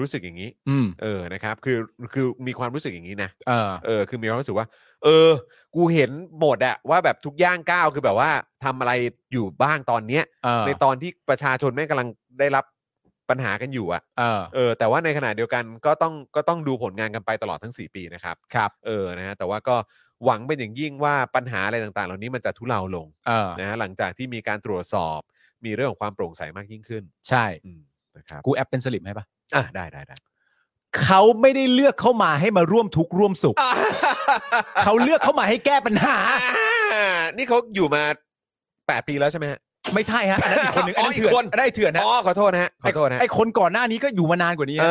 S2: รู้สึกอย่างนี้
S3: อืม
S2: เออนะครับ คือคือมีความรู้สึกอย่างนี้นะ
S3: เออ
S2: เออคือมีความรู้สึกว่า เออ กูเห็นหมดอะว่าแบบทุกย่างก้าวคือแบบว่าทำอะไรอยู่บ้างตอนเนี้ย
S3: เออ
S2: ในตอนที่ประชาชนแม่งกำลังได้รับปัญหากันอยู่อะ
S3: เออ
S2: เออ แต่ว่าในขณะเดียวกันก็ต้องก็ต้องดูผลงานกันไปตลอดทั้ง 4 ปีนะครับ
S3: ครับ
S2: เออ นะฮะ แต่ว่าก็หวังเป็นอย่างยิ่งว่าปัญหาอะไรต่างๆ เหล่านี้มันจะทุเลาลง
S3: เออ
S2: นะฮะ หลังจากที่มีการตรวจสอบ มีเรื่องของความโปร่งใสมากยิ่งขึ้น
S3: ใช่
S2: อืม นะครับ
S3: กูแอปเป็นสลิปให้ปะ
S2: อ่ะ ได้ได้ได้
S3: เขาไม่ได้เลือกเข้ามาให้มาร่วมทุกข์ร่วมสุข เขาเลือกเข้ามาให้แก้ปัญหา
S2: อ่านี่เขาอยู่มา 8 ปีแล้วใช่ไหมฮะ
S3: ไม่ใช่ฮะ อันนั้นอีกคนหนึงอันนั้นเถื่
S2: อ๋ออีกค
S3: อน
S2: น
S3: อันนั้นเถื่อนนะ
S2: อ๋อ ขอโทษนะฮะ ขอโทษนะฮะ
S3: ไอคนก่อนหน้านี้ก็อยู่มานานกว่านี้
S2: เอ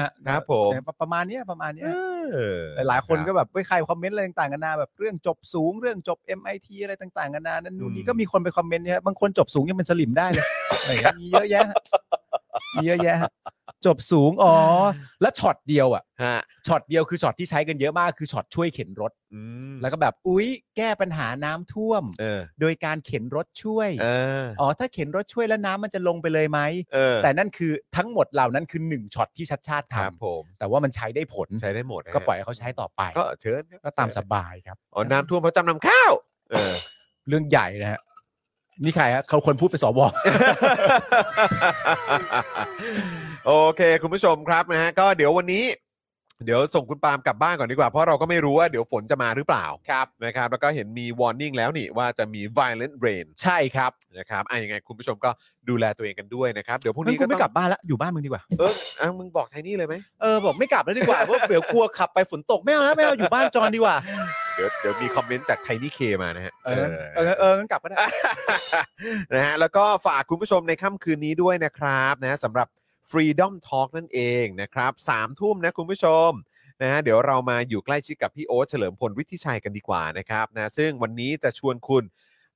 S3: ฮะ
S2: อ
S3: นะ
S2: ค
S3: ฮะ
S2: รับผม
S3: ประมาณเนี้ยประมาณเนี้ย
S2: เออ
S3: หลายๆ คน
S2: รับ
S3: ก็แบบไปใครคอมเมนต์อะไรต่างๆกันานาแบบเรื่องจบสูงเรื่องจบ MIT อะไรต่างๆกันานานั่นนู่น
S2: อื
S3: นี่
S2: ม
S3: ก็มีคนไปคอมเมนต์เนี่ยฮะบางคนจบสูงยังเป็นสลิมได้เลยอะไรอย่างเงี้ยมีเยอะแยะฮะมีเยอะแยะฮะ จบสูงอ๋อแล้วช็อตเดียวอ่ะ
S2: ฮะ
S3: ช็อตเดียวคือช็อตที่ใช้กันเยอะมากคือช็อตช่วยเข็นรถ
S2: อืม
S3: แล้วก็แบบอุ๊ย แก้ปัญหาน้ำท่วม
S2: เออ
S3: โดยการเข็นรถช่วย
S2: เออ
S3: อ๋อถ้าเข็นรถช่วยแล้วน้ำมันจะลงไปเลยไหม
S2: เออ
S3: แต่นั่นคือทั้งหมดเหล่านั้นคือหนึ่งช็อตที่ชัดชาติ
S2: ครับผ
S3: ทำ
S2: ม
S3: แต่ว่ามันใช้ได้ผล
S2: ใช้ได้หมดนะฮะ
S3: ก็ปล่อยให้เขาใช้ต่อไป
S2: ก็เชิญครับ
S3: ก็ตามสบายครับ
S2: อ๋อน้ำท่วมเพราะจำนำข้าวเออ
S3: เรื่องใหญ่นะฮะนี่ใครฮะเขาคนพูดไปนสว
S2: โอเค คุณผู้ชมครับนะฮะก็เดี๋ยววันนี้ เดี๋ยวส่งคุณปาล์มกลับบ้านก่อนดีกว่า เพราะเราก็ไม่รู้ว่าเดี๋ยวฝนจะมาหรือเปล่าครับนะครับ แล้วก็เห็นมี warning แล้วนี่ว่าจะมี violent rain
S3: ใช่ครับ
S2: นะครับอ่ะยังไงคุณผู้ชมก็ดูแลตัวเองกันด้วยนะครับ เดี๋ยวพรุ่ง
S3: นี่
S2: นี้
S3: กู
S2: ก็
S3: ไม่
S2: ต้อง
S3: กลับบ้านละอยู่บ้านมึงดีกว่า
S2: เอออ่ะมึงบอกไทนี่เลยไหม
S3: เออบอกไม่กลับแล้วดีกว่า เพราะเดี๋ยวกลัวขับไปฝนตกไม่เอาแล้วไม่เอาอยู่บ้านจอนดีกว่า
S2: เดี๋ยวเดี๋ยวมีคอมเมนต์จากไทนี่เคมานะฮะ
S3: เออเออเอองั้นกลับก็ได้
S2: นะฮะแล้วก็ฝากคุณผู้ชมในค่ำคืนนี้ด้วยนะครับนะสำหรับ Freedom Talk นั่นเองนะครับสามทุ่มนะคุณผู้ชมนะฮะเดี๋ยวเรามาอยู่ใกล้ชิดกับพี่โอ๊ตเฉลิมพลวิทธิชัยกันดีกว่านะครับนะซึ่งวันนี้จะชวนคุณ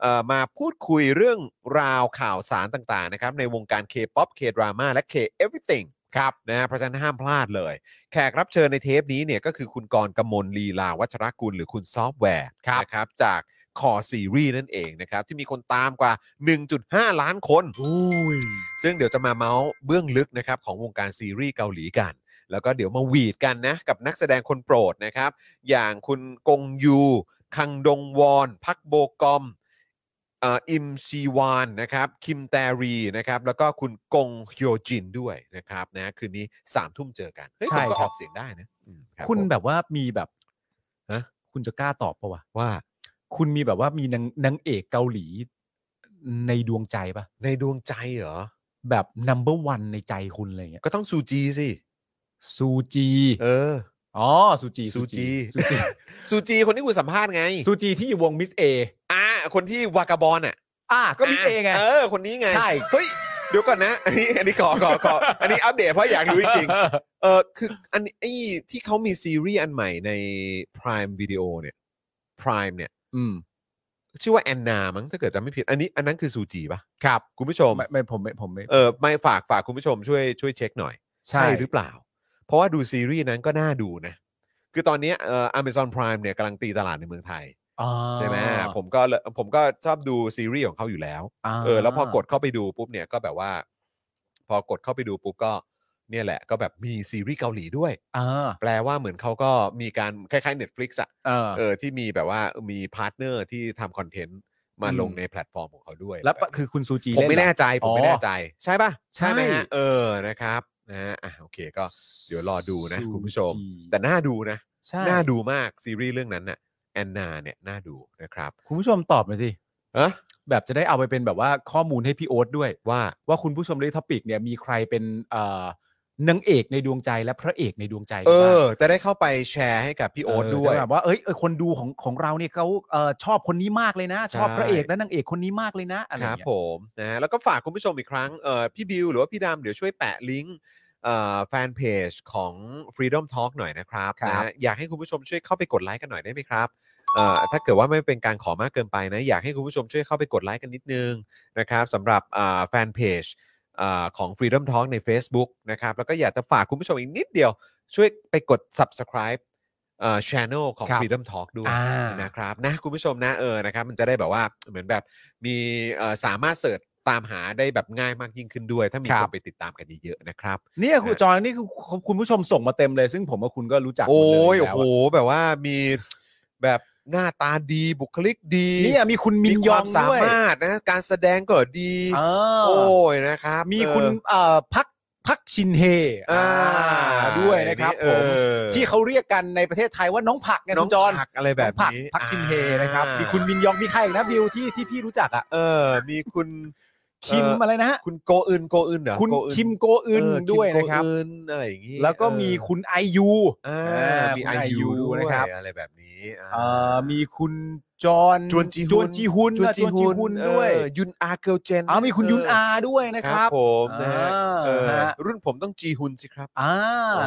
S2: เอ่อมาพูดคุยเรื่องราวข่าวสารต่างๆนะครับในวงการ K-POP K-drama และ K-everything ครับนะฮะเพราะฉะนั้นห้ามพลาดเลย แขกรับเชิญในเทปนี้เนี่ยก็คือคุณกรณ์กมลลีลาวัชรกุลหรือคุณซอฟต์แวร์นะครับจากคอซีรีส์นั่นเองนะครับที่มีคนตามกว่า 1.5 ล้านคนซึ่งเดี๋ยวจะมาเมาส์เบื้องลึกนะครับของวงการซีรีส์เกาหลีกัน แล้วก็เดี๋ยวมาหวีดกันนะกับนักแสดงคนโปรดนะครับ อย่างคุณกงยู คังดงวอน พักโบกอมเอ่ออิมซีวานนะครับ คิมแตรีนะครับ แล้วก็คุณกงโยจินด้วยนะครับนะคืนนี้สามทุ่มเจอกันเฮ้ย
S3: ใช่
S2: ผมก็
S3: ค
S2: อ
S3: รั
S2: อบ กเสียงได้นะอืมรับ
S3: คุณ
S2: ผม
S3: แบบว่ามีแบบ
S2: ฮะ
S3: คุณจะกล้าตอบปะวะ
S2: ว่า
S3: คุณมีแบบว่ามีนางนางเอกเกาหลี ในดวงใจปะ
S2: ในดวงใจเหรอ
S3: แบบ number one ในใจคุณอะไรเงี้ย
S2: ก็ต้องซูจีสิ
S3: ซูจี
S2: เออ
S3: อ๋อซูจี
S2: ซูจี
S3: ซูจี
S2: ซูจีคนที่กูสัมภาษณ์ไง
S3: ซูจีที่อยู่วงมิสเอ
S2: อ่าคนที่วากาบอลอ่ะ
S3: อ่ะก็มิสเอไง
S2: เออ คนนี้ไง
S3: ใช่
S2: เฮ้ย เดี๋ยวก่อนนะ อันนี้อันนี้ขอขอขออันนี้อัปเดตเพราะอยากรู้จริงๆ เออคืออันนี้ไอ้ที่เขามีซีรีส์อันใหม่ใน Prime Video เนี่ย Prime เนี่ย
S3: อืม
S2: ชื่อว่าแอนนามั้งถ้าเกิดจำไม่ผิด อันนี้อันนั้นคือซูจีปะ
S3: ครับ
S2: คุณผู้ชม
S3: ไม่ไม่ผมไม่ผมไม่
S2: เออไม่ฝากฝากคุณผู้ชมช่วยช่วยเช็คหน่อยหรือเปล่า เพราะว่าดูซีรีส์นั้นก็น่าดูนะ คือตอนเนี้ยเอ่อ Amazon Prime เนี่ยกำลังตีตลาดในเมืองไทย
S3: อ่า
S2: ใช่ไหมผมก็เลยผมก็ชอบดูซีรีส์ของเขาอยู่แล้ว
S3: า
S2: เออแล้วพอกดเข้าไปดูปุ๊บเนี่ยก็แบบว่า พอกดเข้าไปดูปุ๊บก็เนี่ยแหละ ก็แบบมีซีรีส์เกาหลีด้วย
S3: อ่า
S2: แปลว่าเหมือนเขาก็มีการคล้ายๆ Netflix อะ
S3: เออ
S2: เออที่มีแบบว่ามีพาร์ทเนอร์ที่ทำคอนเทนต์มา
S3: อืม
S2: ลงในแพลตฟอร์มของเขาด้วย
S3: แล้วปะคือคุณซูจี
S2: ผม
S3: เล่น
S2: ไม่
S3: เหรอ
S2: แน่ใจ ผมไม่
S3: อ๋อ
S2: แน่ใจ ใช่ป่ะ
S3: ใช่
S2: ไหมฮะเออนะครับนะฮะอ่ะโอเคก็เดี๋ยวรอดูนะ
S3: ซู
S2: คุณผู้ชม
S3: จี
S2: แต่น่าดูนะ
S3: ใช่
S2: น่าดูมากซีรีส์เรื่องนั้นน่ะแอนนาเนี่ยน่าดูนะครับ
S3: คุณผู้ชมตอบหน่อยสิ
S2: เอะ
S3: แบบจะได้เอาไปเป็นแบบว่าข้อมูลให้พี่โอ๊ตด้วย
S2: ว่า
S3: ว่าคุณผู้ชมเรื่องท็อปิกเนี่ยมีใครเป็นเอ่อนางเอกในดวงใจและพระเอกในดวงใจ
S2: เอ
S3: กันบ้าง
S2: อ จะได้เข้าไปแชร์ให้กับพี่โอ๊ต
S3: เจะ
S2: ด้วย
S3: แบบว่าเอ้ยเอ้ยคนดูของของเราเนี่ยเขาเอ่อชอบคนนี้มากเลยนะ ชอบ
S2: ใช่
S3: พระเอกและนางเอกคนนี้มากเลยนะอะไร
S2: ครับ
S3: เงี้ย
S2: ผมนะฮะแล้วก็ฝากคุณผู้ชมอีกครั้งเอ่อพี่บิวหรือว่าพี่ดำเดี๋ยวช่วยแปะลิงก์เอ่อแฟนเพจของ Freedom Talk หน่อยนะครับนะฮะอยากให้คุณผู้ชมช่วยเข้าไปกดไลค์กันหน่อยได้ไหมครับเอ่อถ้าเกิดว่าไม่เป็นการขอมากเกินไปนะ อยากให้คุณผู้ชมช่วยเข้าไปกดไลค์กันนิดนึงนะครับสำหรับเอ่อแฟนเพจเอ่อของ Freedom Talk ใน Facebook นะครับแล้วก็อยากจะฝากคุณผู้ชมอีกนิดเดียว ช่วยไปกด subscribe เอ่อ channel ของ
S3: ครับ
S2: Freedom Talk ด้วย
S3: อ่า
S2: นะครับนะคุณผู้ชมนะเออนะครับมันจะได้แบบว่าเหมือนแบบมีเอ่อสามารถเสิร์ชตามหาได้แบบง่ายมากยิ่งขึ้นด้วย ถ้ามี
S3: ครั
S2: ค
S3: บ
S2: นไปติดตามกันเยอะๆนะครับ
S3: เนี่ยคุณจอห์นนี่คือคุณผู้ชมส่งมาเต็มเลย ซึ่งผมกับคุณก็รู้จักหมด
S2: โอ้
S3: เลย
S2: ย
S3: ยู่
S2: โอ้
S3: แล้ว
S2: โห
S3: อะ
S2: แบบว่ามีแบบหน้าตาดีบุคลิกดี
S3: เนี่ยมีคุณมิน
S2: ค
S3: ยอ
S2: วาม มสา
S3: ด้วย
S2: มารถนะการแสดงก็ดี
S3: เออ
S2: โอ้ยนะครับ
S3: มีคุณเอ่อพักพักชินเฮ
S2: เอออ่า
S3: อ่าด้วยนะครับ
S2: เอ
S3: ผ
S2: อ
S3: ม ที่เขาเรียกกันในประเทศไทยว่าน้องผักไง
S2: น้
S3: คุ
S2: อง
S3: ณจอน
S2: ผักอะไรแบบ
S3: ผัก
S2: นี้
S3: พักชินเฮ
S2: อ่า
S3: นะครับ มีคุณมินยองมีใครอีกนะบิวที่ที่พี่รู้จักอ่ะ
S2: เออมีคุณ
S3: คิม
S2: เ
S3: อะไรนะฮะ
S2: คุณโกอึนโกอึนเหรอ
S3: คุณ
S2: โกอึน
S3: คิมโกอึน
S2: เคิม
S3: ด้วยนะครับ
S2: โกอึนอะไรอย่างนี้
S3: แล้วก็
S2: เออ
S3: มีคุณไอยู
S2: อ่ามี
S3: คุณ
S2: ไอ
S3: IU
S2: ยูนะ
S3: นะ
S2: ค
S3: ค
S2: รั
S3: รั
S2: บบ อะไรแบบนี้อ่า
S3: เอ่อมีคุณจอน
S2: จวนจีฮุน
S3: จวนจีฮุ
S2: จวน
S3: นอ่ะ
S2: จีฮุน
S3: ฮุนด้วย
S2: เออยุนอาเกิลเจน
S3: อ้าวมีคุณ
S2: เออ
S3: ยุนอาด้วยนะ
S2: ค
S3: ค
S2: รั
S3: รั
S2: บบ ผมนะฮะ
S3: อ่า
S2: เออ
S3: ฮะ
S2: รุ่นผมต้องจีฮุนสิครับ
S3: อ่า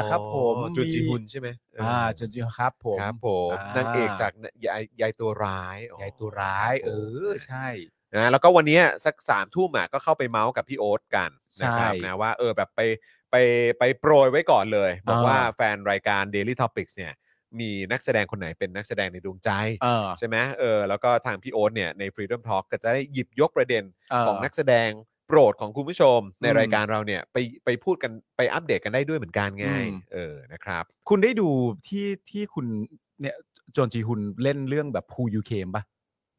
S3: ครับผม
S2: อ๋อจวนจีฮุนใช่ไหมเ
S3: อ่าจวนจีฮุนครับผม
S2: ครับผม
S3: อ่าน
S2: าน งเอกจากยายยายตัวร้ายอ๋อย
S3: ายตัวร้ายเออใช่
S2: นะแล้วก็วันเนี้ยสักสามทุ่มอ่ะก็เข้าไปเมาส์กับพี่โอ๊ตกันนะครับ
S3: ใช่
S2: นะว่าเออแบบไป ไปไปโปรยไว้ก่อนเลย บอก
S3: อ่า
S2: ว่าแฟนรายการ Daily Topics เนี่ยมีนักแสดงคนไหนเป็นนักแสดงในดวงใจ
S3: เออ
S2: ใช่ไหมเออแล้วก็ทางพี่โอ๊ตเนี่ยใน Freedom Talk ก็จะได้หยิบยกประเด็น
S3: เออ
S2: ของนักแสดงโปรดของคุณผู้ชม ใน
S3: อืม
S2: รายการเราเนี่ยไปไปพูดกันไปอัปเดตกันได้ด้วยเหมือนกันไง
S3: อืม
S2: เออนะครับ
S3: คุณได้ดูที่ที่คุณเนี่ยโจนจีฮุนเล่นเรื่องแบบ Who You Came ปะ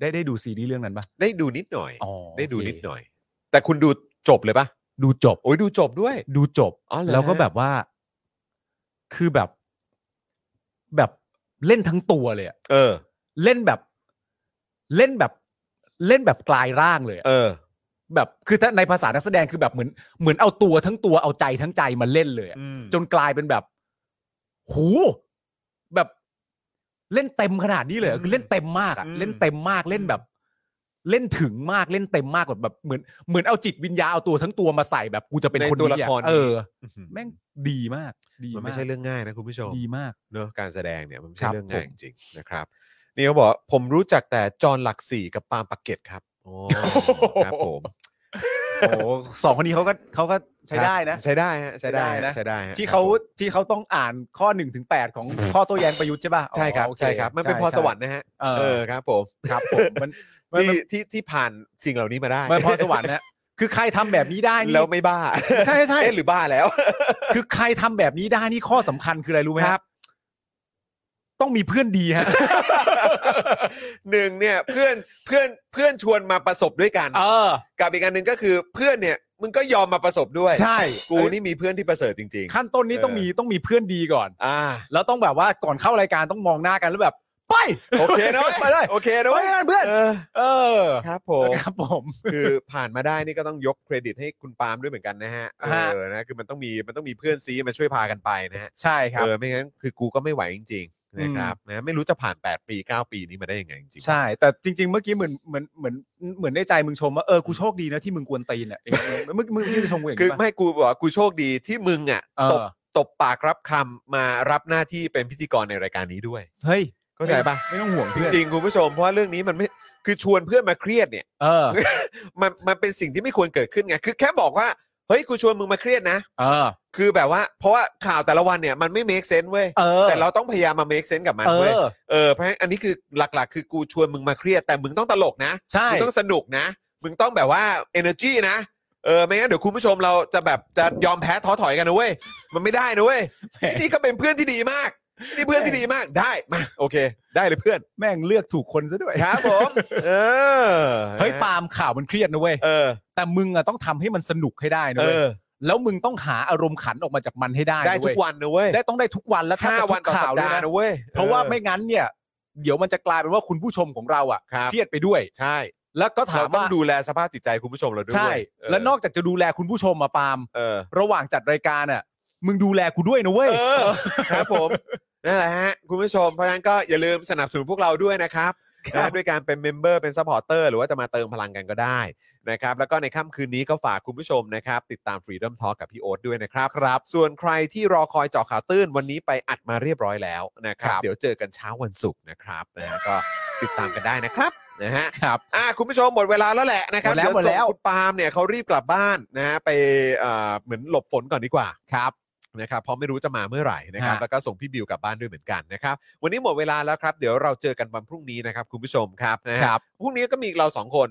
S3: ได้ได้ดูซีรีส์เรื่องนั้นปะ
S2: ได้ดูนิดหน่อย
S3: อ๋อ
S2: ได้ดู
S3: โเค
S2: นิดหน่อย แต่คุณดูจบเลยปะ
S3: ดูจบ
S2: โอ้ยดูจบด้วย
S3: ดูจบ
S2: อ๋อเหรอ
S3: แล้วก็
S2: ฮะ
S3: แบบว่า คือแบบ แบบเล่นทั้งตัวเลยอะ
S2: เออ
S3: เล่นแบบ เล่นแบบ เล่นแบบกลายร่างเลยอะ
S2: เออ
S3: แบบ คือถ้าในภาษานักแสดงคือแบบเหมือน เหมือนเอาตัวทั้งตัวเอาใจทั้งใจมาเล่นเลยอะ
S2: อืม
S3: จนกลายเป็นแบบหู แบบเล่นเต็มขนาดนี้เลยอะคือเล่นเต็มมากอะ
S2: อืม
S3: เล่นเต็มมากเล่นแบบ เล่นถึงมากเล่นเต็มมากแบบแบบเหมือนเหมือนเอาจิตวิญญาณเอาตัวทั้งตัวมาใส่แบบกูจะเป็น
S2: ใน
S3: คน
S2: ตัวละ
S3: นี้อะ
S2: คร
S3: เออ
S2: นี้
S3: แม่งดีมาก ดี
S2: มัน
S3: มา
S2: ไม่
S3: ก
S2: ใช่เรื่องง่ายนะคุณผู้ชม
S3: ดีมาก
S2: เนอะการแสดงเนี่ยมันไม่
S3: ค
S2: ใช่
S3: รับ
S2: เรื่องง่าย
S3: ผ
S2: จ
S3: ม
S2: ริงๆนะครับ นี่เขาบอกผมรู้จักแต่จอห์นหลักสี่กับปาล์มปากเกตครับ โอ้ครับผม
S3: โอ้สองคนนี้เขาก็เขาก็ใช้ได้นะ
S2: ใช้ได้ฮะใช้ได้ฮะ
S3: ใช้ได้นะ
S2: ใช้ได้ฮะ
S3: ที่เขา
S2: ครับผม
S3: ที่เขาต้องอ่านข้อหนึ่งถึงแปดของข้อโตัวแย้งประยุทธ์ใช่ป่ะ
S2: ใช่ครับ
S3: อ๋อโอเ
S2: ใช่ครับ มันเป็น
S3: ใช่
S2: พรส
S3: ใช่
S2: วรรค์นะฮะ
S3: เอ
S2: เอ
S3: อ
S2: อครับผม
S3: ครับผม มันมัน
S2: ที่ที่ที่ผ่านสิ่งเหล่านี้มาได้
S3: มันพรสวรรค์นะคือใครทำแบบนี้ได้ นี่
S2: แล้วไม่บ้า
S3: ใช่ใช่
S2: เอ๊ะหรือบ้าแล้ว
S3: คือใครทำแบบนี้ได้นี่ข้อสำคัญคืออะไรรู้ไหม
S2: ครับ
S3: ต้องมีเพื่อนดีฮะ
S2: หนึ่งเนี่ยเพื่อนเพื่อนเพื่อนชวนมาประสบด้วยกัน
S3: เออ
S2: กับอีกอันหนึ่งก็คือเพื่อนเนี่ยมึงก็ยอมมาประสบด้วย
S3: ใช่
S2: กูนี่มีเพื่อนที่ประเสริฐจริง
S3: ขั้นต้นนี้ต้องมีต้องมีเพื่อนดีก่อน
S2: ๆ อ่า
S3: แล้วต้องแบบว่าก่อนเข้ารายการต้องมองหน้ากันแล้วแบบ ไป
S2: โอเคนะว้ย
S3: ไปเลย
S2: โอเคนะ
S3: ไป
S2: เว้ย
S3: กันเพื่อน
S2: เออ
S3: เออ
S2: ครับผม
S3: ครับผม
S2: คือผ่านมาได้นี่ก็ต้องยกเครดิตให้คุณปาล์มด้วยเหมือนกันนะฮะเอ
S3: ฮะ
S2: อนะคือมันต้องมีมันต้องมีเพื่อนซีมาช่วยพากันไปนะฮะ
S3: ใช่ครับ
S2: เออไม่งั้นคือกูก็ไม่ไหวจริงๆนะครับนะไม่รู้จะผ่าน 8 ปี 9 ปีนี้มาได้ยังไงจริงๆ
S3: ใช่ แต่จริง ๆ เมื่อกี้เหมือนเหมือนเหมือนเหมือนได้ใจมึงชมว่าเออกูโชคดีนะที่มึงกวนตีนอ่ะเออเมื่อเมื่อกี้จะชมกูอย่าง
S2: คือ
S3: นี้ปะ
S2: ไม่กูบอกว่ากูโชคดีที่มึงอ่ะ
S3: เออ
S2: ตบตบปากรับคำมารับหน้าที่เป็นพิธีกรในรายการนี้ด้วย
S3: เฮ้ย
S2: เข้าใจปะ
S3: ไม่ต้องห่วง
S2: จ
S3: เพื่อน
S2: ริงๆคุณผู้ชมเพราะว่าเรื่องนี้มันไม่คือชวนเพื่อนมาเครียดเนี่ย
S3: เออ
S2: มันมันเป็นสิ่งที่ไม่ควรเกิดขึ้นไงคือแค่บอกว่าเฮ้ยกูชวนมึงมาเครียดนะ
S3: เออ
S2: คือแบบว่าเพราะว่าข่าวแต่ละวันเนี่ยมันไม่ make sense เว้ย
S3: เออ
S2: แต่เราต้องพยายามมา make sense กับมัน
S3: เอ
S2: เว้ย
S3: อ
S2: เออเพราะฉะนั้นอันนี้คือหลักๆ คือกูชวนมึงมาเครียดแต่มึงต้องตลกนะ
S3: ใช่
S2: มึงต้องสนุกนะ มึงต้องแบบว่า energy นะเออไม่งั้นเดี๋ยวคุณผู้ชมเราจะแบบจะยอมแพ้ท้อถอยกันนะเว้ยมันไม่ได้นะเว้ย
S3: แม่ง
S2: นี่ก็เป็นเพื่อนที่ดีมากนี่เพื่อนที่ดีมากได้มาโอเค ได้เลยเพื่อน
S3: แม่งเลือกถูกคนซะด้วย
S2: ครับผมเออ
S3: เฮ้ยปาล์มข่าวมันเครียดนะเว้ย
S2: เออ
S3: แต่มึงอ่ะต้องทำให้มันสนุกให้ได้นะ
S2: เอ
S3: เว้ย
S2: อ
S3: แล้วมึงต้องหาอารมณ์ขันออกมาจากมันให้ได้
S2: ได้
S3: นะ
S2: ทุ
S3: เว้ย
S2: กวันนะเว้ย
S3: ได้ต้องได้ทุกวันแล้วถ้า
S2: ห้า
S3: จะทุ
S2: วัน
S3: ก
S2: ต่อ
S3: ข่า
S2: สัป
S3: วด้วย
S2: ดาห์
S3: นะ
S2: นะเว้ย
S3: เพราะว่า
S2: ออ
S3: ไม่งั้นเนี่ย เดี๋ยวมันจะกลายเป็นว่าคุณผู้ชมของเราอ่ะ
S2: ครับ
S3: เครียดไปด้วย
S2: ใช่
S3: แล้วก็ถา
S2: เรา
S3: ม
S2: ต้อ
S3: ว่า
S2: งดูแลสภาพจิตใจคุณผู้ชมเราด้วย
S3: ใช่
S2: เออ
S3: แล้วนอกจากจะดูแลคุณผู้ชมมาปาล์ม
S2: เออ
S3: ระหว่างจัดรายการอ่ะ มึงดูแลกูด้วยนะเว้
S2: เอย อครับผมนั่นแหละฮะคุณผู้ชมเพราะฉะนั้นก็อย่าลืมสนับสนุนพวกเราด้วยนะครับ
S3: ครับ
S2: นะด้วยการเป็นเมมเบอร์เป็นซัพพอร์เตอร์หรือว่าจะมาเติมพลังกันก็ได้นะครับ แล้วก็ในค่ำคืนนี้ก็ฝากคุณผู้ชมนะครับ ติดตาม Freedom Talk กับพี่โอ๊ตด้วยนะครับครับ ส่วนใครที่รอคอยเจาะข่าวตื้นวันนี้ไปอัดมาเรียบร้อยแล้วนะครับ เดี๋ยวเจอกันเช้าวันศุกร์นะครับนะฮะก็ติดตามกันได้นะครับนะฮะ
S3: ครับ
S2: อ่ะคุณผู้ชมหมดเวลาแล้วแหละนะครับ
S3: หมดแล้วหมดแล้
S2: เย
S3: ว
S2: ส่งคุณปาล์มเนี่ยเขารีบกลับบ้านนะฮะไปเอ่อเหมือนหลบฝนก่อนดีกว่า
S3: ครับ
S2: นะครับเพราะไม่รู้จะมาเมื่อไหร่นะครับ
S3: ฮะ
S2: แล้วก็ส่งพี่บิวกลับบ้านด้วยเหมือนกันนะครับวันนี้หมดเวลาแล้วครับ เดี๋ยวเราเจอกันวันพรุ่งนี้นะครับคุณผู้ชมครับนะฮะ
S3: ครับ
S2: พรุ่งนี้ก็มีเราสองคน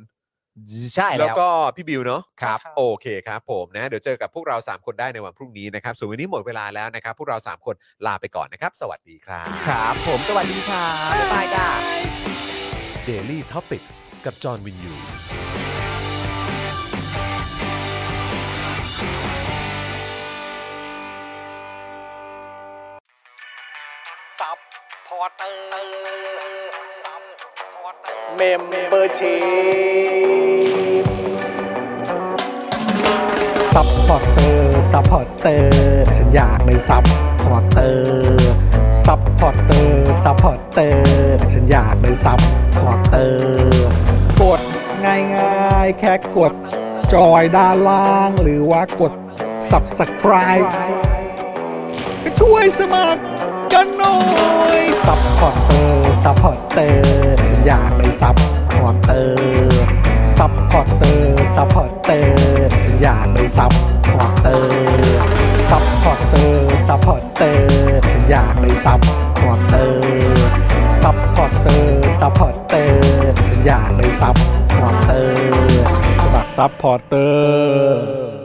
S3: ใช่แล้ว
S2: ก็พี่บิวเนาะ
S3: ครับ
S2: โอเคครับผมนะเดี๋ยวเจอกับพวกเราสามคนได้ในวันพรุ่งนี้นะครับส่วนวันนี้หมดเวลาแล้วนะครับพวกเราสามคนลาไปก่อนนะครับสวัสดีครับ
S3: ครับ ผมสวัสดีครับบ๊ายบายจ้า
S1: Daily Topics กับจอห์นวินยู
S7: ซับพอร์เตอร์ซับพอร์เตอร์
S4: เมมเบอร์ชีซัพพอร์เตอร์ซัพพอร์เตอร์ฉันอยากเป็นซัพพอร์เตอร์ซัพพอร์เตอร์ซัพพอร์เตอร์ฉันอยากเป็นซัพพอร์เตอร์กดง่ายง่ายๆ แค่กดจอยด้านล่างหรือว่ากด subscribe ก็ช่วยสมัคร กันหน่อยซัพพอร์เตอร์ซัพพอร์เตอร์ฉันอยากเป็นซัพพอร์เตอร์ซัพพอร์เตอร์ซัพพอร์เตอร์ฉันอยากเป็นซัพพอร์เตอร์ ซัพพอร์เตอร์ซัพพอร์เตอร์ฉันอยากได้ซัพพอร์เตอร์ซัพพอร์เตอร์ซัพพอร์เตอร์ฉันอยากได้ซัพพอร์เตอร์สมัครซัพพอร์เตอร์